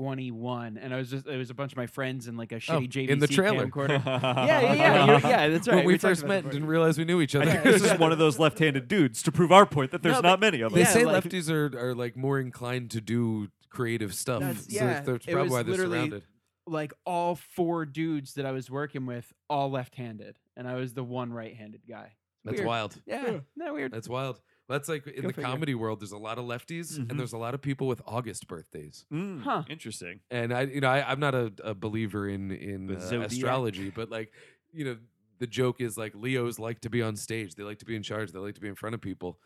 21, and I was just it was a bunch of my friends in like a
Oh,
shitty JVC
in the trailer. *laughs*
camcorder. yeah, yeah, yeah, you're- yeah. That's right.
When we,
talked
first met
about that
and
before.
didn't realize we knew each
I
other.
think
*laughs*
this is one of those left-handed dudes to prove our point that there's
No,
not many of them.
They
Yeah,
say
like-
lefties are, are like more inclined to do creative stuff. so
That's- yeah,
that's
it
probably
was
why they're
literally-
surrounded.
like all four dudes that I was working with, all left-handed, and I was the one right-handed guy.
That's
Weird.
wild.
Yeah, yeah. not weird.
That's wild. That's like in
Go
the
figure.
comedy world. There's a lot of lefties,
Mhm.
Mm-hmm.
and there's a lot of people with August birthdays.
Mm,
Huh.
Interesting.
and I, you know, I, I'm not a, a believer in in
The
uh,
zodiac.
astrology, but like, you know, the joke is like Leos like to be on stage, they like to be in charge, they like to be in front of people.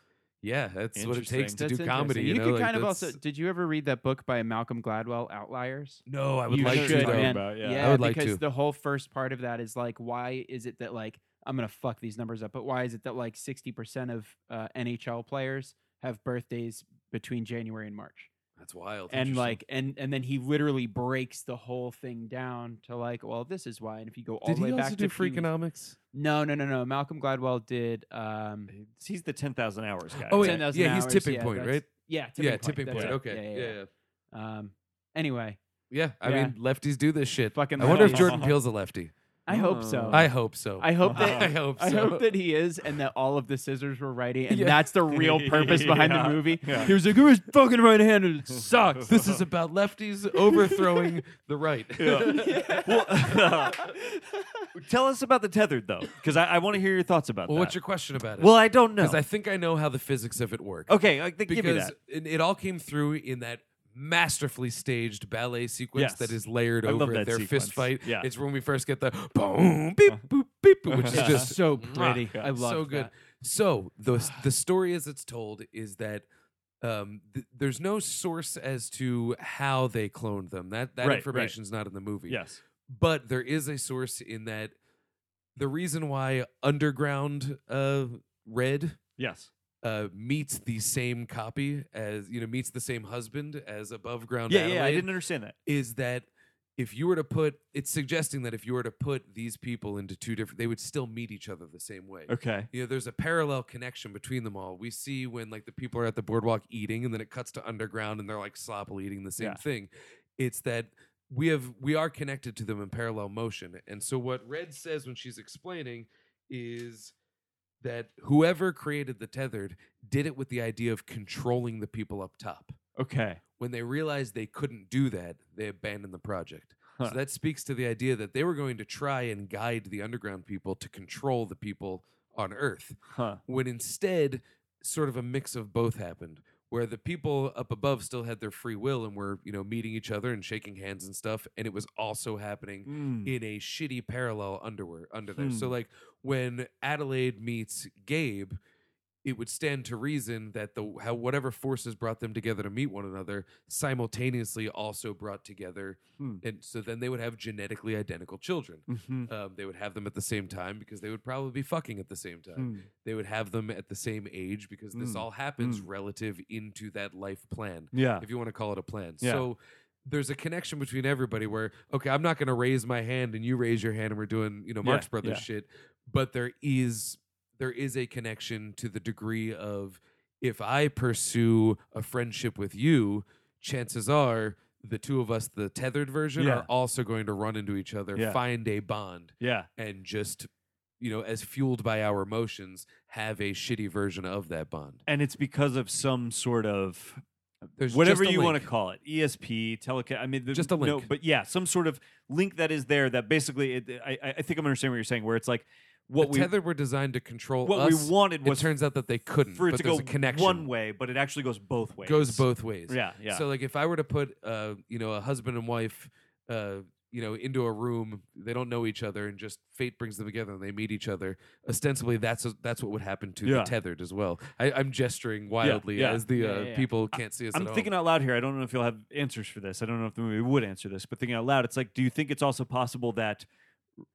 Yeah, that's what it takes
Interesting.
to
That's
do comedy.
interesting.
You,
You,
know?
could
like,
kind of
that's-
also. Did you ever read that book by Malcolm Gladwell, Outliers?
No, I would
You
like
should,
to. though.
man.
about, yeah.
I would like
because
to.
the whole first part of that is like, why is it that like I'm gonna fuck these numbers up? But why is it that like 60 percent of uh, NHL players have birthdays between January and March?
That's wild.
and
Interesting.
like and and then he literally breaks the whole thing down to like well this is why and if you Uh, go all
did
the way
he
back
also
to
do
Phoenix-
Freakonomics?
no no no no malcolm gladwell did um
He's the 10,000 hours guy.
Oh,
right?
wait.
10,000
yeah, he's
hours,
Tipping
yeah,
Point,
that's-
right?
yeah tipping
yeah,
point,
tipping
that's
point.
it.
Okay.
yeah,
yeah,
yeah, yeah. um anyway
yeah. I
Yeah.
mean, lefties do this shit.
Fucking
I wonder if
lefties.
Jordan Peele's a lefty.
i hope so
Oh.
I hope so.
I hope
*laughs*
that
I hope so.
I hope that he is, and that all of the scissors were righty, and
Yeah.
that's the real purpose behind
Yeah,
the movie.
yeah.
He was like, "It was fucking right-handed. It
sucks. *laughs* This is about lefties overthrowing the right.
*laughs* Yeah. well, *laughs* tell us about the tethered, though, because I, I want to hear your thoughts about
Well,
that.
what's your question about it?
well, I don't know.
because I think I know how the physics of it work.
okay, I think, give me
because
that.
it, it all came through in that masterfully staged ballet sequence
Yes.
that is layered
I love
over
that
their
sequence.
fist fight.
Yeah. Uh-huh.
It's when we first get the boom, beep, boop, beep, boop, which
*laughs*
is
was
just
so
mwah.
pretty. I love
so good. So the
*sighs*
the story as it's told is that um, th- there's no source as to how they cloned them. That that
Right, right.
information's not in the movie
Yes.
but there is a source in that the reason why underground uh red
Yes.
uh meets the same copy as you know meets the same husband as above ground
Yeah, yeah, I
Adelaide
didn't understand that.
is that if you were to put it's suggesting that if you were to put these people into two different they would still meet each other the same way
Okay.
you know there's a parallel connection between them all we see when like the people are at the boardwalk eating and then it cuts to underground and they're like sloppily eating the same
Yeah.
thing it's that we have we are connected to them in parallel motion and so what red says when she's explaining is that whoever created the tethered did it with the idea of controlling the people up top
Okay.
when they realized they couldn't do that they abandoned the project
Huh.
so that speaks to the idea that they were going to try and guide the underground people to control the people on earth
Huh.
when instead sort of a mix of both happened where the people up above still had their free will and were you know meeting each other and shaking hands and stuff and it was also happening
Mm.
in a shitty parallel underwear under there so
Hmm.
like when adelaide meets gabe it would stand to reason that the how whatever forces brought them together to meet one another simultaneously also brought together
Hmm.
and so then they would have genetically identical children
Mhm.
um, they would have them at the same time because they would probably be fucking at the same time
Hmm.
they would have them at the same age because this
Mm.
all happens
Mm.
relative into that life plan,
Yeah.
if you want to call it a plan.
Yeah.
So there's a connection between everybody where, okay, I'm not going to raise my hand and you raise your hand and we're doing, you know,
Yeah,
Marx Brothers
yeah.
shit, but there is there is a connection to the degree of if I pursue a friendship with you, chances are the two of us, the tethered version,
Yeah.
are also going to run into each other,
Yeah.
find a bond
Yeah.
and just you know as fueled by our emotions have a shitty version of that bond
And it's because of some sort of
There's
whatever
just a
you want to
link.
call it E ESP, telecom. I mean, the,
Just a
No,
link.
but yeah, some sort of link that is there that basically, it, I, I- I think I'm understanding what you're saying, where it's like what
the
we
tethered were designed to control
what
us
we wanted
it
was
turns out that they couldn't
for it
but
to
there's
go
a connection
one way, but it actually goes both ways.
goes both ways
Yeah, yeah.
so like if i were to put uh you know a husband and wife uh you know, into a room. They don't know each other, and just fate brings them together, and they meet each other. Ostensibly, that's that's what would happen to
Yeah.
the tethered as well. I, I'm gesturing wildly
yeah.
as the
Yeah,
uh,
yeah, yeah.
people can't see us.
I'm
at
thinking
home.
out loud here. I don't know if you'll have answers for this. I don't know if the movie would answer this, but thinking out loud, it's like, do you think it's also possible that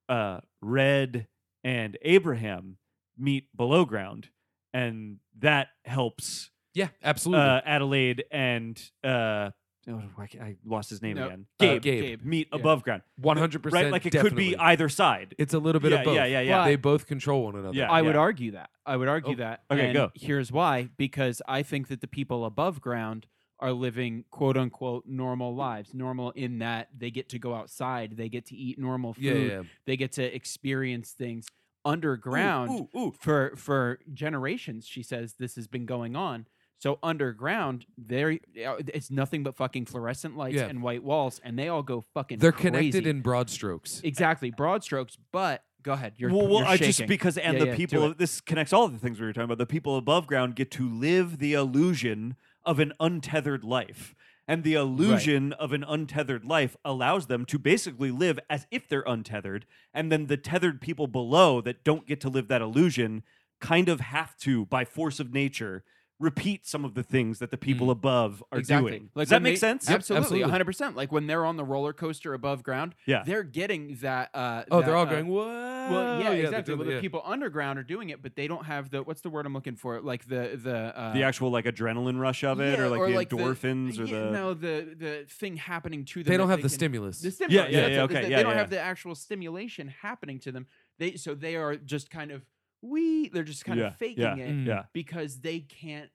uh, Red and Abraham meet below ground, and that helps
yeah, absolutely.
uh, Adelaide and uh, oh, I, can't- I lost his name
No,
again.
Gabe.
Uh,
Gabe.
meet
Yeah.
above ground,
One hundred percent.
right? Like it could be either side.
It's a little bit
yeah,
of both.
yeah, yeah, yeah.
Well,
They both control one another.
Yeah.
I would argue that. I would argue
Oh,
that.
okay,
and
go.
Here's why: because I think that the people above ground are living quote unquote normal lives. Normal in that they get to go outside, they get to eat normal food,
yeah, yeah. yeah.
they get to experience things underground
Ooh, ooh, ooh.
for for generations. She says this has been going on. So underground, there it's nothing but fucking fluorescent lights
Yeah.
and white walls, and they all go fucking.
They're connected
crazy.
in broad strokes.
exactly broad strokes. But go ahead, you're
well, well
you're
I just
shaking.
because and
Yeah,
the
yeah, do
people
it.
of- this connects all the things we were talking about. The people above ground get to live the illusion of an untethered life. And the illusion of an untethered life allows them to basically live as if they're untethered. And then the tethered people below that don't get to live that illusion kind of have to, by force of nature, repeat some of the things that the people above are
Hmm. exactly.
doing.
Like
Does that
when
make
they-
sense?
Yep,
Absolutely,
absolutely.
one hundred percent. Like when they're on the roller coaster above ground,
Yeah.
they're getting that. Uh,
Oh,
that,
they're all
uh,
going. Whoa.
Well, yeah,
they
exactly.
do-
Well, the
yeah.
people underground are doing it, but they don't have the what's the word I'm looking for? Like the the uh,
the actual like adrenaline rush of it,
yeah,
or like the endorphins, or
yeah,
the
no the the thing happening to them.
They don't
that
have the
can-
stimulus.
The stimulus.
yeah,
that's
yeah,
it.
okay,
They- They
yeah,
don't
yeah.
have the actual stimulation happening to them. They so they are just kind of we. They're just kind
Yeah,
of faking
yeah,
it
Mm.
yeah.
because they can't.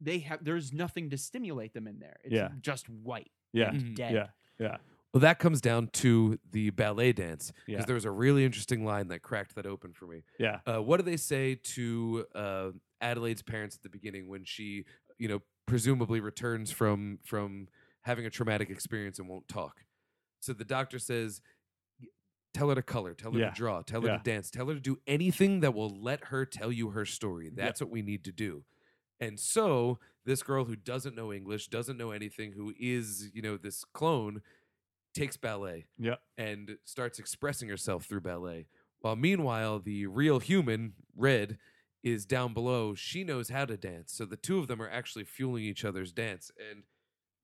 They have there's nothing to stimulate them in there. It's
Yeah.
just white.
Yeah.
and
Mhm.
dead.
Yeah.
Well, that comes down to the ballet dance because
Yeah.
there was a really interesting line that cracked that open for me.
Yeah.
Uh, what do they say to uh, Adelaide's parents at the beginning when she, you know, presumably returns from from having a traumatic experience and won't talk? So the doctor says, "Tell her to color, tell her
Yeah.
to draw, tell her
Yeah.
to dance, tell her to do anything that will let her tell you her story. That's what we need to do." And so this girl who doesn't know English, doesn't know anything, who is, you know, this clone, takes ballet.
Yep.
And starts expressing herself through ballet. While meanwhile, the real human, Red, is down below. She knows how to dance. So the two of them are actually fueling each other's dance. And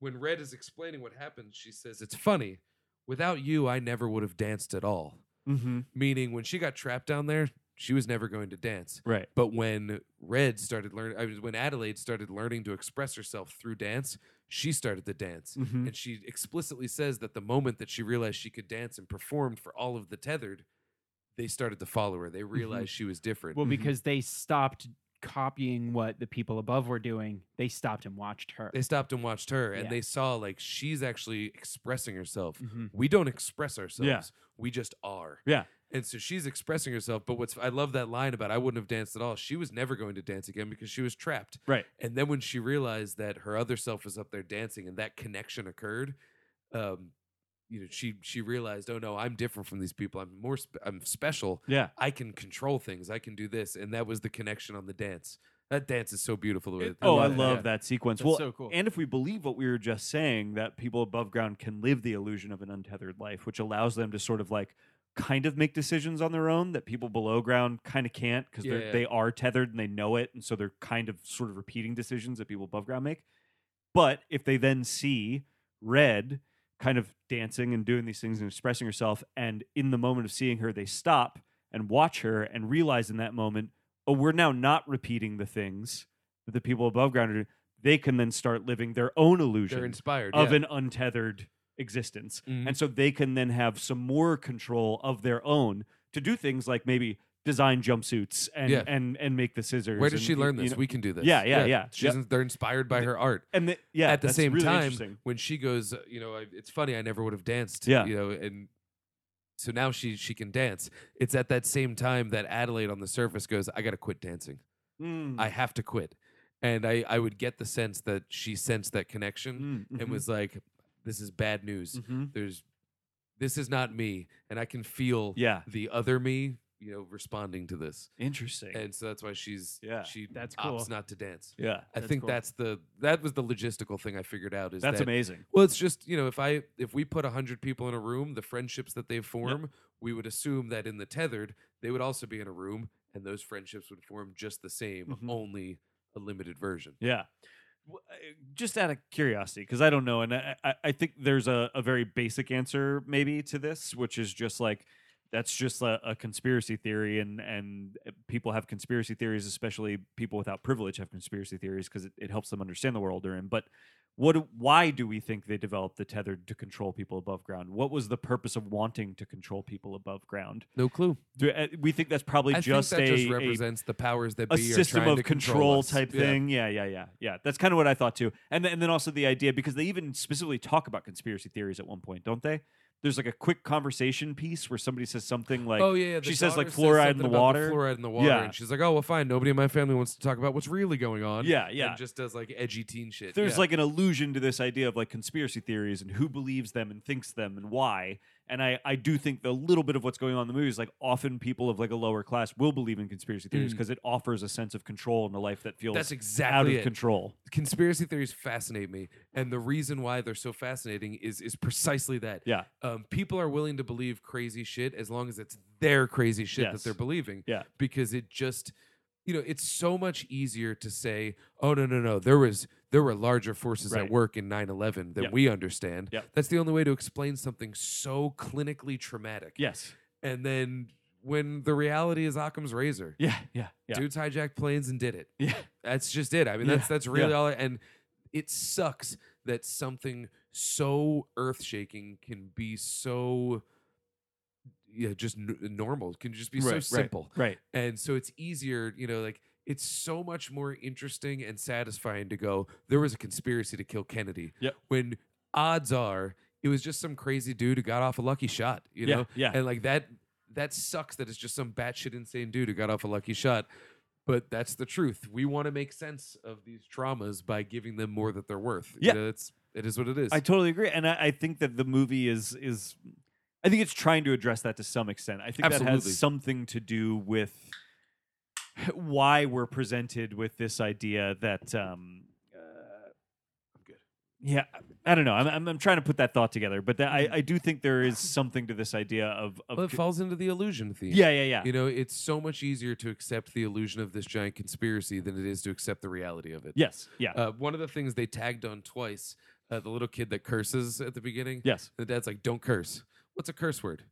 when Red is explaining what happened, she says, It's funny. Without you, I never would have danced at all.
Mm-hmm.
Meaning, when she got trapped down there, she was never going to dance.
Right.
But when Red started learning, I mean, when Adelaide started learning to express herself through dance, she started to dance.
Mm-hmm.
And she explicitly says that the moment that she realized she could dance and performed for all of the tethered, they started to follow her. They realized she was different.
Well,
Mhm.
because they stopped copying what the people above were doing, they stopped and watched her.
they stopped and watched her and
Yeah.
they saw like she's actually expressing herself.
Mhm.
We don't express ourselves. We just are.
Mm-hmm. Yeah.
And so she's expressing herself, but what's I love that line about I wouldn't have danced at all. She was never going to dance again because she was trapped.
Right.
And then when she realized that her other self was up there dancing and that connection occurred, um, you know, she she realized, oh no, I'm different from these people. I'm more sp- I'm special.
Yeah.
I can control things. I can do this. And that was the connection on the dance. That dance is so beautiful. the way
It-
that they
Oh, I
did
Yeah.
it.
love
Yeah.
that sequence.
That's
well,
so cool.
and if we believe what we were just saying, that people above ground can live the illusion of an untethered life, which allows them to sort of like kind of make decisions on their own that people below ground kind of can't because
Yeah.
they're they are tethered and they know it, and so they're kind of sort of repeating decisions that people above ground make. But if they then see Red kind of dancing and doing these things and expressing herself, and in the moment of seeing her, they stop and watch her and realize in that moment, oh, we're now not repeating the things that the people above ground are doing. They can then start living their own
They're
illusion
inspired.
of
yeah.
an untethered existence.
Mhm.
And so they can then have some more control of their own to do things like maybe design jumpsuits and
Yeah.
and and make the scissors.
Where did
and,
she
y-
learn
you
this?
know-
we can do this.
Yeah, yeah, yeah.
She's
Yep.
in- they're inspired by her art.
and the, yeah,
At the
that's
same
really
time,
interesting.
when she goes, uh, you know, I, it's funny. I never would have danced.
Yeah.
you know, and so now she she can dance. It's at that same time that Adelaide on the surface goes, I got to quit dancing.
Mm,
I have to quit. And I I would get the sense that she sensed that connection
mm, mhm,
and was like, this is bad news.
mhm.
There's this is not me, and I can feel
yeah.
the other me you know responding to this,
Interesting.
and so that's why she's
Yeah,
she
that's cool.
opts not to dance.
yeah.
I
That's
think
cool.
that's the that was the logistical thing I figured out is
That's
that
amazing.
well, it's just you know if I if we put hundred people in a room, the friendships that they form, we would assume that in the tethered they would also be in a room, and those friendships would form just the same,
Mhm.
only a limited version.
Yeah. W- uh, Just out of curiosity, because I don't know, and I, I, I think there's a, a very basic answer maybe to this, which is just like that's just a, a conspiracy theory, and and uh, people have conspiracy theories, especially people without privilege have conspiracy theories because it, it helps them understand the world they're in. But what? do- Why do we think they developed the tethered to control people above ground? What was the purpose of wanting to control people above ground?
No clue.
Do, uh, we think that's probably
I
just
think that
a,
just
a
represents the powers that
a
be are
system
trying
of
to
control,
us.
type
Yeah.
thing. Yeah, yeah, yeah, yeah. That's kind of what I thought too. And th- and then also the idea because they even specifically talk about conspiracy theories at one point, don't they? There's like a quick conversation piece where somebody says something like,
oh yeah, yeah, the
she says, like,
daughter
fluoride in
something
the
about
water.
fluoride in the water,
Yeah.
and she's like, "Oh well, fine. Nobody in my family wants to talk about what's really going on."
"Yeah, yeah."
and just does like edgy teen shit.
There's
Yeah.
like an allusion to this idea of like conspiracy theories and who believes them and thinks them and why. And I I do think the little bit of what's going on in the movie is like often people of like a lower class will believe in conspiracy theories
Mm.
because it offers a sense of control in a life that feels
that's
out of
exactly it.
control.
conspiracy theories fascinate me and the reason why they're so fascinating is is precisely that
Yeah.
um, people are willing to believe crazy shit as long as it's their crazy shit
Yes.
that they're believing
Yeah.
because it just you know it's so much easier to say oh no no no there was there were larger forces
Right.
at work in 9-11 than
Yep.
we understand
Yep.
that's the only way to explain something so clinically traumatic
Yes.
and then when the reality is occam's razor
Yeah. Yeah. Yeah.
dudes hijacked planes and did it
*laughs* Yeah.
that's just it. I mean,
Yeah,
that's that's really
yeah.
all. I- And it sucks that something so earth shaking can be so yeah, just n- normal. Can just be
Right,
so
right.
simple.
Right.
And so it's easier, you know, like it's so much more interesting and satisfying to go, there was a conspiracy to kill Kennedy.
Yep.
When odds are it was just some crazy dude who got off a lucky shot, you
yeah.
know?
Yeah.
*laughs* And like that that sucks that it's just some batshit insane dude who got off a lucky shot. But that's the truth. We want to make sense of these traumas by giving them more that they're worth. You
Yeah.
know, it's it is what it is.
I totally agree, and I, I think that the movie is is, I think it's trying to address that to some extent. I think that
Absolutely.
has something to do with why we're presented with this idea that. Um, uh,
good.
Yeah, I don't know. I'm, I'm, I'm trying to put that thought together, but that, I, I do think there is something to this idea of,
Mm-hmm.
of
well, it
c-
falls into the illusion theme.
yeah, yeah, yeah,
You know, it's so much easier to accept the illusion of this giant conspiracy than it is to accept the reality of it.
yes, yeah,
Uh, one of the things they tagged on twice, uh, the little kid that curses at the beginning.
yes.
The dad's like, "Don't curse." What's a curse word?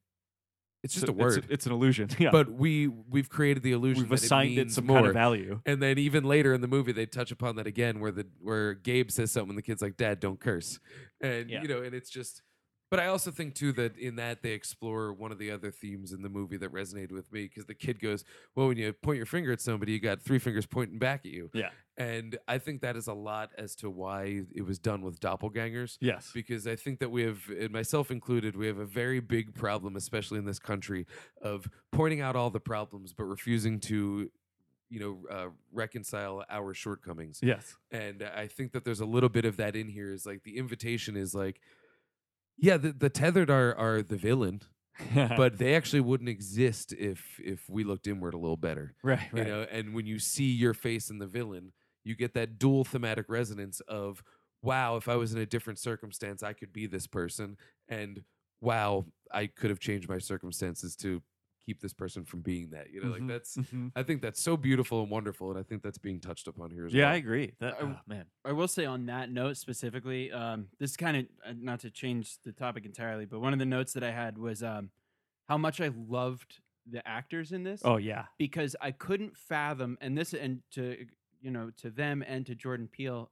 It's just
So
a word.
It's, it's an illusion. *laughs* Yeah,
But we we've created the illusion
we've
that
assigned
it
it
means
some
more.
kind
*laughs*
of value.
and then even later in the movie, they touch upon that again, where the where Gabe says something, and the kid's like, "Dad, don't curse," and
Yeah.
you know, and it's just. But I also think too that in that they explore one of the other themes in the movie that resonated with me because the kid goes, "Well, when you point your finger at somebody, you got three fingers pointing back at you."
Yeah.
and I think that is a lot as to why it was done with doppelgangers
Yes,
because I think that we have, and myself included, we have a very big problem, especially in this country, of pointing out all the problems but refusing to, you know, uh, reconcile our shortcomings.
yes, *laughs*
And I think that there's a little bit of that in here. Is like the invitation is like, yeah, the, the tethered are are the villain, but they actually wouldn't exist if if we looked inward a little better
right, right.
you know and when you see your face in the villain you get that dual thematic resonance of wow if i was in a different circumstance i could be this person and wow i could have changed my circumstances to keep this person from being that you know
Mm-hmm.
like
Mhm,
that's
mhm.
i think that's so beautiful and wonderful and i think that's being touched upon here as
Yeah, I
well
agree. That,
I-
oh, man.
I will say on that note specifically, um, this is kind of uh, not to change the topic entirely, but one of the notes that I had was um, how much I loved the actors in this
Oh *laughs* yeah.
because I couldn't fathom, and this, and to you know, to them and to Jordan Peele,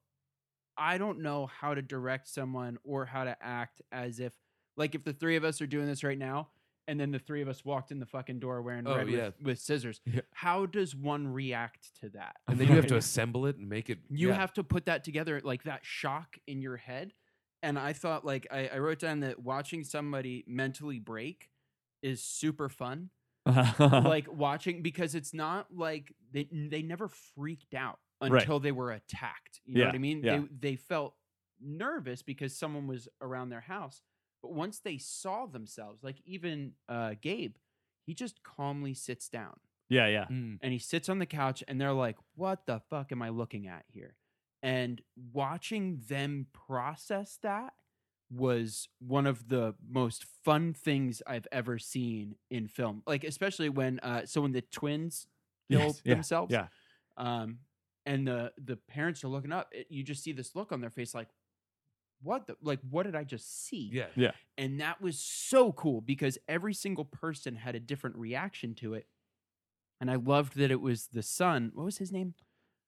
I don't know how to direct someone or how to act as if, like, if the three of us are doing this right now, and then the three of us walked in the fucking door wearing
Oh,
red
yeah.
with, with scissors,
Yeah.
how does one react to that? *laughs*
and then you have to
Right.
assemble it and make it
You
yeah.
have to put that together, like that shock in your head. And I thought, like, I, I wrote down that watching somebody mentally break is super fun.
Uh-huh.
like watching because it's not like they they never freaked out
Right.
until they were attacked. You know what
Yeah,
I mean?
yeah.
They they felt nervous because someone was around their house, but once they saw themselves, like even uh, Gabe, He just calmly sits down
Yeah, yeah.
Mm.
and he sits on the couch and they're like, "What the fuck am I looking at here?" And watching them process that was one of the most fun things I've ever seen in film. Like especially when uh so when the twins kill
Yes, yeah,
themselves
yeah.
um and the the parents are looking up, it, you just see this look on their face like what the like what did I just see?
Yeah.
And that was so cool because every single person had a different reaction to it. And I loved that it was the son. What was his name?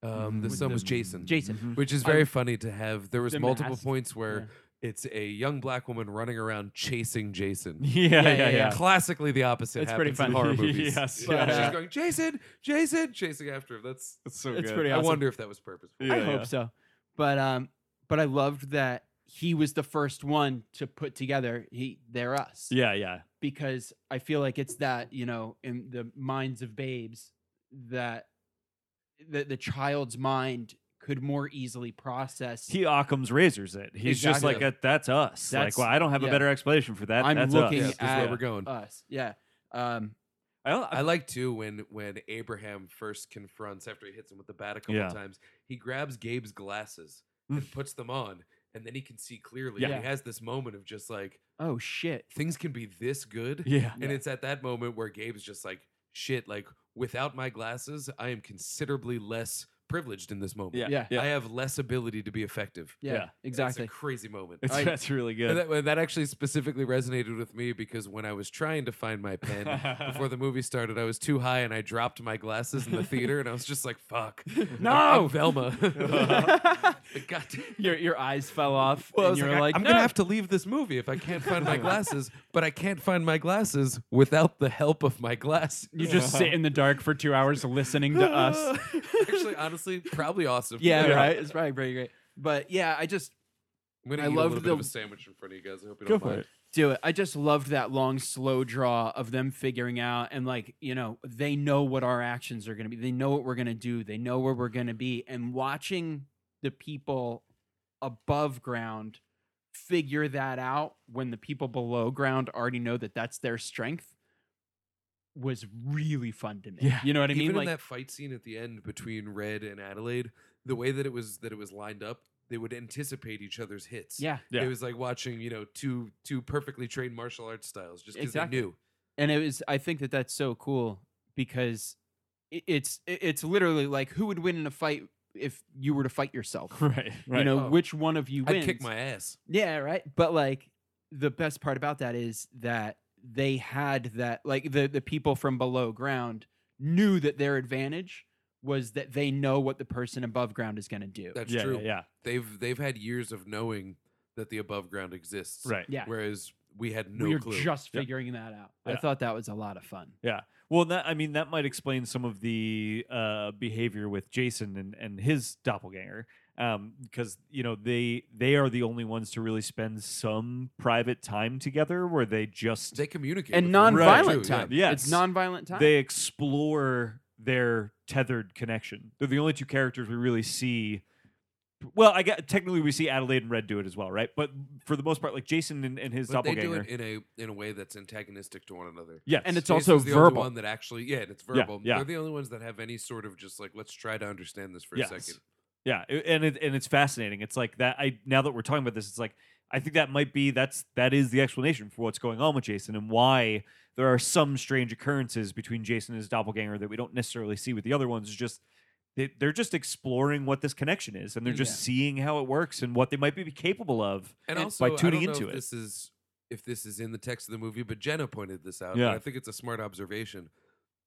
Um, the
Mm-hmm. With
son
the-
was Jason.
Jason.
Mhm.
Which is
I-
very funny to have. There was
The
multiple
mask,
points where it's a young black woman running around chasing Jason.
Yeah, yeah,
Yeah,
yeah.
yeah, yeah.
Classically, the opposite.
It's pretty
happens in
funny. *laughs*
horror movies.
Yes,
But
yeah.
she's going Jason, Jason, chasing after him. That's
It's so
It's good. pretty-
I
awesome.
wonder if that was purposeful.
Yeah,
I hope
yeah.
so. But um, but I loved that he was the first one to put together he they're us.
Yeah, yeah.
Because I feel like it's that, you know, in the minds of babes that the, the child's mind could more easily process
He Occam's razors it. He's just
Exactly.
like, that, that's us.
That's-
like, well, I don't have a
yeah.
better explanation for that.
I'm
that's
Yeah,
looking
this
us.
is where
at-
we're going.
us. Yeah. Um
I don't-
I like too when when Abraham first confronts after he hits him with the bat a couple
Yeah.
times. He grabs Gabe's glasses and puts them on, and then he can see clearly. And
Mm. Yeah.
he has this moment of just like
oh shit.
things can be this good,
yeah.
and it's at that moment where Gabe's just like, "Shit! Like without my glasses, I am considerably less privileged in this moment.
Yeah.
I have less ability to be effective."
Yeah,
Yeah.
exactly.
It's a crazy moment.
*laughs* It's,
I-
that's really good.
And that, and that actually specifically resonated with me because when I was trying to find my pen before the movie started, I was too high and I dropped my glasses in the theater, and I was just like, "Fuck, no, I'm Velma." Like, God, damn.
your your eyes fell off
Well, I
and
was
you were
like,
like,
I, am
no.
gonna have to leave this movie if I can't find my glasses. But I can't find my glasses without the help of my glasses.
you
*laughs*
just sit in the dark for two hours listening to us.
actually, honestly, probably awesome.
*laughs* Yeah, right. It's probably pretty great. But yeah, I just
I'm gonna
I
eat a little
love
bit of
the-
a sandwich in front of you guys. I hope you
Go
don't
for
mind.
it.
do it. I just loved that long slow draw of them figuring out and like, you know, they know what our actions are gonna be. They know what we're gonna do. They know where we're gonna be. And watching the people above ground figure that out when the people below ground already know that that's their strength was really fun to me.
Yeah.
You know what I mean?
even
Like
in that fight scene at the end between Red and Adelaide, the way that it was that it was lined up, they would anticipate each other's hits.
yeah.
Yeah.
It was like watching, you know, two two perfectly trained martial arts styles just because
Exactly.
they knew.
and it was i think that that's so cool because i- it's i- it's literally like who would win in a fight if you were to fight yourself
right, *laughs* right.
you know
Oh.
which one of you wins
I'd kick my ass.
yeah right but like the best part about that is that they had that like the the people from below ground knew that their advantage was that they know what the person above ground is going to do
That's
yeah,
true.
yeah, yeah.
They've they've had years of knowing that the above ground exists.
Right.
yeah
Whereas we had no
we are
clue.
just
Yeah.
figuring that out i
Yeah.
thought that was a lot of fun
Well, that I mean, that might explain some of the uh, behavior with Jason and, and his doppelganger, because you know they they are the only ones to really spend some private time together where they just
they communicate
and
with one another,
nonviolent
too, yeah.
time
Yes.
it's nonviolent time
they explore their tethered connection. They're the only two characters we really see. Well, I got technically we see Adelaide and Red do it as well, right? But for the most part, like Jason and, and his
But they do
doppelganger,
it in a in a way that's antagonistic to one another.
yes,
and it's
Jason's
also
the
verbal
Only one that actually, yeah, and it's verbal.
yeah.
They're the only ones that have any sort of just like let's try to understand this for
Yes.
a second.
Yeah, i- and it, and it's fascinating. It's like that. I now that we're talking about this, it's like I think that might be that's that is the explanation for what's going on with Jason and why there are some strange occurrences between Jason and his doppelganger that we don't necessarily see with the other ones. It's just they, they're just exploring what this connection is, and they're just
Yeah.
seeing how it works and what they might be capable of.
And
And-
also,
by tuning
I don't know
into
if
it.
this is if this is in the text of the movie, but Jenna pointed this out.
Yeah.
and I think it's a smart observation.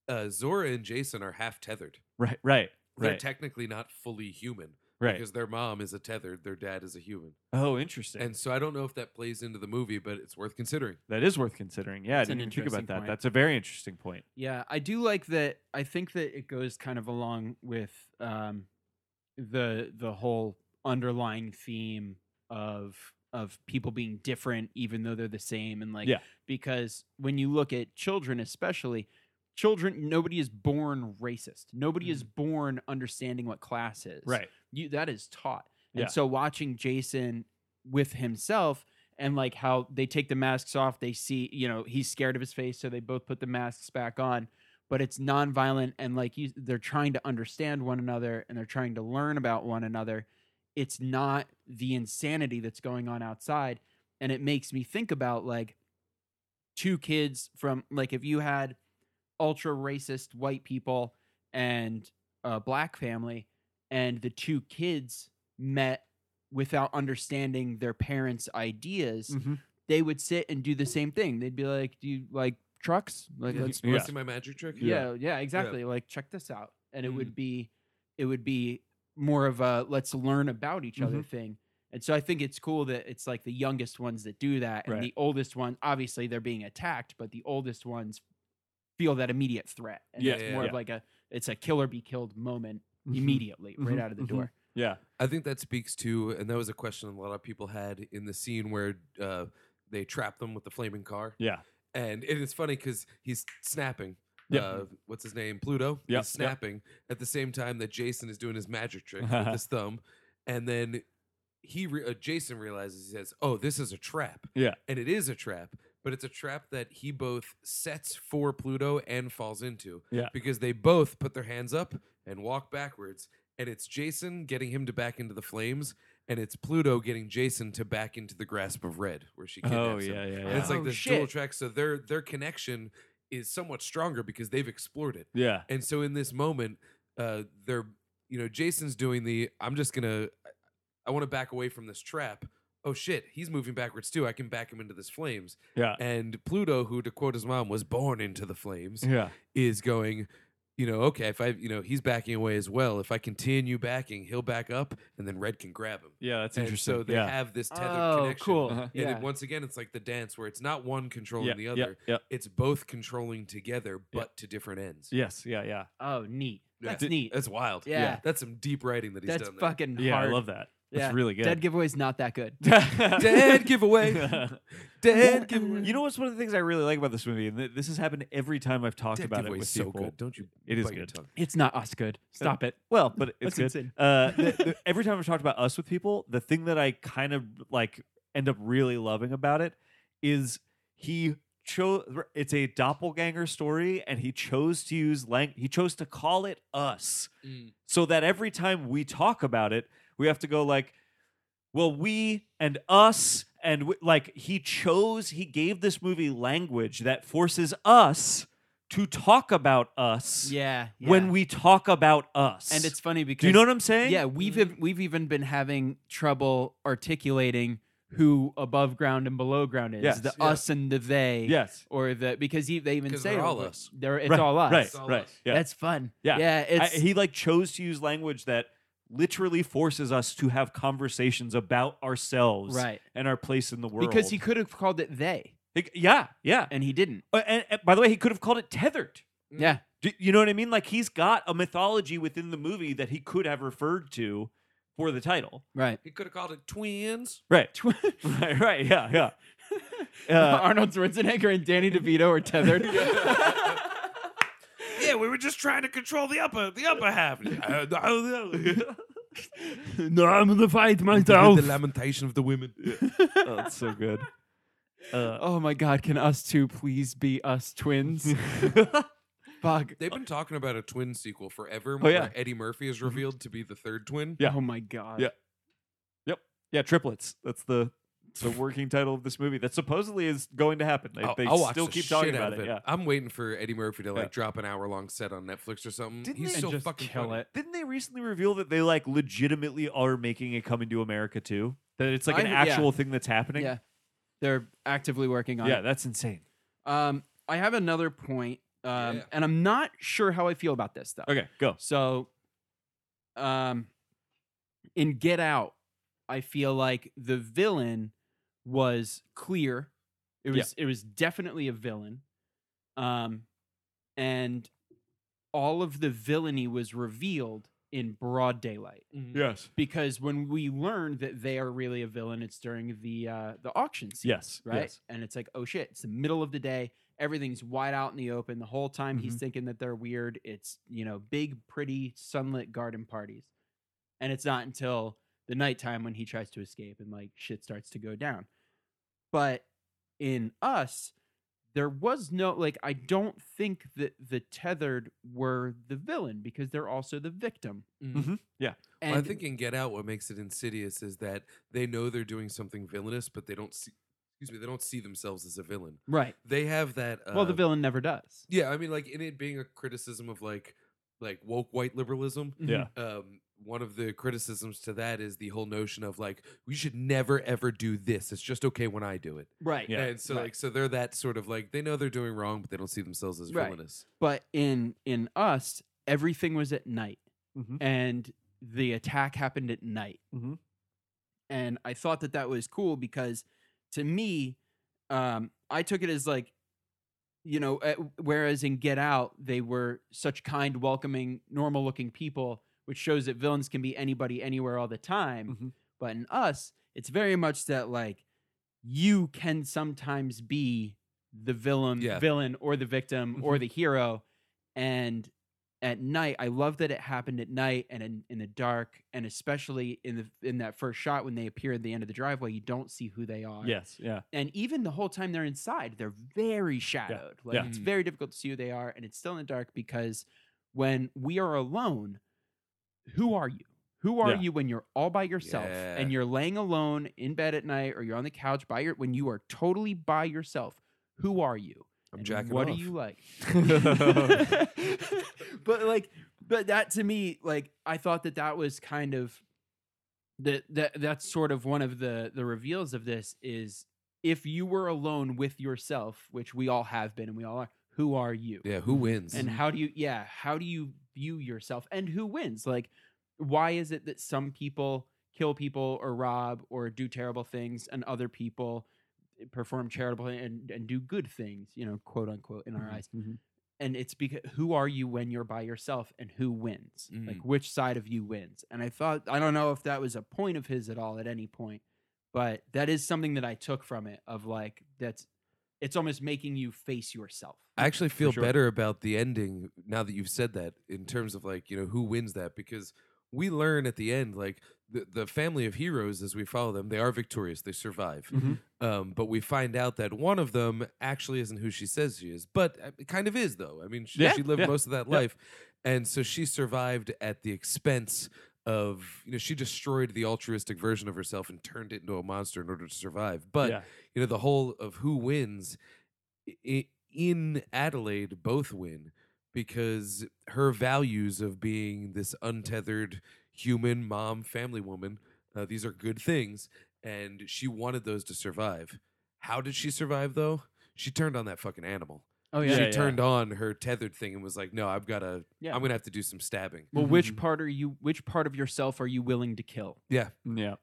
Uh, Zora and Jason are half tethered.
Right, right,
They're
right,
technically not fully human
right.
because their mom is a tethered, their dad is a human,
oh, interesting.
and so I don't know if that plays into the movie, but it's worth considering.
that is worth considering. Yeah,
That's
I
an
didn't even think
interesting
about that.
point.
That's a very interesting point.
Yeah, I do like that. I think that it goes kind of along with um, the the whole underlying theme of of people being different, even though they're the same, and like
Yeah.
because when you look at children, especially children, nobody is born racist. Nobody is born understanding what class is.
Mm. Right.
you that is taught.
Yeah.
And so watching Jason with himself and like how they take the masks off. They see, you know, he's scared of his face, so they both put the masks back on. But it's nonviolent, and like you, they're trying to understand one another, and they're trying to learn about one another. It's not the insanity that's going on outside, and it makes me think about like two kids from like if you had ultra racist white people and a black family and the two kids met without understanding their parents ideas
Mhm.
they would sit and do the same thing they'd be like do you like trucks like
Yeah.
let's
You wanna
Yeah.
see my magic trick?
yeah yeah, exactly like check this out and it would be it would be more of a let's learn about each other thing and so i think it's cool that it's like the youngest ones that do that and
Right.
the oldest ones obviously they're being attacked but the oldest ones feel that immediate threat and
Yeah,
it's
yeah,
more of
yeah.
like a it's a kill or be killed moment
Mhm.
immediately right
Mhm,
out of the
mhm.
door
Yeah.
I think that speaks to, and that was a question a lot of people had in the scene where uh, they trap them with the flaming car.
Yeah.
And it is funny because he's snapping.
Yep.
Uh, what's his name? Pluto.
Yep, yep.
He's snapping at the same time that Jason is doing his magic trick
*laughs*
with his thumb. And then he re- uh, Jason realizes he says, "Oh, this is a trap."
Yeah.
and it is a trap, but it's a trap that he both sets for Pluto and falls into.
Yeah.
because they both put their hands up and walk backwards, and it's Jason getting him to back into the flames, and it's Pluto getting Jason to back into the grasp of Red, where she kidnaps
Oh
him.
yeah, yeah,
And
yeah.
it's like
Oh,
this dual
shit.
track, so their their connection is somewhat stronger because they've explored it.
yeah.
And so in this moment, uh, they're you know Jason's doing the I'm just gonna I want to back away from this trap. Oh shit, he's moving backwards too. I can back him into this flames.
Yeah.
And Pluto, who to quote his mom was born into the flames,
Yeah.
is going. You know, okay, if I, you know, he's backing away as well. If I continue backing, he'll back up, and then Red can grab him.
Yeah, that's
And
interesting.
so they
yeah.
have this tethered
oh
connection.
cool
Uh-huh.
And
yeah
it, once again, it's like the dance where it's not one controlling
yeah,
the
yeah,
other;
Yeah,
it's both controlling together, but to different ends.
Yes. Yeah. Yeah.
oh neat
Yeah.
that's neat
That's wild.
Yeah. Yeah.
That's some deep writing that he's
that's
done there.
fucking
Yeah.
hard
I love that.
Yeah.
That's really good.
dead giveaway's not that good
*laughs* Dead
*laughs*
giveaway. Dead giveaway.
you know what's one of the things I really like about this movie, and th- this has happened every time I've talked
Dead
about it
giveaway's
with
so
people.
good. Don't you?
It is
bite your
good.
tongue.
it's not us good stop it
Well, but it's
That's
good.
insane. *laughs*
Uh, the- the- every time I've talked about us with people, the thing that I kind of like end up really loving about it is he chose. It's a doppelganger story, and he chose to use lang. He chose to call it us.
Mm.
so that every time we talk about it, we have to go like, well, we and us and w-, like he chose, he gave this movie language that forces us to talk about us
yeah, yeah.
when we talk about us.
and it's funny because
do you know what I'm saying?
Yeah, we've ev- we've even been having trouble articulating who above ground and below ground is
Yes,
the
yeah.
us and the they,
Yes.
or the because he, they even
'Cause
say
they're all
over-
us.
They're it's
right,
all us.
Right.
It's all
right.
us.
Yeah.
That's fun.
Yeah.
yeah.
I-
It's
he like chose to use language that literally forces us to have conversations about ourselves
right
and our place in the world.
because he could have called it they,
Like, yeah, yeah.
and he didn't.
Uh, and- and by the way, he could have called it tethered.
Mm.
Yeah,
Do, you know what I mean? Like he's got a mythology within the movie that he could have referred to for the title.
right.
He could have called it twins.
Right. *laughs* right. Right. Yeah.
*laughs*
Yeah. Uh,
Arnold Schwarzenegger and
*laughs*
Danny DeVito are tethered.
Yeah, we were just trying to control the upper, the upper
*laughs*
half.
no, I'm gonna fight
the lamentation of the women.
*laughs* oh, that's so good. Uh,
oh my God! Can us two please be
*laughs*
us twins?
Uh,
*laughs* Fuck.
They've been talking about a twin sequel forever.
Oh, yeah.
where Eddie Murphy is revealed to be the third twin.
Yeah.
Oh my God.
Yeah. yeah, triplets. That's the the working title of this movie that supposedly is going to happen. They,
I'll-
they
I'll watch
still
the
keep talking
shit out
about
of
it. Yeah.
I'm waiting for Eddie Murphy to like
Yeah.
drop an hour long set on Netflix or something.
Didn't
He's
they
so
just
fucking
kill
funny.
it.
Didn't they recently reveal that they like legitimately are making it come into America too? That it's like an
I- yeah.
actual thing that's happening.
Yeah. They're actively working on
Yeah,
it.
that's insane.
Um, I have another point, um,
Yeah.
and I'm not sure how I feel about this though.
Okay, go.
So, um, in Get Out, I feel like the villain was clear. It
Yeah.
was it was definitely a villain, um, and all of the villainy was revealed in broad daylight
Yes.
because when we learn that they are really a villain, it's during the uh, the auction scene
Yes.
right?
Yes.
And it's like, oh shit, it's the middle of the day. Everything's wide out in the open. The whole time
Mm-hmm.
he's thinking that they're weird. It's, you know, big, pretty, sunlit garden parties. And it's not until the nighttime when he tries to escape and like shit starts to go down. But in us, there was no like I don't think that the tethered were the villain because they're also the victim.
Mhm. Yeah.
Mm-hmm.
And
Well, I think in Get Out, what makes it insidious is that they know they're doing something villainous, but they don't see. Excuse me, they don't see themselves as a villain.
right.
They have that. Uh,
well, the villain never does.
Yeah, I mean, like in it being a criticism of like, like woke white liberalism.
Yeah.
Um, one of the criticisms to that is the whole notion of like we should never ever do this. It's just okay when I do it.
*laughs* Right.
Yeah.
and so
right.
like so they're that sort of like they know they're doing wrong, but they don't see themselves as
Right.
villainous.
But in in us, everything was at night.
Mhm.
and the attack happened at night.
Mhm.
And I thought that that was cool because to me, um, I took it as like, you know, uh, whereas in Get Out, they were such kind, welcoming, normal looking people, which shows that villains can be anybody, anywhere, all the time.
Mhm.
But in us, it's very much that like you can sometimes be the villain,
Yeah.
villain or the victim or the hero. And at night, I love that it happened at night and in, in the dark, and especially in the in that first shot when they appear at the end of the driveway, you don't see who they are.
Yes.
*laughs*
Yeah. *laughs*
And even the whole time they're inside, they're very shadowed. Like
Yeah.
it's
Mm.
very difficult to see who they are, and it's still in the dark because when we are alone, who are you? Who are
Yeah.
you when you're all by yourself
Yeah.
and you're laying alone in bed at night or you're on the couch by your when you are totally by yourself? Who are you?
I'm
and
jacking
What
off.
do you like? *laughs* but like but that to me like i thought that that was kind of that that that's sort of one of the the reveals of this is if you were alone with yourself which we all have been and we all are who are you
Yeah, who wins?
and how do you yeah how do you view yourself and who wins like why is it that some people kill people or rob or do terrible things and other people eh, perform charitable and, and do good things you know quote unquote in our
Mm-hmm,
eyes
Mhm.
and it's because who are you when you're by yourself and who wins like
Mm.
which side of you wins and i thought i don't know if that was a point of his at all at any point but that is something that i took from it of like that's it's almost making you face yourself
I actually feel
sure.
better about the ending now that you've said that in terms of like, you know, who wins that because we learn at the end like the, the family of heroes as we follow them, they are victorious, they survive.
Mhm.
Um, but we find out that one of them actually isn't who she says she is, but uh, it kind of is though. I mean, she,
Yeah,
she lived
yeah,
most of that life. And so she survived at the expense of, you know, she destroyed the altruistic version of herself and turned it into a monster in order to survive. But
yeah.
you know the whole of who wins i- in Adelaide both win because her values of being this untethered human mom family woman uh, these are good things and she wanted those to survive how did she survive though she turned on that fucking animal
oh
yeah.
she
Yeah,
turned on her tethered thing and was like no i've got to
Yeah.
i'm gonna have to do some stabbing
Well,
Mhm.
which part are you? Which part of yourself are you willing to kill?
Yeah.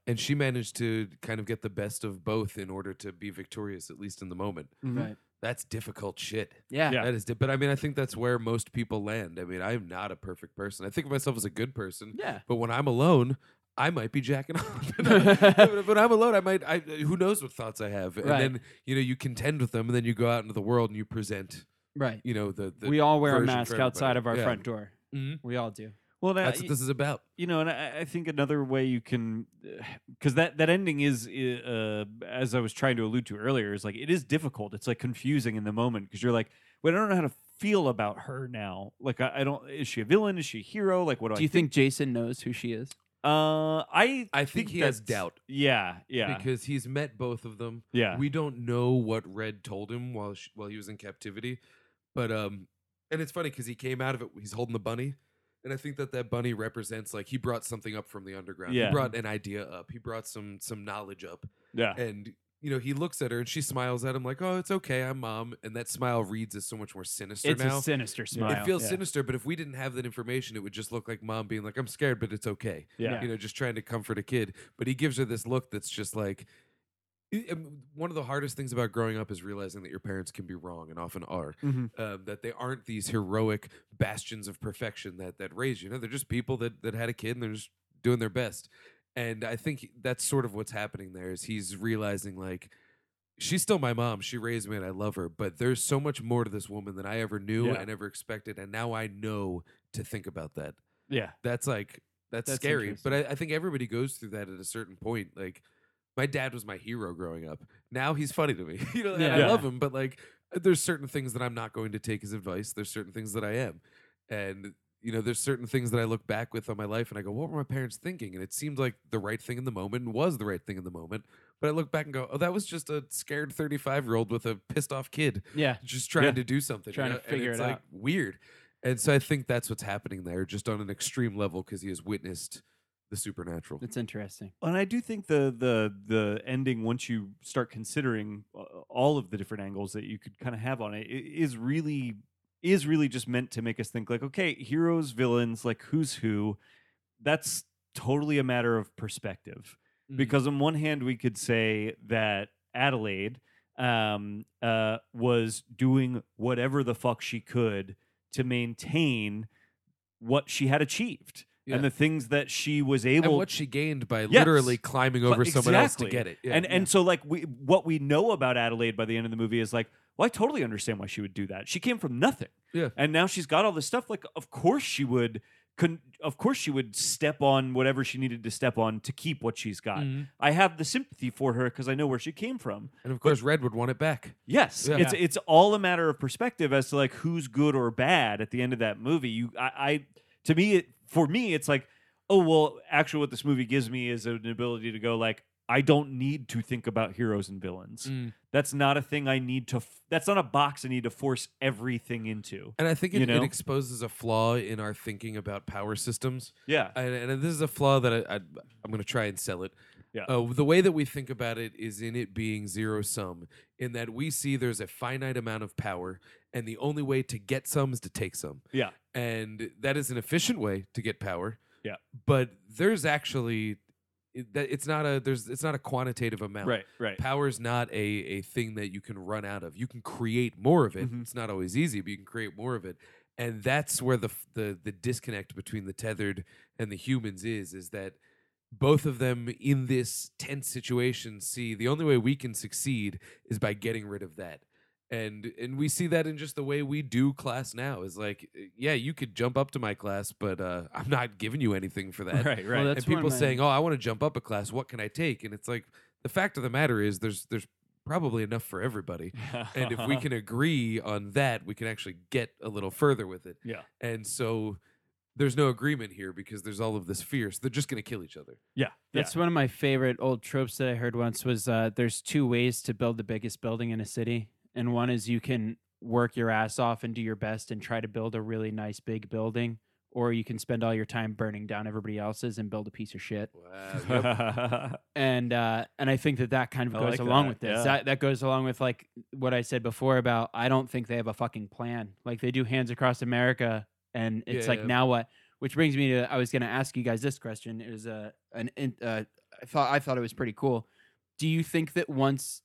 and she managed to kind of get the best of both in order to be victorious at least in the moment
Mm-hmm.
Mhm.
that's difficult shit
Yeah.
Yeah.
That is, di- but I mean, I think that's where most people land. I mean, I'm not a perfect person. I think of myself as a good person,
Yeah.
but when I'm alone, I might be jacking off. *laughs* but when I'm alone, I might. I who knows what thoughts I have, and
Right.
then you know you contend with them, and then you go out into the world and you present.
Right.
You know the, the
we all wear a
version for
mask
everybody.
outside of our
Yeah.
front door.
Mhm.
We all do.
Well, that,
That's what this is about.
you know, and I, I think another way you can, *sighs* because that that ending is, uh, as I was trying to allude to earlier, is like it is difficult. It's like confusing in the moment because you're like, wait, I don't know how to feel about her now. Like, I, I don't. Is she a villain? Is she a hero? Like, what do,
Do
I?
you think Jason knows who she is?
uh, I
I think he has
that's-
doubt.
Yeah, yeah,
Because he's met both of them.
yeah.
We don't know what Red told him while sh while he was in captivity, but um, and it's funny because he came out of it. He's holding the bunny, and I think that that bunny represents like he brought something up from the underground.
Yeah.
He brought an idea up. He brought some some knowledge up,
yeah.
and you know he looks at her and she smiles at him like, "Oh, it's okay, I'm mom." And that smile reads as so much more sinister
it's
now.
a sinister smile.
it feels
yeah.
sinister, but if we didn't have that information, it would just look like mom being like, "I'm scared, but it's okay."
Yeah.
you know, just trying to comfort a kid. But he gives her this look that's just like I- um, one of the hardest things about growing up is realizing that your parents can be wrong and often are.
Mhm.
Um, that they aren't these heroic bastions of perfection that that raise you. No, they're just people that that had a kid and they're just doing their best. And I think that's sort of what's happening there is he's realizing like she's still my mom. She raised me and I love her, but there's so much more to this woman than I ever knew,
Yeah.
I never expected, and now I know to think about that
yeah.
that's like that's,
That's
scary. But I, I think everybody goes through that at a certain point. Like my dad was my hero growing up. Now he's funny to me. *laughs* you know, and
Yeah.
I love him, but like there's certain things that I'm not going to take as advice. There's certain things that I am. And you know, there's certain things that I look back with on my life and I go, what were my parents thinking? And it seemed like the right thing in the moment and was the right thing in the moment. But I look back and go, oh, that was just a scared 35 year old with a pissed off kid
Yeah.
just trying
Yeah.
to do something, you
Trying to
know? And
figure
it's,
it
like,
out.
Weird, and so I think that's what's happening there, just on an extreme level, because he has witnessed the supernatural.
It's interesting.
And I do think the the the ending, once you start considering uh, all of the different angles that you could kind of have on it, i- is really is really just meant to make us think like, okay, heroes, villains, like who's who. That's totally a matter of perspective.
Mhm.
Because on one hand, we could say that Adelaide um, uh, was doing whatever the fuck she could to maintain what she had achieved
Yeah.
and the things that she was able
and what she gained by
Yes.
literally climbing
But
over someone else to
exactly.
get it, yeah.
and and so like we what we know about Adelaide by the end of the movie is like, well, I totally understand why she would do that. She came from nothing,
Yeah.
and now she's got all this stuff. Like, of course she would. Con- of course she would step on whatever she needed to step on to keep what she's got.
Mhm.
I have the sympathy for her because I know where she came from.
And of course, Red would want it back.
Yes,
Yeah.
it's it's all a matter of perspective as to like who's good or bad at the end of that movie. You, I, I to me, it, for me, it's like, oh well, actually, what this movie gives me is an ability to go like, I don't need to think about heroes and villains.
Mm.
That's not a thing I need to. F- that's not a box I need to force everything into.
And I think it,
You know?
it exposes a flaw in our thinking about power systems.
Yeah,
And, and this is a flaw that I, I, I'm going to try and sell it.
Yeah.
Uh, the way that we think about it is in it being zero sum, in that we see there's a finite amount of power, and the only way to get some is to take some.
Yeah.
And that is an efficient way to get power.
Yeah.
But there's actually it, that it's not a there's it's not a quantitative amount.
right, right.
Power is not a, a thing that you can run out of. You can create more of it.
Mhm.
It's not always easy, but you can create more of it. And that's where the, f- the the disconnect between the tethered and the humans is is that both of them in this tense situation see the only way we can succeed is by getting rid of that. And and we see that in just the way we do class now is like yeah, you could jump up to my class, but uh, I'm not giving you anything for that
*laughs* Right, right.
Well, that's
and people
one, man.
saying, "Oh, I want to jump up a class. What can I take?" And it's like the fact of the matter is, there's there's probably enough for everybody.
*laughs*
And if we can agree on that, we can actually get a little further with it.
Yeah.
And so there's no agreement here because there's all of this fear. So they're just going to kill each other.
yeah, yeah.
That's one of my favorite old tropes that I heard once was uh, there's two ways to build the biggest building in a city. And one is you can work your ass off and do your best and try to build a really nice big building, or you can spend all your time burning down everybody else's and build a piece of shit.
Wow.
*laughs*
And uh, and I think that that kind of
I
goes
like
along
that,
with this.
yeah.
That that goes along with like what I said before about I don't think they have a fucking plan. Like they do hands across America, and it's like
Yeah.
now what? Which brings me to I was going to ask you guys this question. It was a an in- uh, I thought I thought it was pretty cool. Do you think that once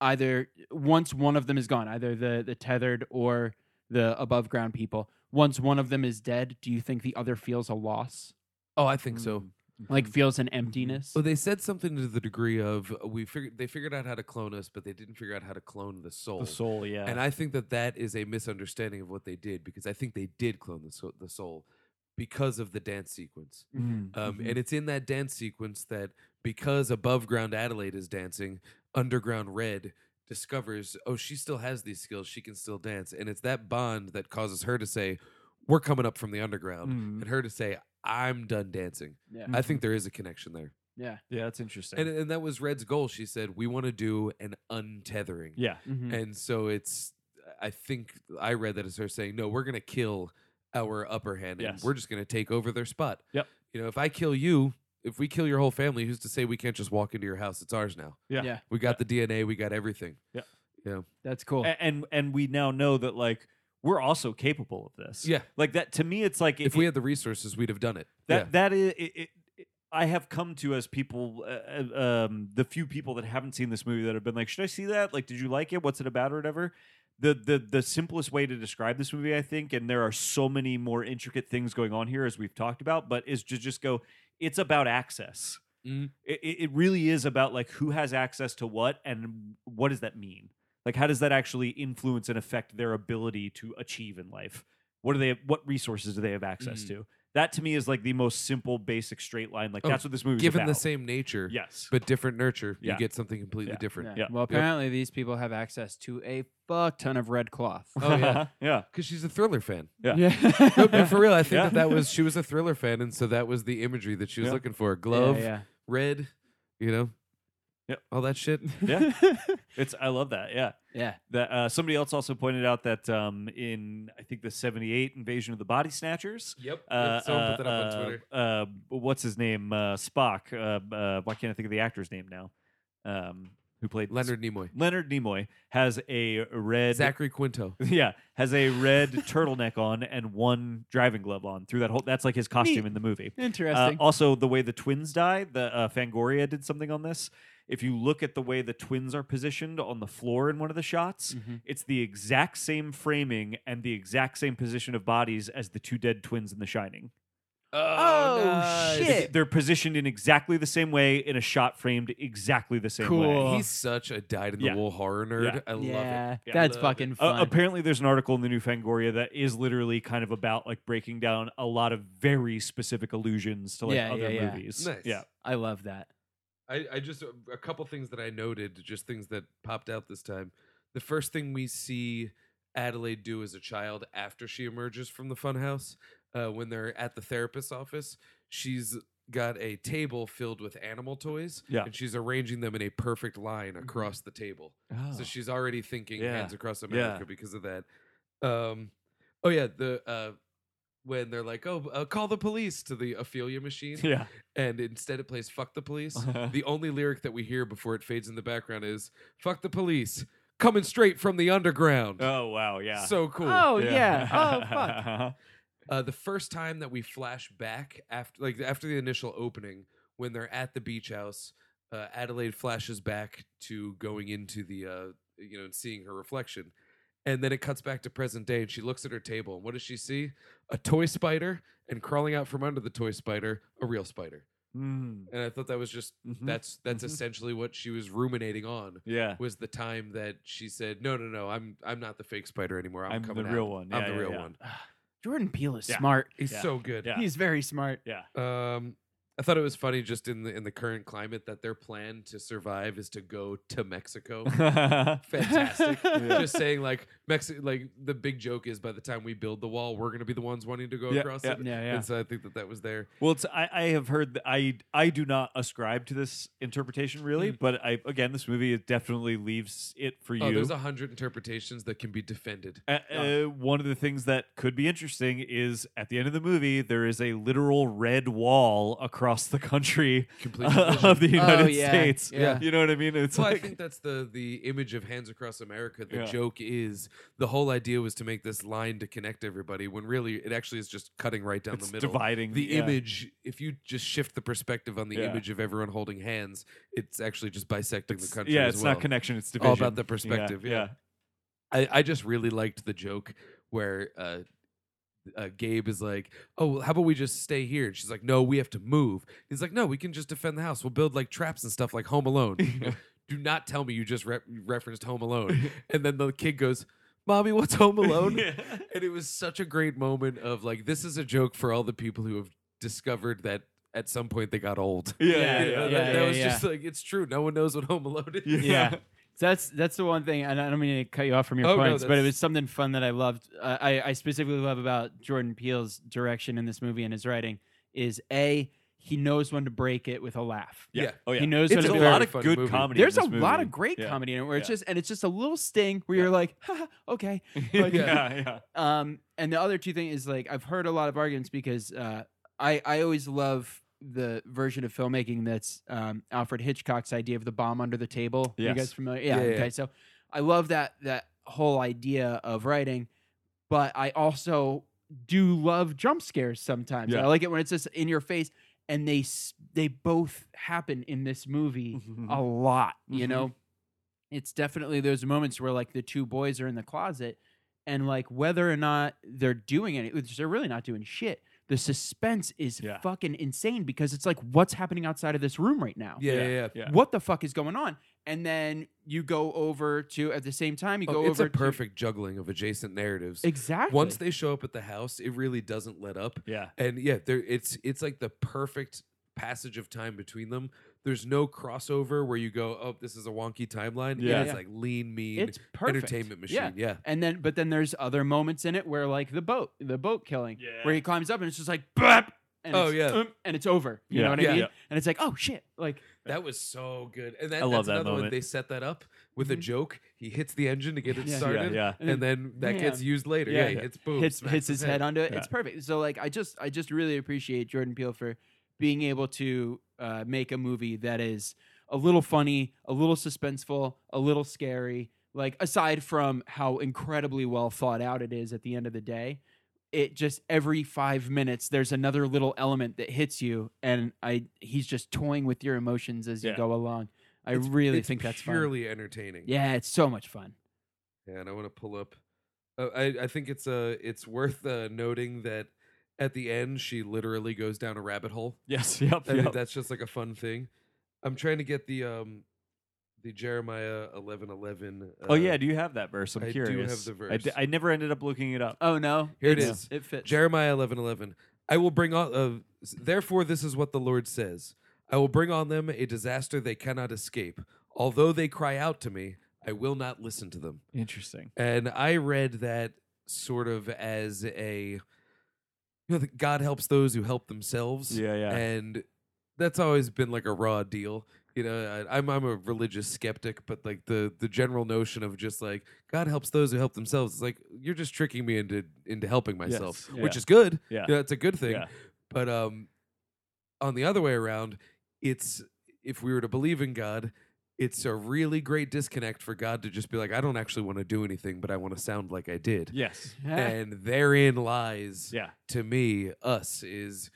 either once one of them is gone, either the the tethered or the above ground people, once one of them is dead, do you think the other feels a loss?
*laughs* oh, I think
Hmm.
so.
Like
Mm-hmm.
feels an emptiness?
Well, they said something to the degree of uh, we figured they figured out how to clone us, but they didn't figure out how to clone the soul.
the soul, yeah.
And I think that that is a misunderstanding of what they did because I think they did clone the soul, the soul because of the dance sequence.
Mhm.
Um, And it's in that dance sequence that because above ground Adelaide is dancing, underground Red discovers, oh, she still has these skills. She can still dance. And it's that bond that causes her to say, we're coming up from the underground.
Mhm.
And her to say, I'm done dancing.
yeah.
I think there is a connection there.
Yeah.
yeah, that's interesting.
And, and that was Red's goal. She said, we want to do an untethering.
yeah,
Mhm.
And so it's, I think I read that as her saying, no, we're going to kill our upper hand and
Yes.
we're just going to take over their spot.
Yep.
You know, if I kill you, if we kill your whole family, who's to say we can't just walk into your house? It's ours now.
yeah,
Yeah.
We got the DNA, we got everything.
Yep.
Yeah.
That's cool.
A- and and we now know that like we're also capable of this.
Yeah.
Like that to me, it's like it-
If we had the resources, we'd have done it.
that that is it, it, it- I have come to as people, uh, uh, um, the few people that haven't seen this movie that have been like, should I see that? Like, did you like it? What's it about or whatever? The, the the simplest way to describe this movie, I think, and there are so many more intricate things going on here as we've talked about, but is to just go, it's about access.
Mm.
It, it it really is about like who has access to what and what does that mean? Like, how does that actually influence and affect their ability to achieve in life? What do they? What resources do they have access
Mhm.
to? That to me is like the most simple, basic straight line. Like
Oh,
that's what this movie's
Given the
about.
same nature,
Yes.
but different nurture,
Yeah.
you get something completely
Yeah.
different.
Yeah.
Well, apparently these people have access to a fuck ton of red cloth.
*laughs*
*laughs*
Oh
*laughs*
yeah,
yeah.
because she's a thriller
*laughs*
fan.
Yeah.
No, but for real, I think
Yeah.
that that was she was a thriller fan, and so that was the imagery that she was
Yeah.
looking for:
Yeah,
glove,
yeah.
red, you know,
Yep.
all that shit. *laughs*
Yeah. It's I love that. Yeah.
Yeah.
That uh, somebody else also pointed out that um, in I think the '78 invasion of the Body Snatchers.
Yep.
Uh,
Someone
uh,
put that up on
uh,
Twitter.
uh, what's his name? Uh, Spock. Uh, uh, why can't I think of the actor's name now? Um, who played
Leonard Nimoy,
Leonard Nimoy has a red.
Zachary Quinto.
*laughs* Yeah, has a red turtleneck on and one driving glove on through that whole. That's like his costume in the movie. Uh,
Interesting.
also, the way the twins die, the uh, Fangoria did something on this. If you look at the way the twins are positioned on the floor in one of the shots,
Mhm.
it's the exact same framing and the exact same position of bodies as the two dead twins in The Shining.
Oh,
It's-
shit.
They're positioned in exactly the same way in a shot framed exactly the same way.
Cool.
He's such a dyed in the
Yeah.
wool horror nerd.
Yeah.
I love it.
yeah,
Yeah.
that's
Love it.
fucking
Uh,
fun.
apparently, there's an article in the New Fangoria that is literally kind of about like breaking down a lot of very specific allusions to like
Yeah,
other
yeah, yeah.
movies.
Nice.
Yeah,
I love that.
I, I just a couple things that I noted, just things that popped out this time. The first thing we see Adelaide do as a child after she emerges from the funhouse, uh, when they're at the therapist's office, she's got a table filled with animal toys,
Yeah. Mm-hmm.
and she's arranging them in a perfect line across the table.
*laughs*
Oh.
So she's already thinking
Oh. Yeah.
hands across America because of that. Um, oh yeah, the uh, when they're like, "Oh, uh, call the police" to the Ophelia machine,
yeah.
and instead it plays "Fuck the police."
Uh-huh.
The only lyric that we hear before it fades in the background is "Fuck the police, coming straight from the underground."
oh wow, yeah.
So cool.
Oh yeah. Oh fuck.
*laughs*
Uh, the first time that we flash back after, like after the initial opening, when they're at the beach house, uh, Adelaide flashes back to going into the, uh, you know, and seeing her reflection, and then it cuts back to present day, and she looks at her table, and what does she see? A toy spider, and crawling out from under the toy spider, a real spider.
Mm,
And I thought that was just
mhm.
that's that's
Mhm.
essentially what she was ruminating on
yeah. *laughs*
was the time that she said no no no i'm i'm not the fake spider anymore i'm,
I'm the
coming out.
real one.
i'm
Yeah,
the
yeah,
real
yeah. *laughs*
one
Jordan Peele is
Yeah.
smart.
he's
Yeah.
so good
Yeah.
He's very smart.
Yeah.
um i thought it was funny just in the in the current climate that their plan to survive is to go to
*laughs*
mexico fantastic
Yeah.
just saying like mexico like the big joke is by the time we build the wall we're going to be the ones wanting to go
Yeah,
across
yeah.
it
Yeah, yeah.
and so i think that that was there
Well, it's, I, I have heard that I I do not ascribe to this interpretation really, but I again this movie it definitely leaves it for you.
Mm. oh there's a hundred interpretations that can be defended
*laughs* Uh, uh, one of the things that could be interesting is at the end of the movie, there is a literal red wall across the country
completely
*laughs* of the United
Oh, yeah.
States.
Yeah.
You know what I mean? It's
well, I
like,
think that's the the image of Hands Across America. The
Yeah.
joke is the whole idea was to make this line to connect everybody, when really it actually is just cutting right down
*laughs* it's
the middle.
dividing.
The
yeah.
image, if you just shift the perspective on the
Yeah.
image of everyone holding hands, it's actually just bisecting
It's-
the country.
yeah,
as
it's
well.
not connection, it's division.
All about the perspective, yeah. I, I just really liked the joke where uh, uh, Gabe is like, "Oh, well, how about we just stay here?" And she's like, "No, we have to move." He's like, "No, we can just defend the house. We'll build like traps and stuff, like Home Alone." Do not tell me you just re- referenced Home
*laughs*
Alone. and then the kid goes, "Mommy, what's Home *laughs* Alone?"
*laughs* Yeah.
And it was such a great moment of like, this is a joke for all the people who have discovered that at some point they got old.
Yeah,
Yeah,
You know,
yeah,
that,
*laughs* yeah,
that
yeah,
was
yeah.
just like it's true. No one knows what Home Alone is.
yeah. So that's that's the one thing, and I don't mean to cut you off from your
Oh, no,
points, but it
that's-
was something fun that I loved. Uh, I I specifically love about Jordan Peele's direction in this movie and his writing is a he knows when to break it with a laugh.
Yeah.
Yeah.
Oh, yeah.
He knows
There's
It's
a
when to
very
lot of
fun
good
movie.
comedy. in
There's a
this
lot
movie.
of great
Yeah. *laughs*
comedy in it where it's
Yeah.
just and it's just a little sting where you're like, *laughs* "Haha,
*laughs*
okay, Like,
yeah, *laughs* yeah.
Um, and the other two thing is like I've heard a lot of arguments because uh, I I always love the version of filmmaking that's um, Alfred Hitchcock's idea of the bomb under the table. You
Yes.
guys familiar? Yeah.
Yeah, yeah.
okay. So I love that that whole idea of writing, but I also do love jump scares sometimes.
Yeah.
I like it when it's just in your face, and they s- they both happen in this movie
Mm-hmm.
a
Mm-hmm.
lot. You
Mhm.
know, it's definitely those moments where like the two boys are in the closet, and like whether or not they're doing it, which they're really not doing shit. The suspense is
Yeah.
fucking insane because it's like what's happening outside of this room right now.
Yeah, yeah, yeah.
Yeah.
What the fuck is going on? and then you go over to at the same time you
Oh,
go
it's
over
a perfect juggling of adjacent narratives.
to, exactly
Once they show up at the house, it really doesn't let up.
Yeah.
And yeah, there it's it's like the perfect passage of time between them. There's no crossover where you go, oh, this is a wonky timeline. Yeah,
Yeah.
it's
Yeah.
like lean, mean
it's perfect
entertainment machine.
Yeah.
Yeah.
And then, but then there's other moments in it where, like the boat, the boat killing,
Yeah.
where he climbs up and it's just like, bap, and
Oh,
it's,
yeah.
um, and it's over. You
Yeah.
know what I
Yeah.
mean?
Yeah.
And it's like, oh shit, like
That was so good. And that,
I
that's
love that
another
moment.
one. They set that up with a
Mhm.
joke. He hits the engine to get it
Yeah. Yeah,
started.
yeah.
And then that
Yeah.
gets used later.
Yeah.
Yeah, it's boom.
hits
smacks
hits his head, onto it.
Yeah.
It's perfect. So like, I just I just really appreciate Jordan Peele for being able to uh, make a movie that is a little funny, a little suspenseful, a little scary. Like aside from how incredibly well thought out it is at the end of the day, it just every five minutes there's another little element that hits you, and I he's just toying with your emotions as
Yeah.
you go along. I
It's-
really
it's
think that's fun.
purely entertaining.
Yeah, it's so much fun.
Yeah, and I want to pull up. Uh, I I think it's uh it's worth uh, noting that at the end she literally goes down a rabbit hole.
Yes. *laughs* Yep.
I think
yep.
that's just like a fun thing. I'm trying to get the um the Jeremiah eleven eleven. Uh,
oh yeah. Do you have that verse? I'm
I do have
curious.
the
I, d-
verse.
I never ended up looking it up.
Oh no,
Here it
It's-
is.
It fits.
Jeremiah eleven eleven. I will bring on. Uh, s- Therefore, this is what the Lord says: I will bring on them a disaster they cannot escape. Although they cry out to me, I will not listen to them.
Interesting.
And I read that sort of as a, you know, that God helps those who help themselves.
Yeah. Yeah.
And that's always been like a raw deal. You know, I, I'm I'm a religious skeptic, but like the the general notion of just like God helps those who help themselves. It's like you're just tricking me into into helping myself,
Yes,
which
yeah.
is good.
Yeah.
You know, it's a good thing.
Yeah.
But um, on the other way around, it's if we were to believe in God, it's a really great disconnect for God to just be like, I don't actually want to do anything, but I want to sound like I did.
Yes.
And therein lies,
Yeah.
to me, us is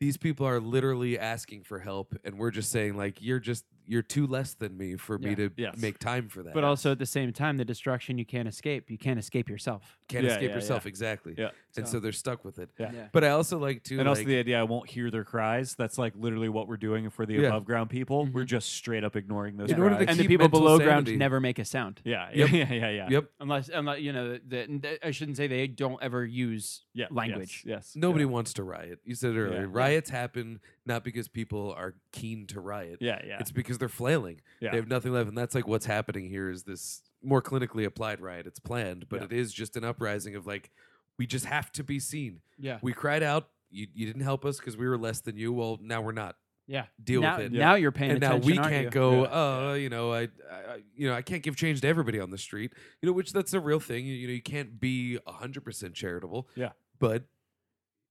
these people are literally asking for help, and we're just saying like, you're just you're too less than me for
Yeah.
me to
Yes.
make time for that.
But also at the same time, the destruction you can't escape. You can't escape yourself.
can't
Yeah,
escape
yeah,
yourself exactly.
Yeah.
And so.
So-
they're stuck with it.
Yeah.
But I also like to
And also
like-
the idea I won't hear their cries. That's like literally what we're doing for the
Yeah. Mm-hmm.
above ground people. We're
Mhm.
just straight up ignoring those
In
cries.
order to
and the
keep
people
mental
below
sanity.
ground never make a sound,
yeah, *laughs*
Yep.
yeah, yeah, yeah.
Yep.
unless, unless you know. The, the- I shouldn't say they don't ever use.
yeah.
Language.
Yes. yes,
Nobody wants to riot. You said it
Yeah.
earlier.
Yeah.
Riots happen not because people are keen to riot.
Yeah, yeah.
It's because they're flailing.
Yeah.
They have nothing left. And that's like what's happening here is this more clinically applied riot. It's planned, but
Yeah.
it is just an uprising of like, we just have to be seen.
Yeah,
We cried out. You, you didn't help us because we were less than you. Well, now we're not.
yeah.
Deal
now,
with it.
Now you're paying
And now
attention.
we
aren't
can't
you?
go.
Yeah.
Oh, you know, I, I, I- you know, I can't give change to everybody on the street. You know, which that's a real thing. You, you know, you can't be hundred percent charitable.
Yeah.
but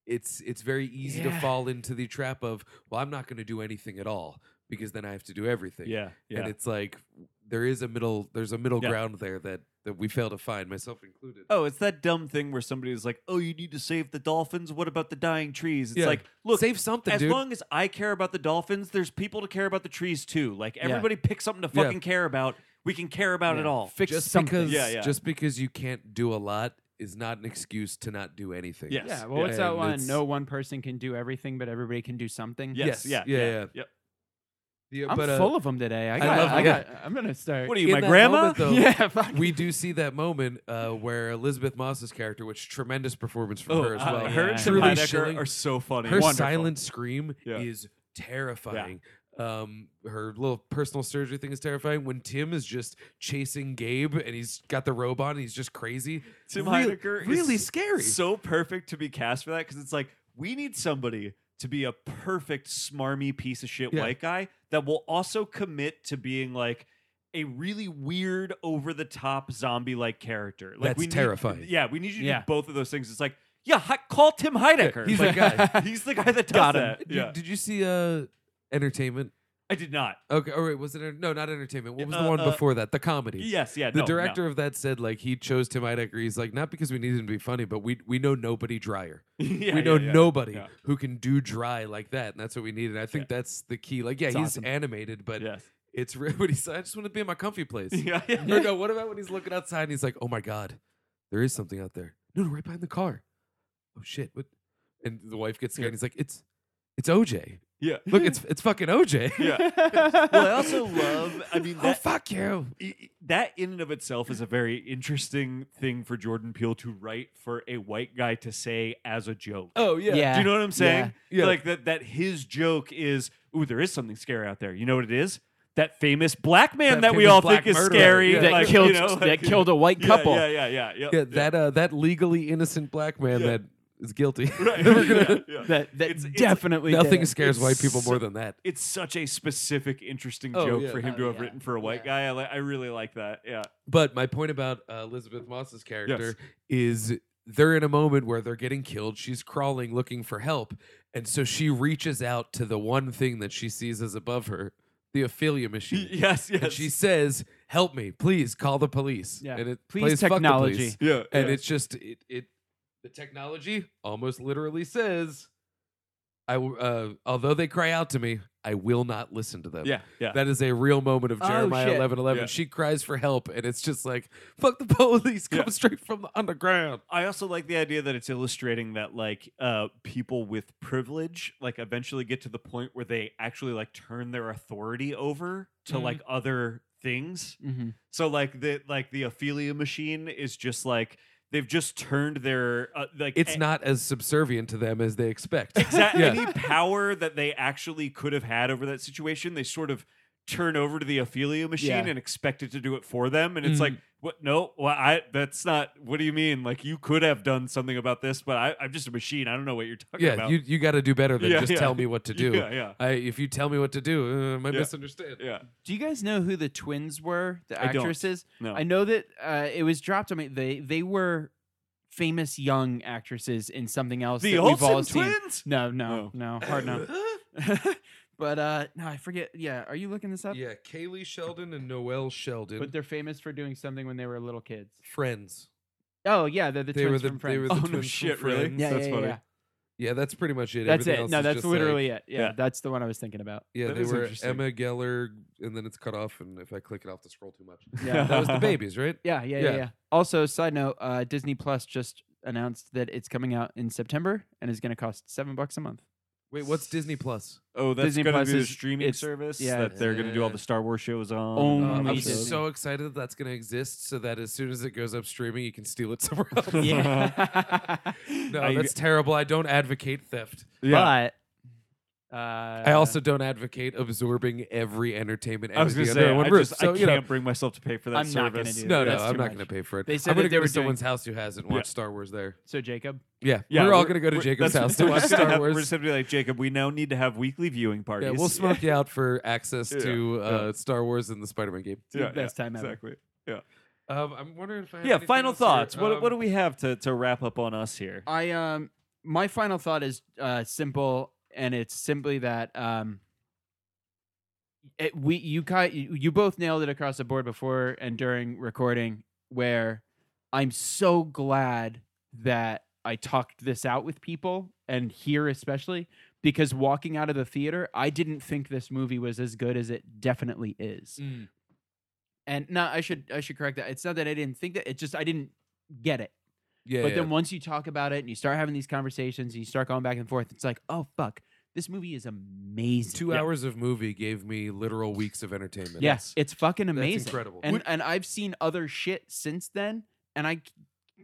it's it's very easy to
Yeah.
fall into the trap of, well, I'm not going to do anything at all because then I have to do everything.
Yeah, yeah.
and it's like there is a middle. There's a middle
Yeah.
ground there that that we fail to find, myself included.
oh, it's that dumb thing where somebody is like, "Oh, you need to save the dolphins. What about the dying trees?" It's
Yeah.
like, look,
save something,
as
dude.
long as I care about the dolphins, there's people to care about the trees too. Like everybody pick something to
Yeah.
fucking care about. We can care about it
Yeah.
all.
Fix
just
something.
because,
Yeah, yeah.
just because you can't do a lot is not an excuse to not do anything.
Yes.
Yeah. Well, what's that
And
one?
it's-
No one person can do everything, but everybody can do something.
Yes.
Yes.
Yeah.
Yeah,
Yeah.
yeah.
Yep.
Yeah,
I'm
but, uh,
full of them today. I got. I,
love
you.
got. I'm gonna start.
What are you,
In
my
that
grandma?
moment,
*laughs*
though,
yeah. fuck.
we do see that moment uh, where Elizabeth Moss's character, which tremendous performance from her as
uh,
well.
her
Yeah.
and Tim
Truly
Heidecker
chilling.
are so funny.
Her
Wonderful.
silent scream
Yeah.
is terrifying. Um, her little personal surgery thing is terrifying. When Tim is just chasing Gabe and he's got the robe on, and he's just crazy.
Tim
Real-
Heidecker is
really scary.
so perfect to be cast for that because it's like we need somebody to be a perfect smarmy piece of shit
Yeah.
white guy that will also commit to being like a really weird over the top zombie like character. Like
That's
we need-
terrifying.
yeah, we need you to
Yeah.
do both of those things. It's like yeah, hi- call Tim Heidecker.
he's
like,
my guy.
*laughs* he's the guy that does
Got
that.
You-
Yeah,
Did you see uh, Entertainment?
I did not.
Okay, or wait, was it? en- No, not Entertainment. What was
Uh,
the one
uh,
before that? The comedy.
Yes, yeah.
The
no, no.
director of that said like he chose Tim Heidecker. He's like not because we needed him to be funny, but we we know nobody drier.
*laughs* Yeah,
we know
yeah, yeah.
nobody
Yeah.
who can do dry like that, and that's what we needed. I think that's the key. Like yeah,
It's
he's
awesome.
animated, but
Yes. *laughs*
it's *laughs* really what he said. I just want to be in my comfy place. *laughs*
Yeah, yeah.
Or no, what about when he's looking outside and he's like, oh my god, there is something out there. No, no, right behind the car. Oh shit, what? And the wife gets scared.
Yeah.
And he's like, it's it's OJ.
Yeah.
*laughs*
Look, it's it's fucking OJ.
Yeah. Well,
*laughs*
I also love. I mean,
*laughs* Oh
that,
fuck you!
i- i-
that in and of itself is a very interesting thing for Jordan Peele to write for a white guy to say as a joke.
oh yeah.
Yeah.
Do you know what I'm saying?
Yeah. Yeah.
Like that that his joke is, ooh, there is something scary out there. You know what it is? That famous black man that,
That
we
famous
all
black
think is
murderer.
scary.
Yeah.
that
like,
killed
you know,
that
like-
killed a white
*laughs* Yeah,
couple.
Yeah, yeah, yeah, yeah.
Yeah, that uh, that legally innocent black man
Yeah.
that is guilty.
*laughs*
*laughs*
Right.
Never gonna-
yeah, yeah.
That that
It's- it's-
definitely did
Nothing
it.
scares
It's
white people more
so-
than that.
It's such a specific, interesting
Oh,
joke
yeah.
for him
Oh,
to have
yeah.
written for a white
Yeah.
guy. I, li- I really like that. Yeah.
But my point about uh, Elizabeth Moss's character is they're in a moment where they're getting killed. She's crawling looking for help. And so she reaches out to the one thing that she sees is above her the Ophelia machine.
*laughs* Yes, yes.
And she says, Help me, please call the police.
Yeah.
And it
Please,
plays fuck the
technology.
police.
Yeah.
And
yeah.
it's just, it, it, the technology almost literally says, I, w- uh, although they cry out to me, I will not listen to them.
yeah, yeah.
That is a real moment of
Oh,
Jeremiah
shit.
eleven eleven.
Yeah.
She cries for help, and it's just like, fuck the police, come
Yeah.
straight from the underground.
I also like the idea that it's illustrating that like uh, people with privilege like eventually get to the point where they actually like turn their authority over to
Mhm.
like other things.
Mhm.
So like the like the Ophelia machine is just like they've just turned their uh, like
It's
a-
not as subservient to them as they expect.
exact-
Yeah.
any power that they actually could have had over that situation. They sort of turn over to the Ophelia machine
Yeah. Mm.
and expect it to do it for them, and it's like. What? No, well, I. That's not. What do you mean? Like you could have done something about this, but I, I'm just a machine. I don't know what you're talking
Yeah,
about.
you you got to do better than
Yeah,
just
yeah.
tell me what to do.
Yeah, yeah.
I, if you tell me what to do, uh, I might
Yeah.
misunderstand.
Yeah.
Do you guys know who the twins were? The
I don't.
actresses.
No.
I know that uh, it was dropped on me. They they were famous young actresses in something else
the
that we've all
Olsen
seen.
twins.
No, no, no, hard no. *laughs* but uh, no, I forget. Yeah, are you looking this up?
Yeah, Kaylee Sheldon and Noelle Sheldon,
But they're famous for doing something when they were little kids.
friends.
Oh yeah, they're the
They were
twins
the-
from
they
Friends.
were the
Oh
twins
no,
from
shit! Really?
Friends.
yeah,
that's
yeah,
funny.
yeah.
Yeah, that's pretty much it.
That's
Everything
it.
else
No,
is
that's
just like-
literally it. Yeah,
Yeah.
that's the one I was
*laughs*
thinking about.
yeah,
That
they
is
were
interesting.
Emma Geller, and then it's cut off. And if I click it off, to scroll too much.
Yeah.
that was the babies, right?
Yeah, yeah, yeah,
Yeah.
yeah. Also, side note, uh, Disney Plus just announced that it's coming out in September and is going to cost seven bucks a month.
*laughs* Wait, what's Disney Plus?
Oh, that's
Disney
going to
Plus
be the
is-
streaming
it's-
service
yeah,
that they're going to do all
yeah.
the Star Wars shows on. Oh,
Only
and all
Uh, I'm
that
Disney.
stuff.
so excited that that's going to exist so that as soon as it goes up streaming, you can steal it *laughs* somewhere else.
*laughs* Yeah.
No,
I-
that's terrible. I don't advocate theft.
Yeah.
But uh,
I also don't advocate absorbing every entertainment
I was
entity
going to
under
say,
one
I
roof.
just I
so,
can't
you know,
bring myself to pay for that
I'm not gonna
service.
do that.
no, no,
that's
I'm
too
not
much.
going to pay for it.
They said
I'm gonna
that they
go
were
to someone's
doing-
house who hasn't
Yeah.
watched Star Wars there.
so Jacob.
Yeah,
Yeah,
we're all going
we're-
to go to
we're-
Jacob's
that's-
house to
we're
watch
just gonna
Star
have-
Wars.
*laughs* We're just gonna be like Jacob. We now need to have weekly viewing parties.
yeah,
*laughs*
we'll smoke you out for access
Yeah,
to
yeah.
uh, Star Wars and the Spider-Man game.
the best time ever.
exactly.
Um, I'm wondering if I have
Yeah.
anything
Final
else here.
thoughts. What
Um,
what do we have to to wrap up on us here?
I um my final thought is uh simple and it's simply that um it, we you ki- you you both nailed it across the board before and during recording where I'm so glad that I talked this out with people and here especially because walking out of the theater I didn't think this movie was as good as it definitely is.
Mm.
And no I should I should correct that. It's not that I didn't think that it's just I didn't get it
Yeah,
but
yeah.
then once you talk about it and you start having these conversations and you start going back and forth, it's like, oh fuck, this movie is amazing.
Two hours of movie gave me literal weeks of entertainment.
Yes, it's fucking
That's
amazing.
incredible.
And and I've seen other shit since then, and I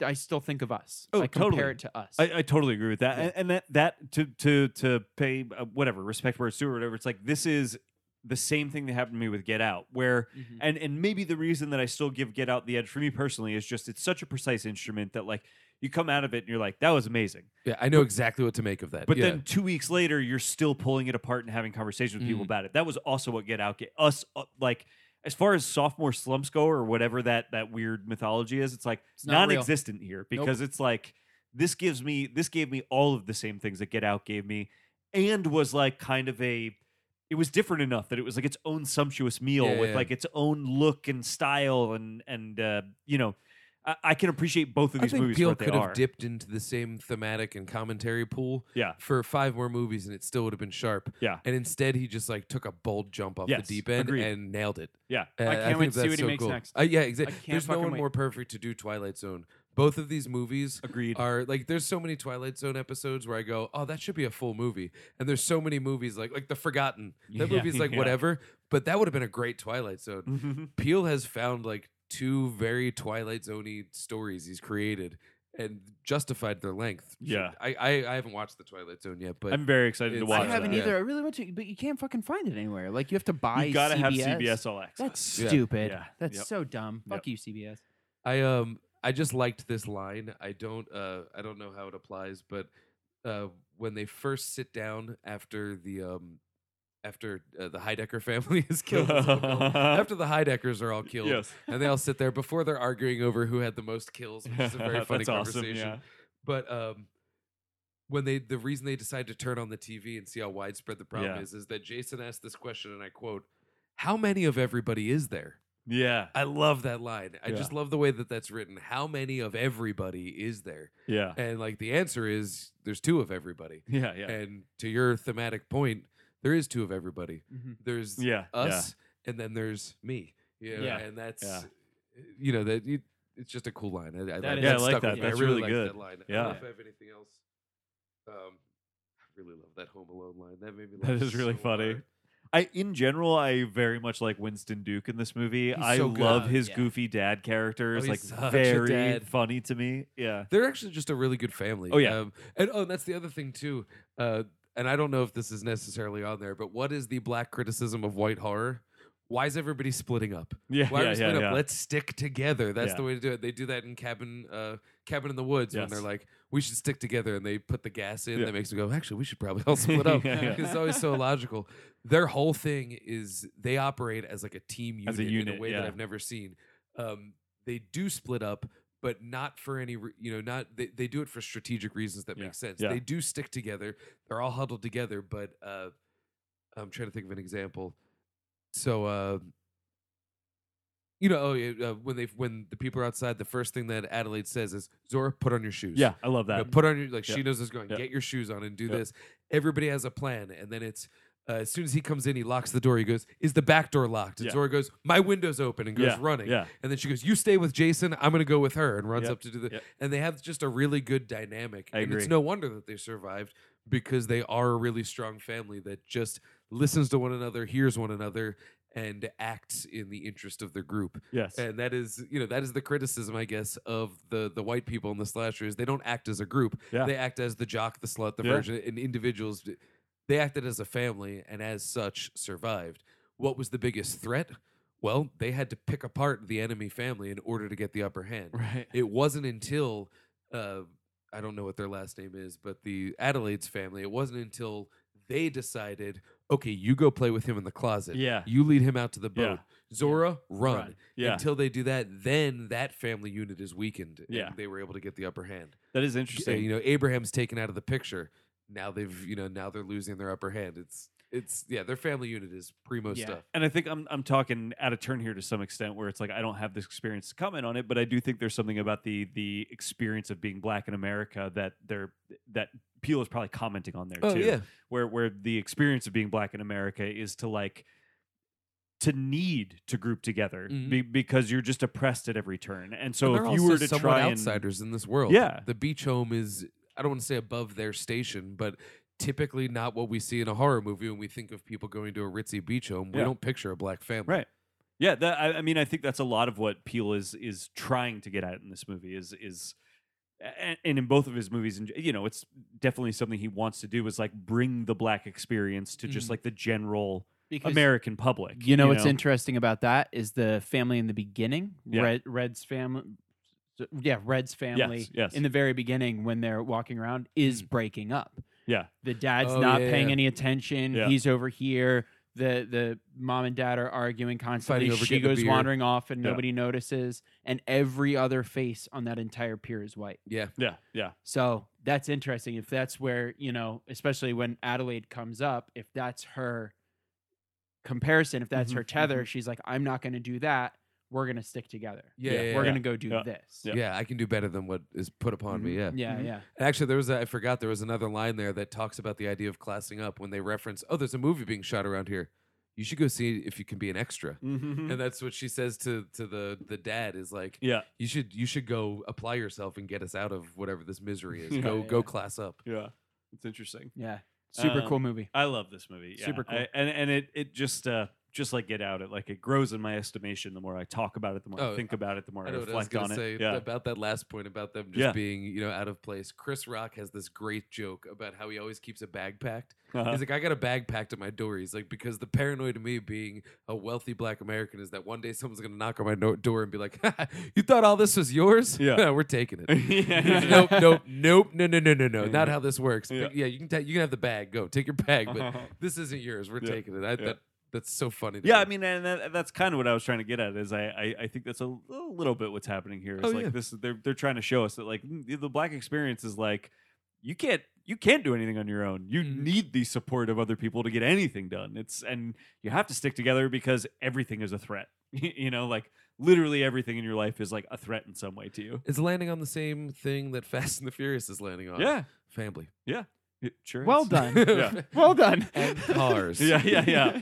I still think of us.
Oh,
I compare
totally.
it to us.
I, uh, I totally agree with that.
Yeah.
And, and that that to to to pay uh, whatever respect where it's due or whatever. It's like this is the same thing that happened to me with Get Out, where
Mhm.
and and maybe the reason that I still give Get Out the edge for me personally is just it's such a precise instrument that like you come out of it and you're like that was amazing.
Yeah, I know exactly what to make of that.
But
yeah.
then two weeks later, you're still pulling it apart and having conversations with people
Mm.
about it. That was also what Get Out get us uh, like as far as sophomore slumps go or whatever that that weird mythology is. It's like
It's not real.
non-existent here because it's like this gives me this gave me all of the same things that Get Out gave me, and was like kind of a it was different enough that it was like its own sumptuous meal
Yeah,
with
yeah.
like its own look and style and and uh, you know. I I can appreciate both of
I
these
think
movies for
Peele
what they
could have
are.
dipped into the same thematic and commentary pool
Yeah.
for five more movies, and it still would have been sharp.
Yeah.
And instead, he just like took a bold jump off
Yes,
the deep end
agreed.
and nailed it.
yeah,
Uh,
can't
think
wait to see
that's
what he
so
makes
cool.
next.
Uh, yeah,
I
exactly.
can't
There's no
fucking
one
wait.
more perfect to do Twilight Zone, Both of these movies
*laughs* Agreed.
are like there's so many Twilight Zone episodes where I go, oh, that should be a full movie, and there's so many movies like like The Forgotten. That
Yeah.
movie's like
*laughs* Yeah.
whatever, but that would have been a great Twilight Zone.
Mhm.
Peel has found like two very Twilight Zoney stories he's created and justified their length.
Yeah.
I I, I haven't watched the Twilight Zone yet, but
I'm very excited to
It's-
watch.
I
I
that.
haven't
Yeah.
either. I really want to, but you can't fucking find it anywhere. Like you have to buy.
You gotta
CBS.
have CBS All Access.
That's
Yeah.
stupid.
Yeah.
That's
Yep.
so dumb.
Yep.
Fuck you, CBS.
I um I just liked this line. I don't uh I don't know how it applies, but uh when they first sit down after the um after uh, the Heidecker family *laughs* is killed,
*laughs*
after the Heideckers are all killed,
yes.
and they all sit there before they're arguing over who had the most kills, which is a very funny
*laughs* That's awesome,
conversation.
yeah.
But um, when they the reason they decide to turn on the TV and see how widespread the problem
Yeah.
is is that Jason asked this question, and I quote, "How many of everybody is there?"
Yeah.
I love that line. I
Yeah.
just love the way that that's written. How many of everybody is there?
Yeah.
And like the answer is there's two of everybody.
Yeah. Yeah.
And to your thematic point, there is two of everybody.
Mhm.
There's
yeah.
us, and then there's me. You know,
Yeah.
and that's
Yeah.
you know that you, it's just a cool line. I, I,
That is-
that
Yeah, I
stuck
like
with
that.
me.
That's
I really,
really
liked
good.
That line. I
Yeah.
don't know if I have anything else. Um, I really love that Home Alone line. That made me.
That
laugh
is really
so
funny.
hard.
I in general, I very much like Winston Duke in this movie.
He's
I
so good.
love
Oh,
his
yeah.
goofy dad character.
Oh,
It's
he's
like
such a
very
dad.
funny to me. Yeah.
They're actually just a really good family.
Oh, yeah.
Um, and oh, and that's the other thing too. Uh, and I don't know if this is necessarily on there, but what is the black criticism of white horror? Why is everybody splitting up?
Yeah.
Why are we
yeah. Yeah.
split up?
yeah.
Let's stick together. That's
Yeah.
the way to do it. They do that in Cabin uh, Cabin in the Woods when they're
Yes.
like, we should stick together, and they put the gas in.
Yeah.
That makes me go, actually, we should
*laughs*
probably all split up.
Yeah, yeah.
It's always so illogical. Their whole thing is they operate as like a team unit,
As a
in a
unit,
way that
yeah.
I've never seen. Um, they do split up, but not for any, re- you know, not they, they do it for strategic reasons that
Yeah.
make sense.
Yeah.
They do stick together. They're all huddled together, but uh, I'm trying to think of an example. So, uh, you know, oh, yeah, uh, when they when the people are outside, the first thing that Adelaide says is, "Zora, put on your shoes."
Yeah. I love
You know,
that.
put on your like
Yeah.
she knows is going.
Yeah.
Get your shoes on and do
Yeah.
this. Everybody has a plan, and then it's. Uh, as soon as he comes in, he locks the door. He goes, "Is the back door locked?" And
Yeah.
Zora goes, "My window's open," and goes
yeah.
running.
Yeah.
And then she goes, "You stay with Jason. I'm going to go with her," and runs
Yep.
up to do the.
Yep.
And they have just a really good dynamic.
I
and it's
agree.
no wonder that they survived because they are a really strong family that just listens to one another, hears one another, and acts in the interest of their group.
Yes.
And that is, you know, that is the criticism, I guess, of the the white people in the slashers. They don't act as a group.
Yeah.
They act as the jock, the slut, the
Yeah.
virgin, and individuals. They acted as a family, and as such, survived. What was the biggest threat? Well, they had to pick apart the enemy family in order to get the upper hand.
Right.
It wasn't until uh, I don't know what their last name is, but the Adelaide's family. It wasn't until they decided, okay, you go play with him in the closet.
Yeah.
You lead him out to the
Yeah.
boat. Zora, run.
Right. Yeah.
Until they do that, then that family unit is weakened. and
Yeah.
they were able to get the upper hand.
that is
So,
interesting.
you know, Abraham's taken out of the picture. Now they've, you know, now they're losing their upper hand. It's, it's, yeah, their family unit is primo
Yeah.
stuff.
and I think I'm I'm talking out of turn here to some extent, where it's like I don't have this experience to comment on it, but I do think there's something about the the experience of being black in America that they're that Peel is probably commenting on
Oh,
there too, where where the experience of being black in America is to like to need to group together
Mhm.
be, because you're just oppressed at every turn, and so
And they're
if you were
also
to
somewhat
try and
outsiders in this world,
Yeah.
the beach home is I don't want to say above their station, but typically not what we see in a horror movie when we think of people going to a ritzy beach home. We
Yeah.
don't picture a black family.
Right. Yeah, that, I, I mean, I think that's a lot of what Peel is is trying to get at in this movie is is, and, and in both of his movies, and you know, it's definitely something he wants to do is like bring the black experience to just
Mhm.
like the general
Because
American public.
You know what's interesting about that is the family in the beginning.
Yeah.
Red, Red's family. Yeah, Red's family
yes. Mm.
in the very beginning when they're walking around is breaking up.
Yeah.
The dad's
Oh,
not
yeah,
paying
yeah.
any attention.
Yeah.
He's over here. The the mom and dad are arguing constantly.
Fighting over
she
getting a
goes
beer.
wandering off and
Yeah.
nobody notices. And every other face on that entire pier is white.
Yeah.
Yeah, yeah,
So that's interesting. If that's where, you know, especially when Adelaide comes up, if that's her comparison, if that's
Mhm,
her tether, she's like, I'm not going to do that. We're going to stick together.
Yeah. Yeah.
Yeah,
We're
yeah.
going to go do
yeah,
this.
yeah.
Yeah, I can do better than what is put upon me. Yeah.
Yeah.
Mhm.
yeah.
Actually, there was a, I forgot there was another line there that talks about the idea of classing up when they reference, oh, there's a movie being shot around here. you should go see if you can be an extra.
Mhm.
And that's what she says to to the the dad is like,
*laughs* yeah.
you should you should go apply yourself and get us out of whatever this misery is.
*laughs* Yeah,
go
yeah.
go class up.
Yeah. It's interesting.
Yeah. Super
Um,
cool movie.
I love this movie. yeah.
Super cool.
I- and and it it just uh just like Get Out, it like it grows in my estimation. The more I talk about it, the more I
Oh,
think about it, the more I,
I know what I was
reflect
going
on
to say
it. Yeah.
about that last point about them just
Yeah.
being, you know, out of place. Chris Rock has this great joke about how he always keeps a bag packed.
Uh-huh. *laughs*
He's like, I got a bag packed at my door. He's like, because the paranoid of me being a wealthy black American is that one day someone's going to knock on my no- door and be like, *laughs* "Ha, you thought all this was yours?
Yeah.
No, *laughs* we're taking it.
*laughs*
*laughs*
Yeah,
He's,
yeah.
nope, nope, nope, no, no, no, no, no. Not
Yeah.
how this works.
Yeah.
But yeah, you can ta- you can have the bag. Go take your bag, but
Uh-huh.
this isn't yours. We're
Yeah.
taking it. I, that, that's so funny. To
Yeah,
me.
I mean, and that, that's kind of what I was trying to get at is I, I, I think that's a, l- a little bit what's happening here. Is
Oh,
like
yeah.
this, they're they're trying to show us that like mm, the black experience is like you can't you can't do anything on your own. You
Mhm.
need the support of other people to get anything done. It's and you have to stick together because everything is a threat. *laughs* you know, like literally everything in your life is like a threat in some way to you.
it's landing on the same thing that Fast and the Furious is landing on.
Yeah,
family.
it sure.
Well
is.
done.
*laughs*
Yeah.
well done. *laughs*
and cars.
*laughs* Yeah, yeah, yeah.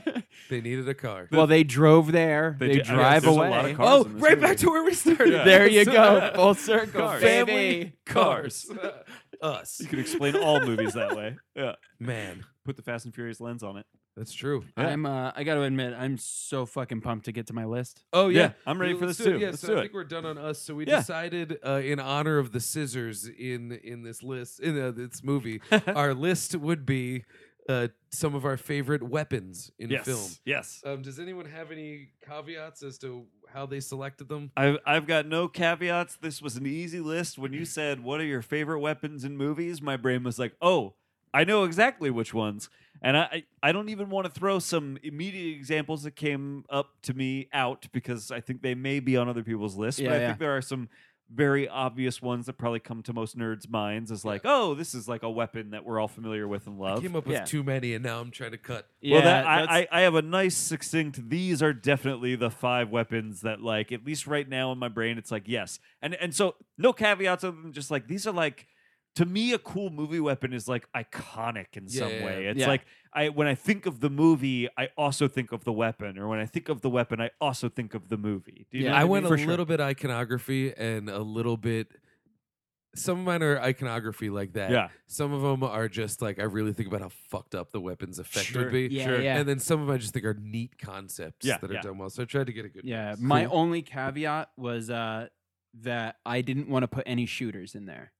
They needed a car.
well, they drove there.
uh, They
They,
did- I guess
drive
there's a
away.
lot of cars
oh,
in this
right
movie.
back to where we started.
Yeah.
*laughs*
*laughs*
There
*laughs*
you go. Full circle.
Cars.
Baby.
Family, *laughs* cars, *laughs* us.
You can explain all movies
*laughs*
that way. Yeah,
Man,
put the Fast and Furious lens on it.
that's true.
Yeah.
I'm uh, I gotta admit, I'm so fucking pumped to get to my list.
Oh yeah.
I'm ready
Yeah,
for this
let's
too.
do it. Yeah,
Let's
so
do
I
it.
think we're done on us. So we
Yeah.
decided, uh, in honor of the scissors in in this list in uh, this
*laughs*
movie, our list would be uh, some of our favorite weapons in
yes.
film.
Yes.
Um, does anyone have any caveats as to how they selected them?
I've, I've got no caveats. This was an easy list. When you said, What are your favorite weapons in movies? My brain was like, Oh, I know exactly which ones. And I, I I don't even want to throw some immediate examples that came up to me out because I think they may be on other people's lists.
Yeah,
but I
yeah.
think there are some very obvious ones that probably come to most nerds' minds as like, Oh, this is like a weapon that we're all familiar with and
I
love.
came up with
Yeah.
too many, and now I'm trying to cut.
Yeah,
well, that,
that's-
I, I, I have a nice succinct. These are definitely the five weapons that, like, at least right now in my brain, it's like yes, and and so no caveats other than just like these are like to me a cool movie weapon is like iconic in
Yeah,
some
yeah,
way.
yeah.
It's
Yeah.
like I when I think of the movie, I also think of the weapon, or when I think of the weapon, I also think of the movie. Do you
Yeah,
know what
I
mean?
went a
For sure.
little bit iconography and a little bit. Some of mine are iconography like that.
Yeah.
Some of them are just like I really think about how fucked up the weapons effect
Sure.
would be.
yeah,
Sure.
yeah.
And then some of them I just think are neat concepts
Yeah,
that are
yeah.
done well. So I tried to get a good.
Yeah,
mix.
my only caveat was uh, that I didn't want to put any shooters in there.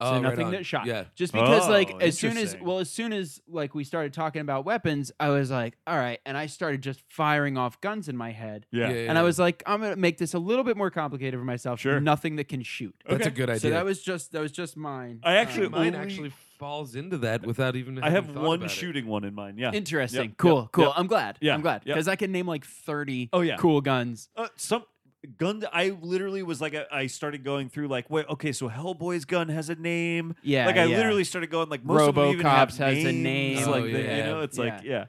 So
Oh, right
nothing
on.
that shot.
Yeah.
Just because, like,
Oh,
as soon as
interesting.
well, as soon as like we started talking about weapons, I was like, all right, and I started just firing off guns in my head,
Yeah.
and I was like, I'm gonna make this a little bit more complicated for myself.
Sure.
nothing that can shoot.
That's
Okay.
a good idea.
So that was just that was just mine.
I actually- *laughs*
Um,
mine
only-
actually falls into that without even.
I
having
have
thought
one
about it.
shooting one in mind. Yeah.
interesting.
Yep,
cool,
yep,
cool.
yep.
I'm glad.
Yeah,
I'm glad
yep.
because I can name like 30
Oh, yeah.
cool guns.
Uh, some gun. I literally was like, I, I started going through like, wait, okay, so Hellboy's gun has a name.
Yeah,
like I
yeah.
literally started going like, most of them even have
RoboCops has a
names,
name.
Like
Oh,
the- you
yeah.
know, it's like yeah.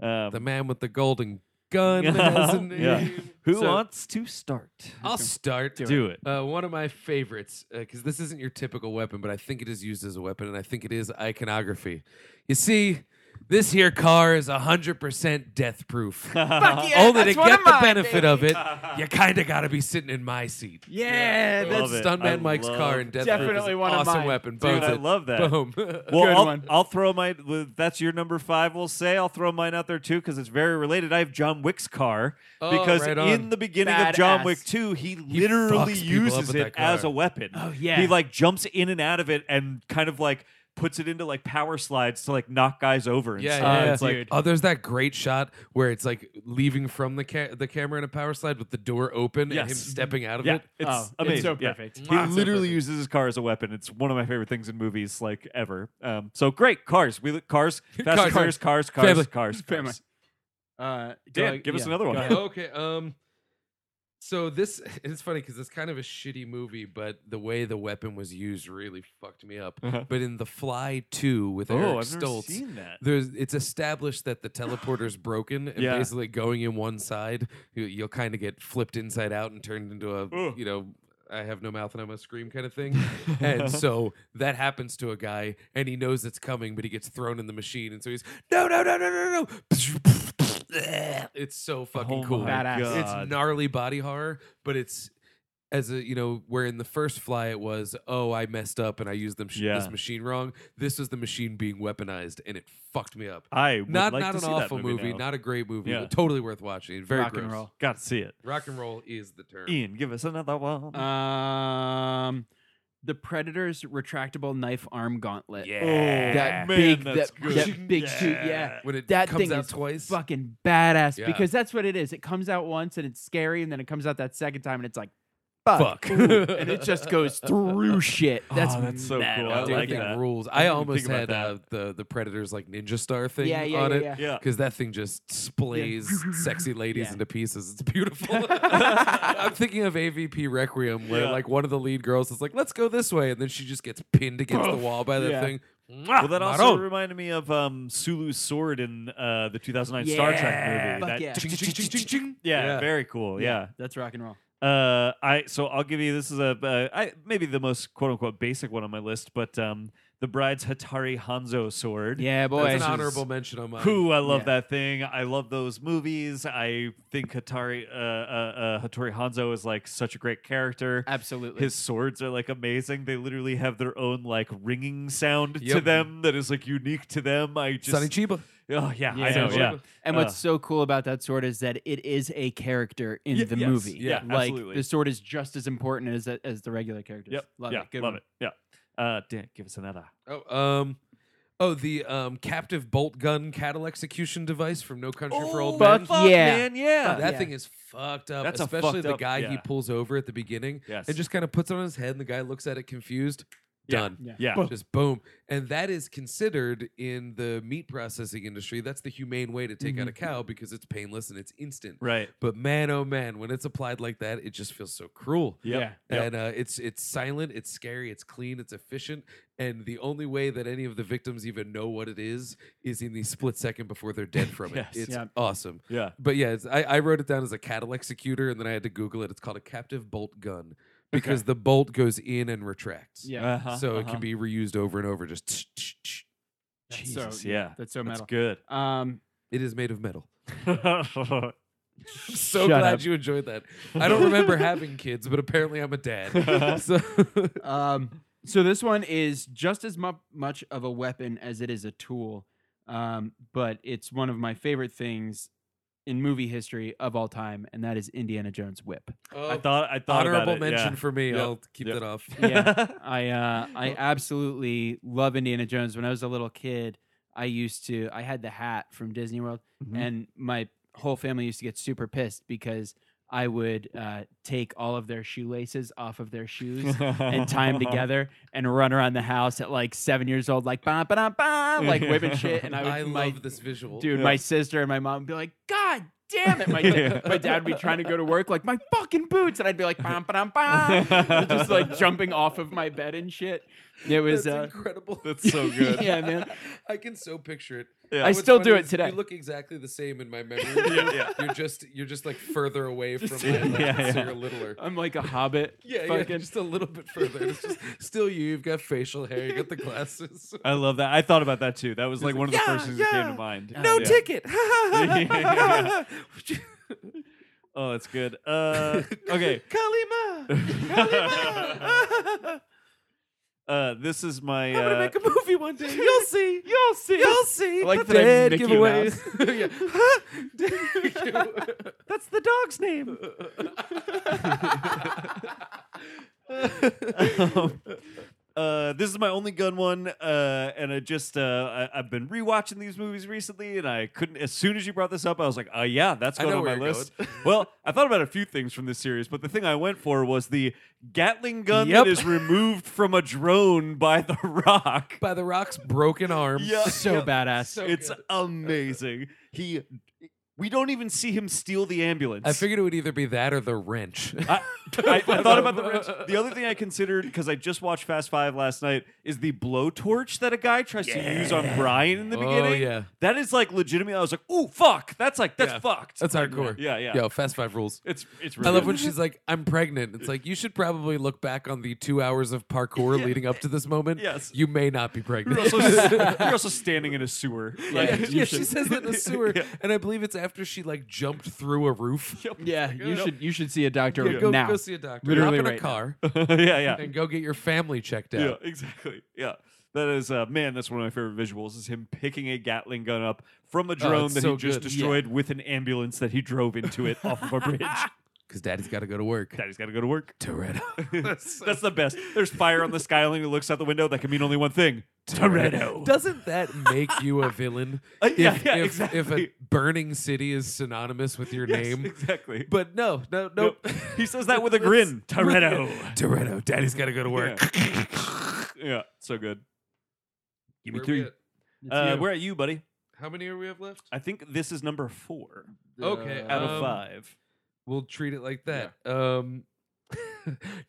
Um,
The man with the golden gun. *laughs* has a name.
*laughs* Yeah. Who
So-
wants to start?
I'll start.
Do it.
Uh, one of my favorites, because this isn't your typical weapon, but I think it is used as a weapon, and I think it is iconography. You see, this here car is 100% death proof.
Uh-huh.
Fuck yeah,
Only to
that's one
Oh, get
of
the
mine,
benefit
baby.
of it, you kind of got to be sitting in my seat.
Yeah,
Love it.
that's
I
Stuntman Mike's car
love-
and death proof
Definitely
is
one of
awesome
mine.
weapon.
Dude,
Bones
I
it.
love that.
Boom. *laughs*
Well,
Good
I'll,
one.
I'll throw my. well, That's your number five. We'll say I'll throw mine out there too because it's very related. I have John Wick's car
Oh,
because
right
in
on.
the beginning of John
Badass.
Wick two, he literally
fucks people up
uses
with
it
that
as
car.
a weapon.
Oh, yeah.
he like jumps in and out of it and kind of like puts it into like power slides to like knock guys over. And
Yeah,
stuff.
yeah,
It's
yeah.
like
Dude.
Oh, there's that great shot where it's like leaving from the ca- the camera in a power slide with the door open and him
Yes.
stepping out of
yeah,
it.
it's
Oh,
amazing.
it's so
Yeah.
perfect.
He
Wow.
literally
So perfect.
uses his car as a weapon. It's one of my favorite things in movies, like ever. Um, so great cars. We
*laughs*
cars, fast cars,
Cars.
and Furious, cars, cars,
Family.
cars,
Family.
cars.
Uh,
Dan,
go-
give us
yeah,
another
go
one.
ahead.
okay. Um. So this *laughs* it's funny because it's kind of a shitty movie, but the way the weapon was used really fucked me up.
Uh-huh.
But in The Fly Two with Eric
Oh, I've never
Stoltz,
seen that.
there's it's established that the teleporter's broken, and
Yeah.
basically going in one side, you, you'll kind of get flipped inside out and turned into a
Ugh.
you know. I have no mouth and I must scream, kind of
*laughs*
thing. and so that happens to a guy, and he knows it's coming, but he gets thrown in the machine, and so he's no, *laughs* no, no, no, no, no, It's so fucking
Oh
cool.
my
Badass. It's
God.
It's gnarly body horror, but it's as a you know where in the first fly it was oh I messed up and I used them sh-
Yeah.
this machine wrong. This was the machine being weaponized and it fucked me up.
I would
Not
like
not
to
an
see that
awful
movie,
movie,
now.
not a great movie,
Yeah.
but totally worth watching. Very
rock
gross.
and roll.
Got to see it.
Rock and roll is the term.
Ian, give us another one.
Um, the Predator's retractable knife arm gauntlet.
Oh, man,
that big-
that's
that-
good.
that big shoot, yeah.
When it
That
comes
thing
out
is
twice,
Fucking badass
Yeah.
because that's what it is. It comes out once and it's scary, and then it comes out that second time and it's like, fuck,
Fuck.
ooh, and it just goes
*laughs*
through shit.
Oh,
That's
that's so
metal,
cool. I
dude.
Dude,
like
it
that.
rules.
I
I,
didn't
almost
think about
had uh, the the Predators like ninja star thing
yeah, yeah,
on
yeah,
it.
yeah.
Yeah.
because that thing just splays
*laughs*
sexy ladies
Yeah.
into pieces. It's beautiful. I'm thinking of AVP Requiem, where
Yeah.
like one of the lead girls is like, "Let's go this way," and then she just gets pinned against the wall by that
Yeah.
thing.
Well, that also reminded me of um, Sulu's sword in uh, the 2009 Star Trek movie.
Fuck
That-
yeah.
yeah, very cool. Yeah.
That's rock and roll.
Uh, I so I'll give you this is a uh, I, maybe the most quote unquote basic one on my list, but um, the bride's Hatari Hanzo sword.
Yeah, boy.
That's an
Boy.
honorable mention on mine.
Who I love
Yeah.
that thing. I love those movies. I think Hatari uh, uh, uh, Hattori Hanzo is like such a great character.
Absolutely.
His swords are like amazing. They literally have their own like ringing sound to
Yep.
them that is like unique to them. I just
Sonny Chiba.
oh yeah, I
Yeah.
know
Sonny
yeah.
Chiba.
and
uh,
what's so cool about that sword is that it is a character in
Ye-
the
yes,
movie.
yeah,
like
absolutely.
the sword is just as important as as the regular characters.
Yep.
love
yeah,
it. Good
love
one.
it. Yeah. Uh, Dan, give us another.
Oh, um, oh, the um, captive bolt gun cattle execution device from No Country for Old
fuck
Men.
yeah.
man, yeah.
That
yeah.
thing is fucked up.
That's a
especially
fucked
the
up-
guy he
yeah.
pulls over at the beginning.
Yes.
It just kind of puts it on his head, and the guy looks at it confused.
Yeah.
Done.
Yeah.
yeah.
Just boom. And that is considered in the meat processing industry. That's the humane way to take out a
Mm-hmm.
cow because it's painless and it's instant.
Right.
But man, oh man, when it's applied like that, it just feels so cruel.
Yep. Yep.
And uh, it's it's silent, it's scary, it's clean, it's efficient, and the only way that any of the victims even know what it is is in the split second before they're dead from
*laughs* Yes.
it. It's
Yeah.
awesome.
Yeah.
But yeah, it's, I, I wrote it down as a cattle executor, and then I had to Google it. It's called a captive bolt gun because the bolt goes in and retracts
Yeah.
Uh-huh,
so it
uh-huh.
can be reused over and over. Just tsh, tsh, tsh.
That's so-
Jesus, yeah.
That's so
That's
metal.
good. *laughs*
Um,
it is made of metal. *laughs*
yeah,
I'm so
Shut
glad
up.
you enjoyed that. I don't remember having kids, but apparently I'm a dad. so *laughs*
um, so this one is just as mu- much of a weapon as it is a tool, um, but it's one of my favorite things in movie history of all time, and that is Indiana Jones' whip.
I thought I thought
honorable
about it,
mention for me.
Yep.
I'll keep
Yep.
that off.
Yeah.
Yeah, I uh, I absolutely love Indiana Jones. When I was a little kid, I used to I had the hat from Disney World,
Mm-hmm.
Mhm.
and my whole family used to get super pissed because I would uh, take all of their shoelaces off of their shoes *laughs* and
*laughs*
tie them
*laughs*
together and run around the house at like seven years old, like ba ba da ba, like whipping shit. And I,
*laughs* I,
would, my,
love this visual.
dude. My sister and my mom would be like, God. Damn it! My,
Yeah.
my dad would be trying to go to work like my fucking boots, and I'd be like, bam, bam, bam, just like jumping off of my bed and shit. It was
That's
uh,
incredible. *laughs*
That's so good.
*laughs* yeah, man.
I can so picture it.
Yeah.
You know
I
what's
still do
funny
it
is
today.
You look exactly the same in my memory.
*laughs* Yeah, yeah.
You're just you're just like further
*laughs*
away from
Yeah,
my left,
yeah.
*laughs*
Uh,
so you're littler.
I'm like a hobbit.
Yeah, yeah,
fucking
just *laughs* a little bit further. It's just still you. You've got facial hair. You got the glasses. *laughs*
I love that. I thought about that too. That was like one of the
"Yeah,
first things that came
yeah,
to mind.
no
yeah.
*laughs*
ticket.
Yeah. Oh, that's
*laughs*
good. Uh, okay.
Kalima.
*laughs* Uh, this is my.
I'm gonna
Uh,
make a movie one day.
*laughs*
You'll see. You'll see. You'll see.
I like
the
that I'm
dead
Mickey
giveaways. *laughs*
*laughs*
that's the dog's name. Um, uh, this is my only gun one, uh, and I just uh, I, I've been rewatching these movies recently, and I couldn't. As soon as you brought this up, I was like, "Oh yeah, that's
I
going
know
on my
where you're
list." *laughs* well, I thought about a few things from this series, but the thing I went for was the Gatling gun
Yep.
that is removed from a drone by The *laughs* Rock.
By the Rock's broken arm.
Yeah.
so badass.
So
it's
good.
amazing. He, we don't even see him steal the ambulance.
I figured it would either be that or the
*laughs*
wrench.
I, I, I thought about the wrench. The other thing I considered because I just watched Fast Five last night is the blowtorch that a guy tries to use on Brian in the
Oh,
beginning.
yeah.
that is like legitimately. I was like, "Ooh, fuck!" That's like that's
Yeah.
fucked.
That's hardcore.
Yeah, yeah.
Yo, Fast Five rules.
it's it's.
I
Really
love when she's like, I'm pregnant. It's like, you should probably look back on the two hours of
*laughs*
parkour leading up to this moment.
Yes.
You may not be
*laughs* You're
pregnant. *laughs*
also, you're also standing in a sewer. Like,
yeah, *laughs*
you
she
should-
says that in the sewer.
*laughs* Yeah.
And I believe it's after after she like jumped through a
*laughs*
roof.
Yeah, you
no.
should you should see a doctor
Yeah, go,
now.
go see a doctor.
Literally
Hop in a
right now.
*laughs*
car
yeah, yeah.
and go get your family checked out.
Yeah, exactly. Yeah. That is uh man, that's one of my favorite visuals is him picking a Gatling gun up from a drone
Oh, it's
that
so
he just
good. Yeah.
destroyed with an ambulance that he drove into it off
*laughs*
of a bridge.
Because daddy's got to go to work.
Daddy's gotta go to *laughs* work.
*laughs* Toretto. That's so-
That's the best. There's fire on the skyline. He looks out the window. That can mean only one thing. *laughs* Toretto.
Doesn't that make you a villain?
Uh, *laughs* yeah,
if,
yeah,
if,
exactly.
if *laughs* a burning city is synonymous with your
*laughs* Yes,
name. *laughs*
Exactly. *laughs*
But no, no, no.
Nope. He says that with a grin. *laughs* Toretto.
*laughs* Toretto, daddy's got to go to work.
*laughs* yeah, so good. Give me
Where we
three.
at?
It's
Uh,
you.
where are you, buddy?
How many are we have left?
I think this is number four
okay,
out
Um,
of five.
We'll treat it like that. Um, *laughs*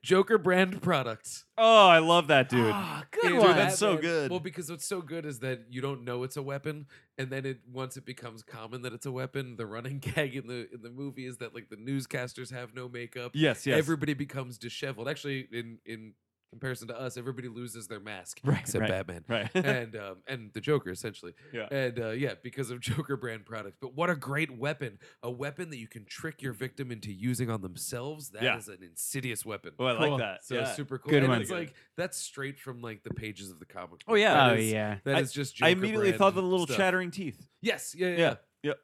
Joker brand products.
Oh, I love
*gasps*
that dude.
Ah, good
Dude,
one.
that's
so
Batman-
good.
Well, because what's so good is that you don't know it's a weapon, and then it once it becomes common that it's a weapon, the running *laughs* gag in the in the movie is that like the newscasters have no makeup.
Yes, yes.
Everybody becomes disheveled. Actually, in in comparison to us, everybody loses their mask
Right,
except
right.
Batman.
*laughs* right.
*laughs* and um, and the Joker essentially.
Yeah.
And uh, yeah, because of *laughs* Joker brand products. But what a great weapon! A weapon that you can trick your victim into using on themselves. That is
Yeah.
an insidious weapon.
Oh, I like
Cool.
that.
So
yeah.
super cool.
Good
and
one.
it's like that's straight from like the pages of the comic. Book.
Oh, yeah.
That
Oh
is-
yeah.
that is just. Joker
I immediately
brand
thought of the little
stuff.
chattering teeth.
Yes. Yeah. Yeah.
Yeah,
yeah.
yep.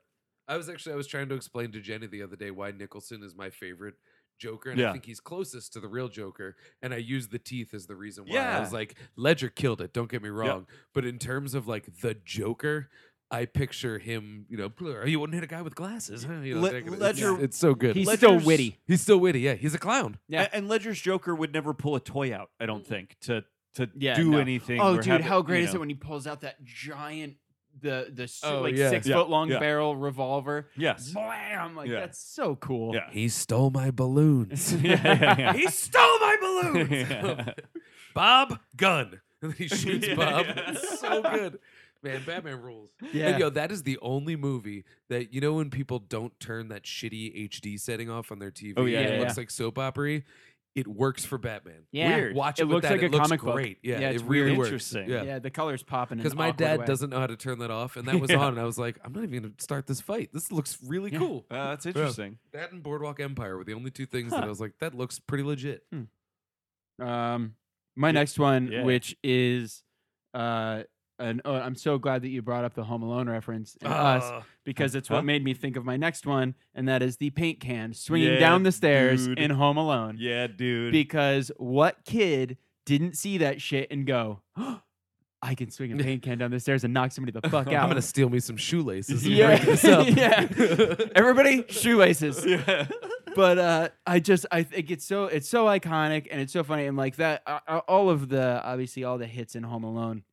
I was actually I was trying to explain to Jenny the other day why Nicholson is my favorite Joker, and
Yeah.
I think he's closest to the real Joker. And I used the teeth as the reason why. I
Yeah.
was like, Ledger killed it. Don't get me wrong, but in terms of like the Joker. I picture him, you know, "Blur, you wouldn't hit a guy with glasses. Huh? You know,
Le-
that kind of-
Ledger-
it's, it's so good.
He's
Ledger's-
so witty.
he's still witty. Yeah, he's a clown.
Yeah.
A- And Ledger's Joker would never pull a toy out, I don't think, to to
Yeah,
do
no.
anything.
Oh,
or have
dude, how great
you
is
know.
it when he pulls out that giant, the the su-
Oh,
like
yeah.
six
Yeah,
foot long
yeah.
barrel revolver?
*laughs*
*laughs*
Yes. *laughs*
Blam! Like
Yeah.
that's so cool.
Yeah.
He stole my balloons.
*laughs*
*laughs*
yeah,
he stole my balloons.
*laughs* yeah,
Bob Gun. And then *laughs* he shoots
Yeah,
Bob.
yeah. *laughs*
It's so good. Man, Batman rules.
Yeah.
And, yo, that is the only movie that you know when people don't turn that shitty HD setting off on their TV.
Oh, yeah,
and it
yeah,
looks like soap opera. It works for Batman.
Yeah. Weird.
Watch it.
It
with
looks
that.
like
it
a
looks
comic book.
great. Yeah,
Yeah,
it
it's
really
weird.
works.
Interesting.
Yeah.
Yeah, the colors popping.
Because
Because
my dad doesn't know how to turn that off, and that was
Yeah.
on, and I was like, "I'm not even gonna start this fight. This looks really
Yeah.
cool."
Uh, that's interesting.
That and Boardwalk Empire were the only two things that
Huh.
I was like, "That looks pretty legit."
Um, my next one,
Yeah.
which is, uh, an, oh, I'm so glad that you brought up the Home Alone reference in us
Ah,
because it's
Huh?
what made me think of my next one, and that is the paint can swinging
Yeah,
down the stairs
dude.
in Home Alone.
Yeah, dude.
Because what kid didn't see that shit and go, *gasps* I can swing a paint can down the stairs and knock somebody
*laughs*
the fuck out?
I'm gonna steal me some shoelaces. and
yeah,
break
*laughs*
this up.
yeah. Everybody,
*laughs*
shoelaces.
yeah.
but uh, I just I think it's so it's so iconic and it's so funny and like that uh, uh, all of the obviously all the hits in Home Alone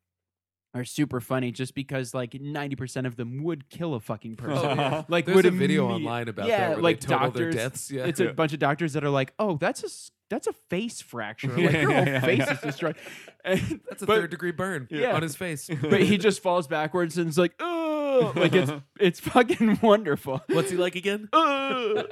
are super funny just because like ninety percent of them would kill a fucking person.
Oh, *laughs* yeah.
Like
There's
would
a video
immediate-
online about
yeah,
that where
like
they total
doctors.
their deaths. Yeah,
It's a bunch of doctors that are like, oh, that's a s- that's a face fracture. Like
Yeah,
your whole
yeah,
face
yeah.
is destroyed. *laughs* And-
*laughs* that's a
but-
third degree burn
Yeah.
on his face.
but he just falls backwards and is like, oh,
*laughs*
like it's it's fucking *laughs* wonderful.
What's he like
*laughs*
again?
Ugh.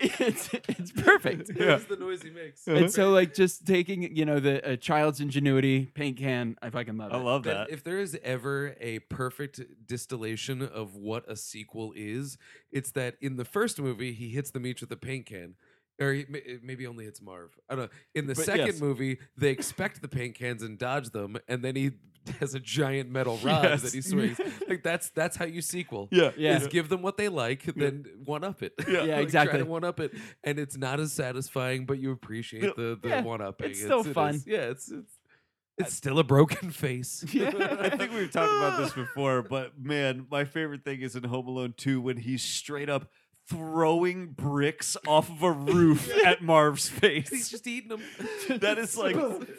it's it's perfect.
That's the noise he makes.
*laughs*
*laughs* and so like just taking you know the a child's ingenuity paint can i fucking love it
I love
Ben,
that.
if there is ever a perfect distillation of what a sequel is, it's that in the first movie he hits the meat with a paint can. Or he, may- it maybe only hits Marv. I don't know. In the
But
second
yes.
movie, they expect the paint cans and dodge them, and then he *laughs* has a giant metal rod
Yes. *laughs*
that he swings. like that's that's how you sequel.
Yeah.
Yeah.
is give them what they like, then one up it. *laughs*
Yeah,
exactly.
One up it, and it's not as satisfying, but you appreciate the the
Yeah,
one upping.
it's still fun.
yeah, it's it's it's still a broken
*laughs*
face. *laughs*
*laughs*
I think we've talked about this before, but man, my favorite thing is in Home Alone 2 when he's straight up throwing bricks off of a
*laughs*
roof at Marv's
He's
face.
just eating
*laughs*
them.
That is like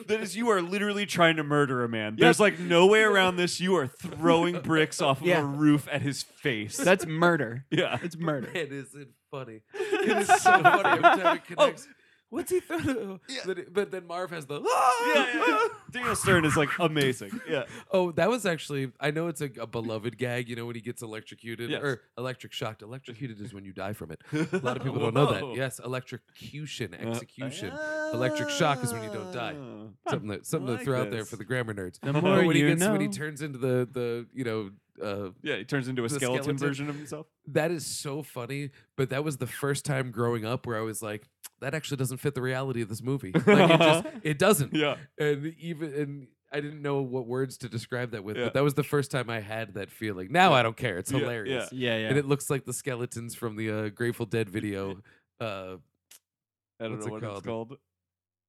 that is you are literally trying to murder a man. There's like no way around this. You are
*laughs*
throwing bricks off of
Yeah.
a roof at his face.
that's murder
*laughs* yeah.
it's *laughs* murder
Man, is it
*laughs*
funny? It is
*laughs*
so funny every time
Oh,
it connects. What's he *laughs* throwing?
Yeah.
Then it- But then Marv has the.
yeah, yeah, yeah. Daniel Stern is like amazing. Yeah.
*laughs* Oh, that was actually. I know it's a, a beloved gag. You know when he gets electrocuted
Yes.
or electric shocked. Electrocuted is when you die from it. A lot
*laughs*
of people don't know
Whoa.
that. Yes, electrocution,
Uh,
execution. Electric shock is when you don't
*laughs*
die.
Ah.
something that, something
like
to throw out there
this.
for the grammar nerds.
The
But
more
when he
you
gets when he
know.
turns into the the you know uh,
Yeah, he turns into a
The
skeleton,
skeleton.
version of
*laughs*
himself.
that is so funny. But that was the first time growing up where I was like, that actually doesn't fit the reality of this movie. Like it just it doesn't.
Yeah.
And even and I didn't know what words to describe that with,
Yeah.
but that was the first time I had that feeling. Now I don't care. It's
Yeah, yeah.
hilarious.
Yeah, yeah.
And it looks like the skeletons from the uh, Grateful Dead video. Uh,
I don't
What's
know
it
what it's called.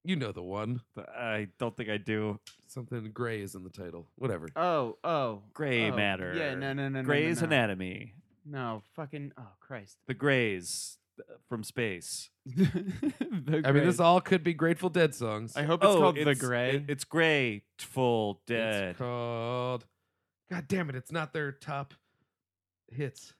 you know the one.
But I don't think I do.
Something gray is in the title. Whatever.
oh, oh,
Gray
oh.
matter.
Yeah, no, no, no, no,
Gray's
no, no.
Anatomy.
No, fucking. Oh, Christ.
The Grays uh, from space.
*laughs* The
I mean,
Grey.
this all could be Grateful Dead songs.
I hope it's called the
Oh, it's-
Gray.
it- it's Grateful Dead.
It's called. God damn it! It's not their top hits.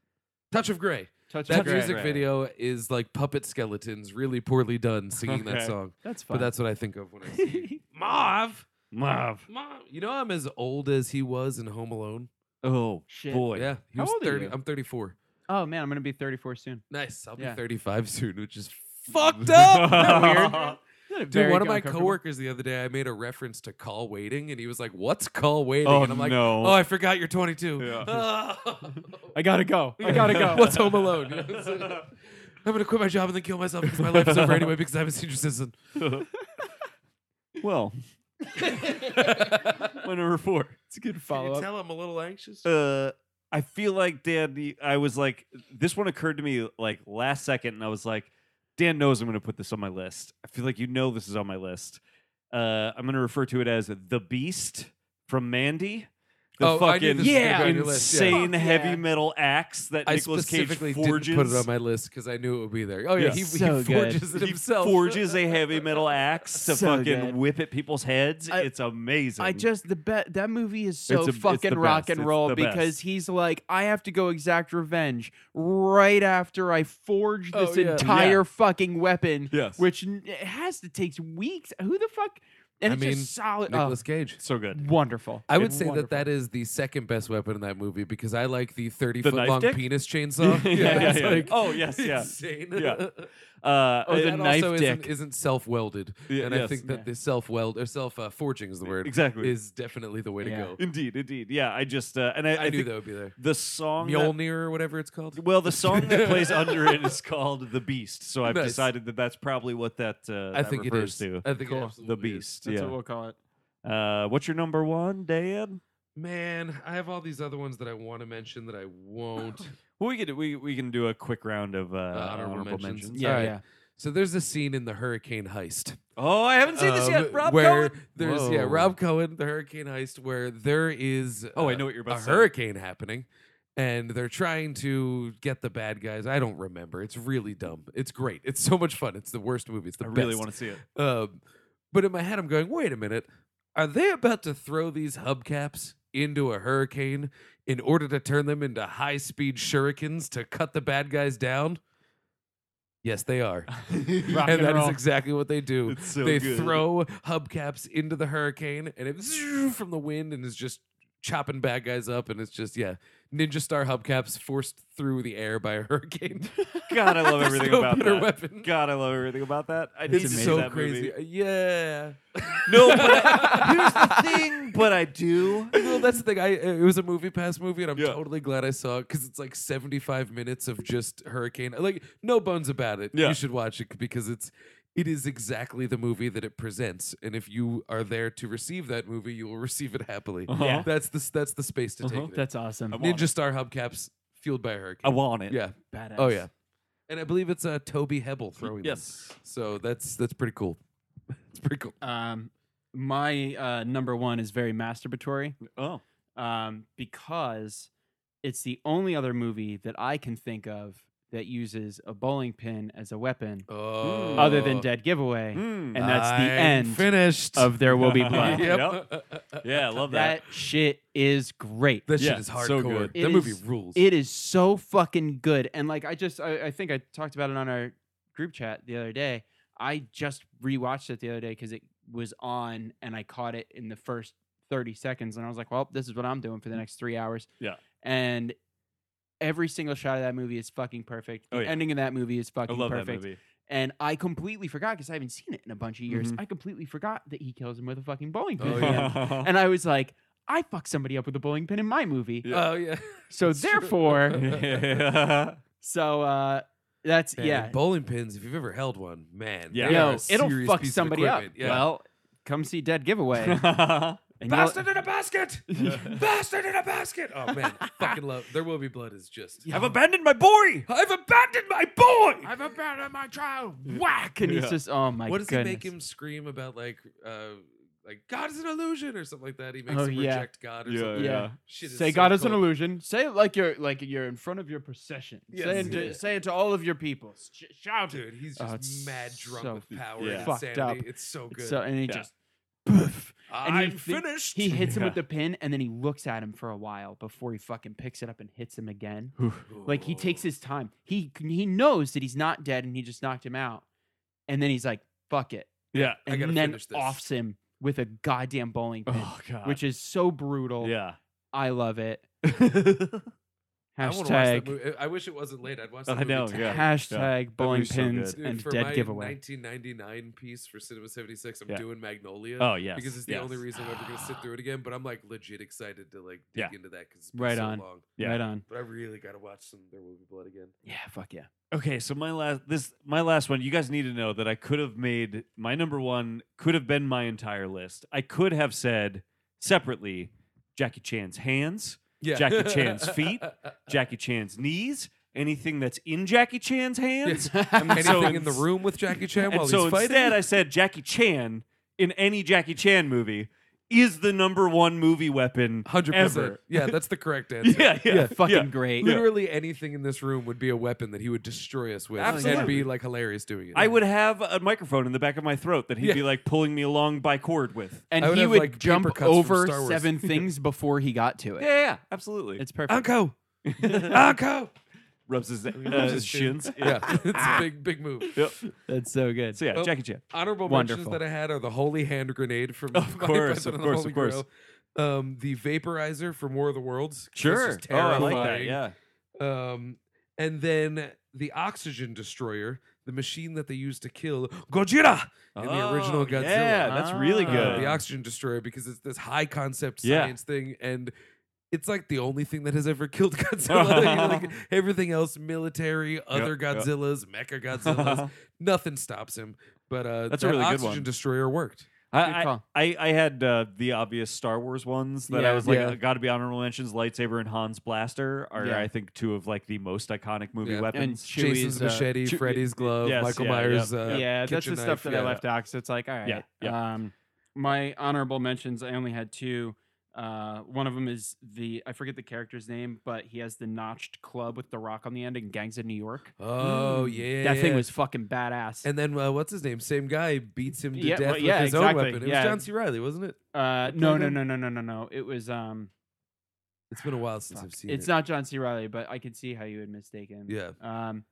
Touch of Grey.
Touch
That
of Grey.
music
Grey.
video is like puppet skeletons, really poorly done, singing that
Okay.
song.
That's fine.
But that's what I think of when
*laughs*
I see it. Marv.
Mav.
*laughs* Marv. You know I'm as old as he was in Home Alone.
Oh
Shit.
boy.
Yeah, he
How
was
old are
thirty.
you?
I'm 34.
Oh man, I'm gonna be 34 soon.
Nice. I'll be
Yeah.
35 soon, which
*laughs*
is fucked up. Isn't that weird? Dude,
Very
one of my
uncomfortable.
coworkers the other day, I made a reference to call waiting, and he was like, "What's call waiting?"
Oh
and I'm like,
no.
"Oh, I forgot you're 22."
*laughs* Yeah.
*laughs*
I gotta go. I gotta *laughs* go.
What's Home Alone? *laughs* I'm gonna quit my job and then kill myself because my life's over anyway because I'm a senior
*laughs*
citizen.
*laughs* well, my number four.
It's a good
Can
follow
you
up.
tell I'm a little anxious?
Uh, I feel like Dan. I was like, this one occurred to me like last second, and I was like, Dan knows I'm going to put this on my list. I feel like you know this is on my list. Uh, I'm going to refer to it as the Beast from Mandy. The
Oh, I knew
fucking
this was gonna
Yeah.
be on your list, yeah.
insane
Fuck
heavy
yeah.
metal axe that
I
Nicolas Cage
specifically
forges.
didn't put it on my list because I knew it would be there. Oh yeah,
Yeah.
he,
So
he
good.
forges it
he
himself.
forges a heavy metal
*laughs*
axe to
So
fucking
good.
whip at people's heads.
I-
it's amazing.
I just the bet that movie is so
It's a- it's
fucking
the
rock
best.
and
It's
roll
the
because
best.
he's like, I have to go exact revenge right after I forged
Oh,
this
yeah.
entire fucking weapon,
yes,
which n- it has to take weeks. Who the fuck?
I
And it's
mean,
just solid. oh,
Nicholas Cage.
so good.
wonderful.
I would
It's
say
wonderful.
that that is the second best weapon in that movie because I like the 30
The
foot
knife
long
dick? *laughs*
penis chainsaw. *laughs*
Yeah, yeah,
That's,
yeah.
like,
oh yes, yeah.
Insane.
Yeah.
*laughs*
Uh,
Oh,
And
the
that
knife
also
dick.
Isn't, isn't self welded,
Yeah,
and I
yes.
think that
Yeah.
the self weld or self uh, forging is the word
Exactly.
is definitely the way to
Yeah.
go.
Indeed, indeed. Yeah, I just uh, and I,
I,
I
knew
think
that would be there.
the song. that-
Mjolnir or whatever it's called.
well, the song that plays under it
*laughs*
is called "The Beast," so I've
Nice.
decided that that's probably what that, uh,
I
that
think it
refers
is.
to.
I think it
Cool.
absolutely
the
is.
Beast. *laughs*
That's
yeah.
what we'll call it.
uh, what's your number one, Dan?
Man, I have all these other ones that I want to mention that I won't.
Well, we could we we can do a quick round of uh,
honorable mentions.
mentions.
Yeah,
Alright.
*laughs*
yeah.
*laughs* so there's a scene in the Hurricane Heist.
Oh, I haven't seen this yet.
um,
Rob
where
Cohen.
There's yeah,
Whoa.
Rob Cohen, the Hurricane Heist, where there is
Oh, I
uh,
know what you're about
a
to say.
hurricane happening, and they're trying to get the bad guys. I don't remember. It's really dumb. It's great. It's so much fun. It's the worst movie. It's the
I really
best.
want
*laughs*
to see it.
Um, but in my head, I'm going, wait a minute. Are they about to throw these hubcaps into a hurricane in order to turn them into high speed shurikens to cut the bad guys down? Yes, they
*laughs*
are. *laughs*
Rock
and
and
that is
roll.
exactly what they do.
It's so
they
good.
throw hubcaps into the hurricane and it *laughs* zzz from the wind and is just chopping bad guys up. And it's just, yeah, ninja star hubcaps forced through the air by a hurricane.
*laughs* God, I
*laughs*
love everything
no
about
better
that.
weapon.
God, I love everything about that. I need
it's
to see
so
that
crazy.
movie.
Yeah.
No, but
*laughs*
I, here's the thing. But I do. *laughs*
well, that's the thing. I it was a movie pass movie, and I'm
Yeah.
totally glad I saw it because it's like 75 minutes of just hurricane. Like no bones about it.
Yeah.
You should watch it because it's it is exactly the movie that it presents. And if you are there to receive that movie, you will *laughs* receive it happily.
Uh-huh.
That's the that's the space to
Uh-huh.
take it.
Oh, That's awesome.
I'm
in. Ninja Star hubcaps fueled by a hurricane.
I want it.
yeah.
Badass.
Oh yeah. And I believe it's uh, Toby Hebble throwing. them.
Yes.
So that's that's pretty cool. It's pretty cool.
Um, my uh, number one is very masturbatory.
Oh.
um, because it's the only other movie that I can think of that uses a bowling pin as a weapon
Oh.
Hmm. other than Dead Giveaway,
Hmm.
and that's the
I'm
end
Finished.
of There Will Be Blood.
Yep.
*laughs* yeah, I love that.
that shit is great.
That
Yeah,
shit is hardcore.
so good.
That
It
movie
is-
rules.
It is so fucking good. And like I just I, I think I talked about it on our group chat the other day. I just rewatched it the other day because it was on and I caught it in the first 30 seconds and I was like, well, this is what I'm doing for the next three hours.
Mm. Yeah.
And every single shot of that movie is fucking perfect. The
Oh, yeah.
ending of that movie is
I
fucking
love
perfect.
that movie.
And I completely forgot because I haven't seen it in a bunch of years.
Mhm.
I completely forgot that he kills him with a fucking bowling pin.
Oh,
at the end.
yeah.
And I was like, I fucked somebody up with a bowling pin in my movie.
Yeah.
Oh *laughs* yeah.
So
It's true.
therefore,
*laughs* yeah.
so uh, that's
Man,
yeah.
Bowling pins, if you've ever held one, man.
Yeah.
they are
Yo,
a
it'll
serious
fuck
piece of
somebody up.
equipment. Yeah.
Well, come see
*laughs*
Dead Giveaway. and you'll-
Bastard in a basket! Bastard in a basket! Oh man, *laughs* fucking love. There will be blood is just.
I've abandoned my boy.
I've abandoned my boy.
I've abandoned my child.
whack, *laughs* and he's
Yeah.
just oh my
what does
goodness.
he make him scream about? Like, uh, like God is an illusion or something like that. He makes
Oh,
him
yeah.
reject God or
Yeah,
something.
yeah.
Shit Oh, is
Say
so
God is an
cold.
illusion. Say it like you're like you're in front of your procession. Say,
Yes.
it to,
Yeah.
say it to all of your people. Sh- shout it.
Dude, he's
Oh,
just
it's
mad drunk
so
with power
yeah.
and
fucked
insanity.
up.
It's so good.
So and he
Yeah.
just poof. and he
I'm
thi-
finished.
He hits him
Yeah.
with
*laughs*
the pin and then he looks at him for a while before he fucking picks it up and hits him again. Like he takes his time. He he knows that he's not dead and he just knocked him out. And then he's like, "Fuck it,"
Yeah.
I
and
gotta
then
finish this.
offs him with a goddamn bowling
*sighs*
pin,
Oh god.
which is so brutal. *laughs*
yeah.
I love it.
I wanna watch that
Hashtag
movie. I wish it wasn't late. I'd watch
I
that movie
know,
tonight.
yeah.
hashtag bowling
movie's so good.
*laughs*
pins
Dude,
and
for my
dead giveaway.
1999 piece for Cinema 76. I'm
Yeah.
doing Magnolia.
Oh yeah.
Because it's the only reason I'm ever going to sit through it again. But I'm like legit excited to like dig
Yeah.
into that because it's been
Right
so
on.
long.
Yeah.
Right on.
But I really got to watch some There Will Be Blood again.
Yeah, fuck *laughs* yeah.
Okay, so my last this my last one. You guys need to know that I could have made my number one could have been my entire list. I could have said separately Jackie Chan's hands,
Yeah.
Jackie Chan's
*laughs*
feet.
Uh,
Jackie Chan's knees, anything that's in Jackie Chan's hands.
*laughs*
Anything
so
in the
ins-
room with Jackie Chan while
And so
he's fighting?
instead, I said Jackie Chan in any Jackie Chan movie is the number one movie weapon
100%.
ever.
Yeah, that's the correct answer.
*laughs* Yeah, yeah, yeah,
Fucking great.
Literally anything in this room would be a weapon that he would destroy us with and
Absolutely.
be like hilarious doing it.
I would have a microphone in the back of my throat that he'd
Yeah.
be like pulling me along by cord with.
And
I would
he
have,
would
like, paper cuts
jump
from
over
Star Wars. *laughs*
seven things before he got to it.
Yeah, yeah, yeah, absolutely. *laughs* Ah,
It's perfect.
Anko! Anko!
rubs his, uh,
*laughs* Rubs his
shins.
Yeah, *laughs* it's a big, big move.
*laughs* Yep.
That's so good.
So yeah,
Oh.
Jackie Chan.
honorable
Wonderful.
mentions that I had are the holy hand grenade from
*laughs*
*laughs*
Of
Monty
course,
Python
of
and the
course, of
Holy
course.
Grail. Um, the vaporizer from War of the Worlds. That's just
Oh, I like that.
terrifying.
Yeah.
Um, and then the oxygen destroyer, the machine that they used to kill Gojira in the
Oh,
original Godzilla.
Yeah, that's really
Ah.
good.
Uh, the oxygen destroyer because it's this high concept
Yeah.
science thing and it's like the only thing that has ever killed *laughs* Godzilla. You know,
*laughs*
like, everything else, military, other
yep.
Godzillas, Mecha
*laughs*
Godzillas, nothing stops him. But uh,
That's a
that
really good
oxygen
one.
destroyer worked.
Good
I, I,
call.
I, I had uh, the obvious Star Wars ones that I
Yeah.
was like,
Yeah.
got to be honorable mentions. Lightsaber and Hans Blaster are,
Yeah.
I think, two of like the most iconic movie
Yeah.
And
weapons.
Chewie's
Jason's
uh,
machete,
Chew-
Freddy's glove,
yes,
Michael
yeah,
Myers.
yep,
Uh,
yep.
yeah, that's the
kitchen
stuff
knife,
that I
yeah.
left out. So it's like, all right.
Yeah,
Um, my honorable mentions. I only had two. Uh, one of them is the I forget the character's name, but he has the notched club with the rock on the end in Gangs of New York.
Oh
Mm.
yeah,
That thing was fucking badass.
And then uh, what's his name? Same guy beats him to
Yeah,
death
well, yeah,
with his own
exactly,
weapon. It
yeah.
was John C. Riley, wasn't it?
uh,
Who
no,
played
no,
him?
no, no, no, no, no. It was um,
It's been a while since
fuck.
I've seen
it's
it.
not John C. Riley, but I could see how you would mistake him.
Yeah.
Um,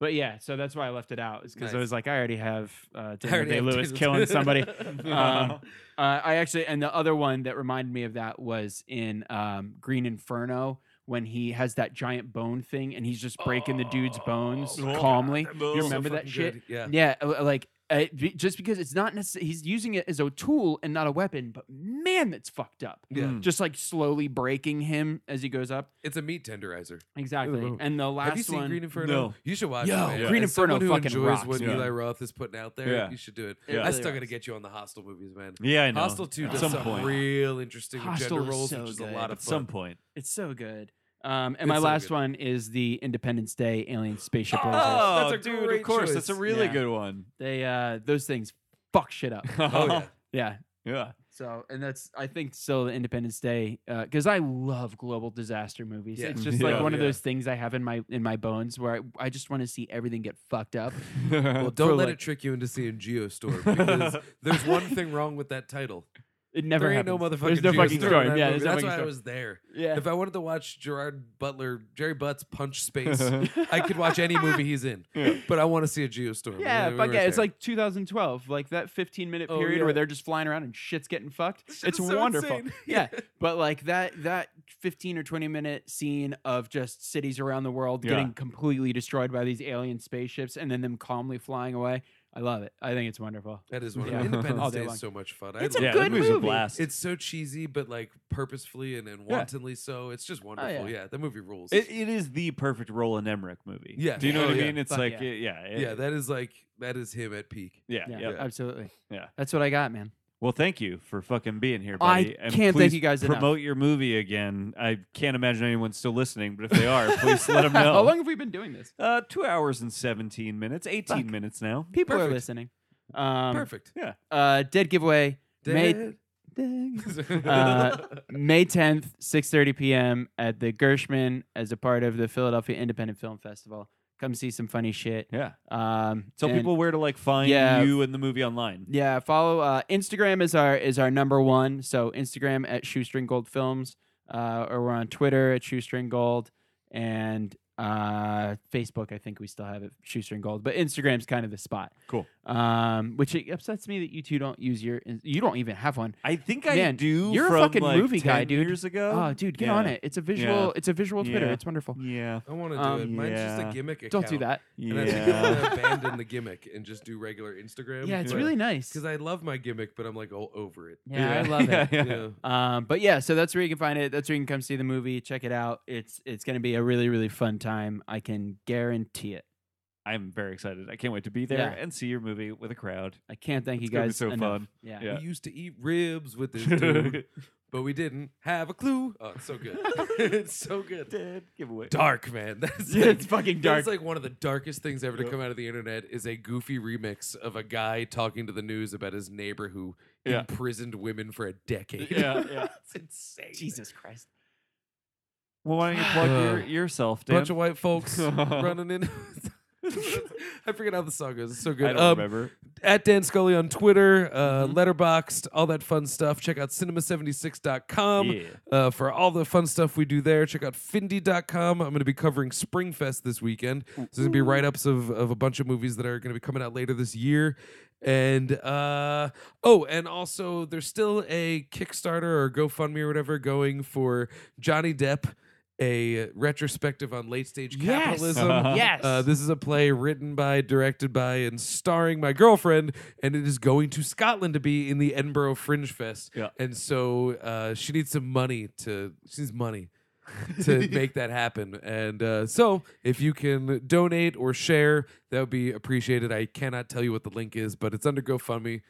but yeah, so that's why I left it out is because I
Nice.
was like, I already have uh,
I
Daniel
already
Day
have
Lewis
Daniel- *laughs*
killing somebody. *laughs* um, Uh, I actually, and the other one that reminded me of that was in um, Green Inferno when he has that giant bone thing and he's just breaking the dude's bones
Oh, God,
calmly.
that
You
movie's so
remember that
fucking
shit?
good. Yeah.
Yeah, uh, uh, like uh, be- just because it's not necessarily he's using it as a tool and not a weapon, but man, that's fucked up.
Yeah.
Mm.
Just like slowly breaking him as he goes up.
It's a meat tenderizer.
Exactly.
Ooh.
And the last
Have you seen
one,
Green Inferno?
No.
You should watch
Yo,
it. man.
Green
As someone
Inferno
who
fucking
enjoys
rocks,
what
yeah.
Eli Roth is putting out there.
Yeah.
You should do it.
It
I
really
still got to
rocks.
get you on the Hostel movies, man.
Yeah, I know.
Hostel 2
At
does
some
some,
point.
real interesting
Hostel
gender
is
roles,
so
which is a
good.
lot of
At
fun.
some point.
it's so good. Um, and my
It's so
last
good.
one is the Independence Day Alien Spaceship
*laughs*
Raiders.
Oh, that's a
dude, of
great
course. That's a
choice.
really
Yeah.
good one.
They uh, those things fuck
*laughs*
shit up.
Oh, yeah.
yeah.
*laughs* yeah.
So, and that's I think still the Independence Day because I love global disaster movies.
Yeah.
*laughs* It's just
Yeah.
like one of
Yeah.
those things I have in my in my bones where I, I just want to see everything get fucked up.
Well,
For
don't let
like-
it trick you into seeing Geostorm because
*laughs*
there's one thing wrong with that title.
It *laughs* never
there ain't
happens.
no motherfucking
There's no
Geostorm
fucking
in that
story. Yeah,
movie.
there's no
that's
fucking
why I
story.
was there.
yeah.
If I wanted to watch Gerard Butler, Jerry Butts punch
*laughs*
space, I could watch any movie he's in.
Yeah.
But I want to see a Geostorm.
Yeah,
We
fuck
were
yeah. It's
there.
like 2012, like that 15 minute
Oh,
period
yeah.
where they're just flying around and shit's getting fucked.
Shit
it's
is so
wonderful.
insane. *laughs*
Yeah, but like that that 15 or 20 minute scene of just cities around the world
Yeah.
getting completely destroyed by these alien spaceships and then them calmly flying away. I love it. I think it's wonderful.
That is one
Yeah.
of Independence
*laughs* All
Day
day long.
is so much fun.
It's
I
a
love
yeah,
it.
good
that movie's a
movie.
blast.
It's so cheesy, but like purposefully and, and
Yeah. Oh,
wantonly so. It's just wonderful. yeah. that movie rules.
It, it is the perfect Roland Emmerich movie.
Yeah.
Do you know
Oh,
what I
yeah.
mean? It's
Fuck
like,
yeah.
yeah. Yeah.
yeah, that is like that is him at peak.
yeah,
Yeah,
yeah.
absolutely.
Yeah.
that's what I got, man.
Well, thank you for fucking being here,
I
buddy. and
can't thank
please
you guys enough.
Promote your movie again. I can't imagine anyone's still listening, but if they are, please let
*laughs*
them
How long
know.
have we been doing this?
Uh, two hours and seventeen minutes, eighteen
Fuck.
minutes now.
People are
Perfect.
listening. Um,
Perfect.
Uh, dead giveaway. May-
Dead. *laughs*
*laughs*
Uh, May 10th, 6:30 p.m. at the Gershman as a part of the Philadelphia Independent Film Festival. Come see some funny shit.
Yeah.
Um,
Tell
and-
people where to like find
Yeah.
you and the movie online.
Yeah, follow uh, Instagram is our is our number one. So Instagram at Shoestring Gold Films, uh, or we're on Twitter at Shoestring Gold, and uh, Facebook. I think we still have it Shoestring Gold, but Instagram's kind of the spot.
Cool.
Um, which it upsets me that you two don't use your. You don't even have one.
I think I
Man,
do.
you're a
from,
fucking
like,
movie guy,
10
dude.
Years ago.
Oh, dude, get on
Yeah.
it. It's a visual. It's a visual Twitter.
Yeah.
It's wonderful. *laughs*
Yeah.
I want to do
Um,
it. Mine's just
yeah.
a gimmick.
Don't do
account.
that.
And I think I'm
Yeah.
gonna abandon the gimmick and just do regular Instagram.
Yeah, it's really nice.
because I love my gimmick, but I'm like all over it.
Yeah, I
Yeah.
love
Yeah,
it.
yeah.
*laughs* Yeah.
Um, but yeah, so that's where you can find it. That's where you can come see the movie, check it out. It's it's going to be a really really fun time. I can guarantee it.
*laughs* I'm very excited. I can't wait to be there
Yeah.
and see your movie with a crowd.
I can't thank
It's
you
gonna be
guys
so
enough.
fun.
Yeah. *laughs*
Yeah.
We used to eat ribs with this dude, but we didn't have a clue. Oh, it's so
*laughs*
good. *laughs* it's so good.
Dead giveaway.
Dark, man. *laughs* That's
Yeah,
like,
it's fucking dark. *laughs*
That's like one of the darkest things ever to come out of the internet is a goofy remix of a guy talking to the news about his neighbor who
Yeah.
imprisoned women for a decade.
Yeah, yeah.
it's insane.
Jesus Christ.
Well, why don't you plug
*sighs*
your,
Uh,
yourself, Dan?
Bunch of white
*laughs*
folks running in. *laughs* I forget how the song goes. It's so good.
I don't
Um,
remember. Mm-hmm.
at Dan Scully on Twitter, uh, Letterboxed, all that fun stuff. Check out
um,
cinema76.com
Yeah.
uh, for all the fun stuff we do there. Check out findy.com. I'm going to be covering Springfest this weekend. So there's going to be write ups of, of a bunch of movies that are going to be coming out later this year. And uh, oh, and also there's still a Kickstarter or GoFundMe or whatever going for Johnny Depp. A retrospective on late stage capitalism.
*laughs* yes.
Uh, this is a play written by, directed by, and starring my girlfriend, and it is going to Scotland to be in the Edinburgh Fringe Fest.
Yeah.
And so uh, she needs some money to she needs money to make that happen. And uh, so if you can donate or share, that would be appreciated. I cannot tell you what the link is, but it's under GoFundMe.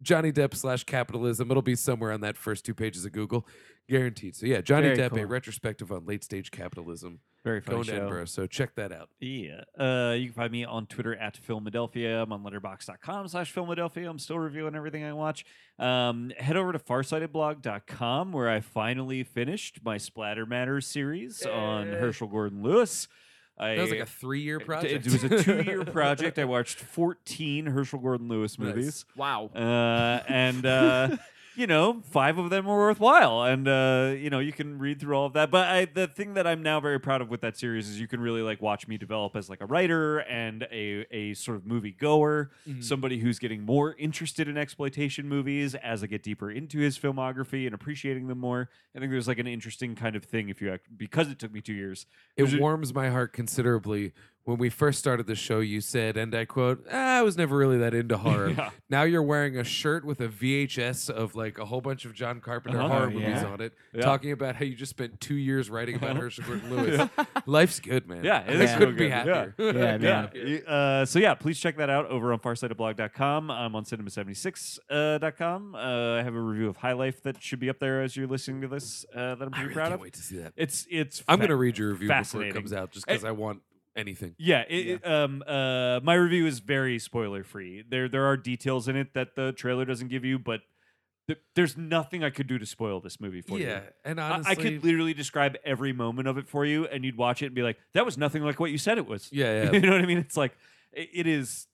Johnny Depp slash capitalism. It'll be somewhere on that first two pages of Google, guaranteed. So yeah, Johnny
Very
Depp,
cool.
a retrospective on late stage capitalism,
Very funny
going to
show.
Edinburgh. So check that out.
Yeah. Uh, you can find me on Twitter at Philadelphia. I'm on letterbox.com slash Philadelphia. I'm still reviewing everything I watch. Um, head over to farsightedblog.com where I finally finished my Splatter Matters series on Herschel Gordon Lewis. I,
Eh. That was like a three-year project.
It was
*laughs*
a two-year project. I watched 14 Herschel Gordon Lewis
Nice.
movies.
Wow.
Uh, and uh, you know, five of them were worthwhile, and uh, you know, you can read through all of that. But I, the thing that I'm now very proud of with that series is you can really like watch me develop as like a writer and a a sort of movie goer, somebody who's getting more interested in exploitation movies as I get deeper into his filmography and appreciating them more. I think there's like an interesting kind of thing if you act because it took me two years. There's
it
a-
warms my heart considerably. When we first started the show, you said, and I quote, "Ah, I was never really that into horror.
*laughs* Yeah.
Now you're wearing a shirt with a VHS of like a whole bunch of John Carpenter
Uh-huh.
horror
Oh,
movies
yeah.
on it,
Yeah. Uh-huh.
talking about how you just spent two years writing about Herschel Gordon
*laughs*
Lewis. Life's good, man.
Yeah, it
I
is
couldn't
real
be
good.
happier. *laughs*
Yeah.
Yeah, man.
*laughs* yeah. You- Uh, so yeah, please check that out over on farsightedblog.com. I'm on cinema76.com. Uh, com. uh, I have a review of High Life that should be up there as you're listening to this. Uh, that
I
I'm pretty
really
proud
can't
of.
wait to see that.
It's it's.
I'm
fa-
gonna read your review before
fascinating.
it comes out, just because I want anything.
Yeah, it, it- um, uh, my review is very spoiler free. There, there are details in it that the trailer doesn't give you, but th- there's nothing I could do to spoil this movie for you.
Yeah, and
I-
honestly,
I could literally describe every moment of it for you, and you'd watch it and be like, "That was nothing like what you said it was."
yeah,
*laughs*
yeah.
you know what I mean? It's like it, it is.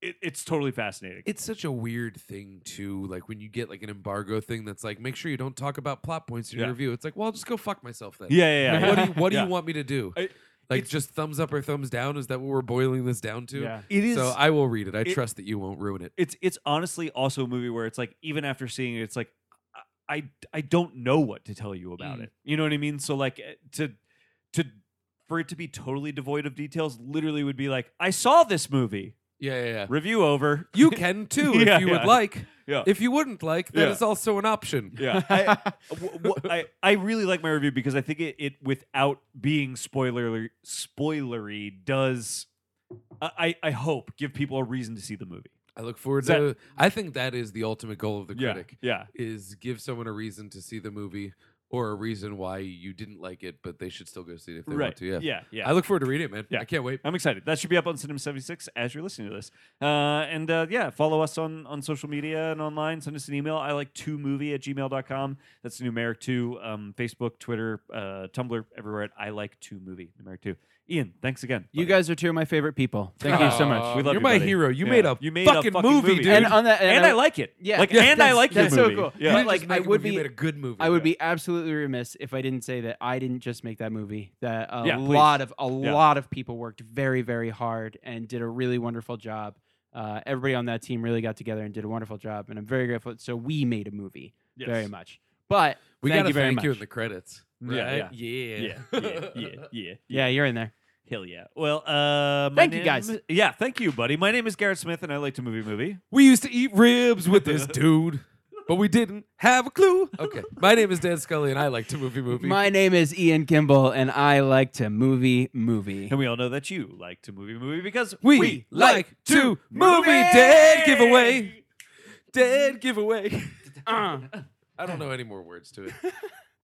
It, it's totally fascinating.
It's such a weird thing too. Like when you get like an embargo thing that's like, make sure you don't talk about plot points in your
Yeah.
review. It's like, well, I'll just go fuck myself then.
yeah, yeah, yeah.
What do
*laughs*
you, what do
Yeah.
you want me to do?
I-
like
it's-
just thumbs up or thumbs down? Is that what we're boiling this down to?
Yeah.
It is.
So I will read it. I
it-
trust that you won't ruin it.
it's it's honestly also a movie where it's like even after seeing it, it's like I I, I don't know what to tell you about
Mm.
it. You know what I mean? So like eh, to to for it to be totally devoid of details, literally would be like I saw this movie.
Yeah, yeah, yeah.
Review *laughs* over.
You can too if
Yeah,
you
yeah.
would like.
Yeah.
If you wouldn't like, that is
Yeah.
also an option.
Yeah. I, w- w- I, I really like my review because I think it, it without being spoiler spoilery, does, I, I I hope, give people a reason to see the movie.
I look forward
Is that-
to. I think that is the ultimate goal of the
yeah.
critic
Yeah.
is give someone a reason to see the movie or a reason why you didn't like it, but they should still go see it if they
Right.
want to. Yeah.
Yeah. Yeah.
I look forward to reading it, man.
Yeah.
I can't wait.
I'm excited. That should be up on Cinema 76 as you're listening to this. Uh, and uh, yeah, follow us on, on social media and online. Send us an email. I like two movie at gmail.com. That's numeric two. Um, Facebook, Twitter, uh, Tumblr, everywhere at I like two movie, numeric two. Ian, thanks again.
You
buddy.
guys are two of my favorite people. Thank you so
Aw,
much.
We love
You're
you,
my
buddy.
hero. You
Yeah.
made a
You made a
fucking
fucking
movie,
movie.
dude.
And on that, and,
and
I,
I like it.
yeah,
Like,
yeah,
and I
that's-
like your
that's so
movie.
cool.
Yeah.
You
I
didn't
like-
just make
I
a
would
movie, you
be-
made a good movie.
I would be absolutely remiss if I didn't say that I didn't just make that movie. That a
Yeah, please.
lot of a
Yeah.
lot of people worked very very hard and did a really wonderful job. Uh, everybody on that team really got together and did a wonderful job, and I'm very grateful. So we made a movie very
Yes.
much. But
We
thank
gotta
you very
thank
much.
you in the credits.
Yeah,
right?
yeah.
Yeah.
Yeah. *laughs* Yeah. Yeah. Yeah.
yeah, you're in there.
Hell yeah. Well, uh, my
Thank you,
name-
guys.
Yeah. Thank you, buddy. My name is Garrett Smith, and I like to movie movie.
*laughs* We used to eat ribs with
*laughs*
this dude, but we didn't have a clue. Okay. My name is Dan Scully, and I like to movie movie.
My name is Ian Kimball, and I like to movie movie.
And we all know that you like to movie movie because
we, like to movie dead giveaway. Dead giveaway.
Uh.
I don't know any more words to it.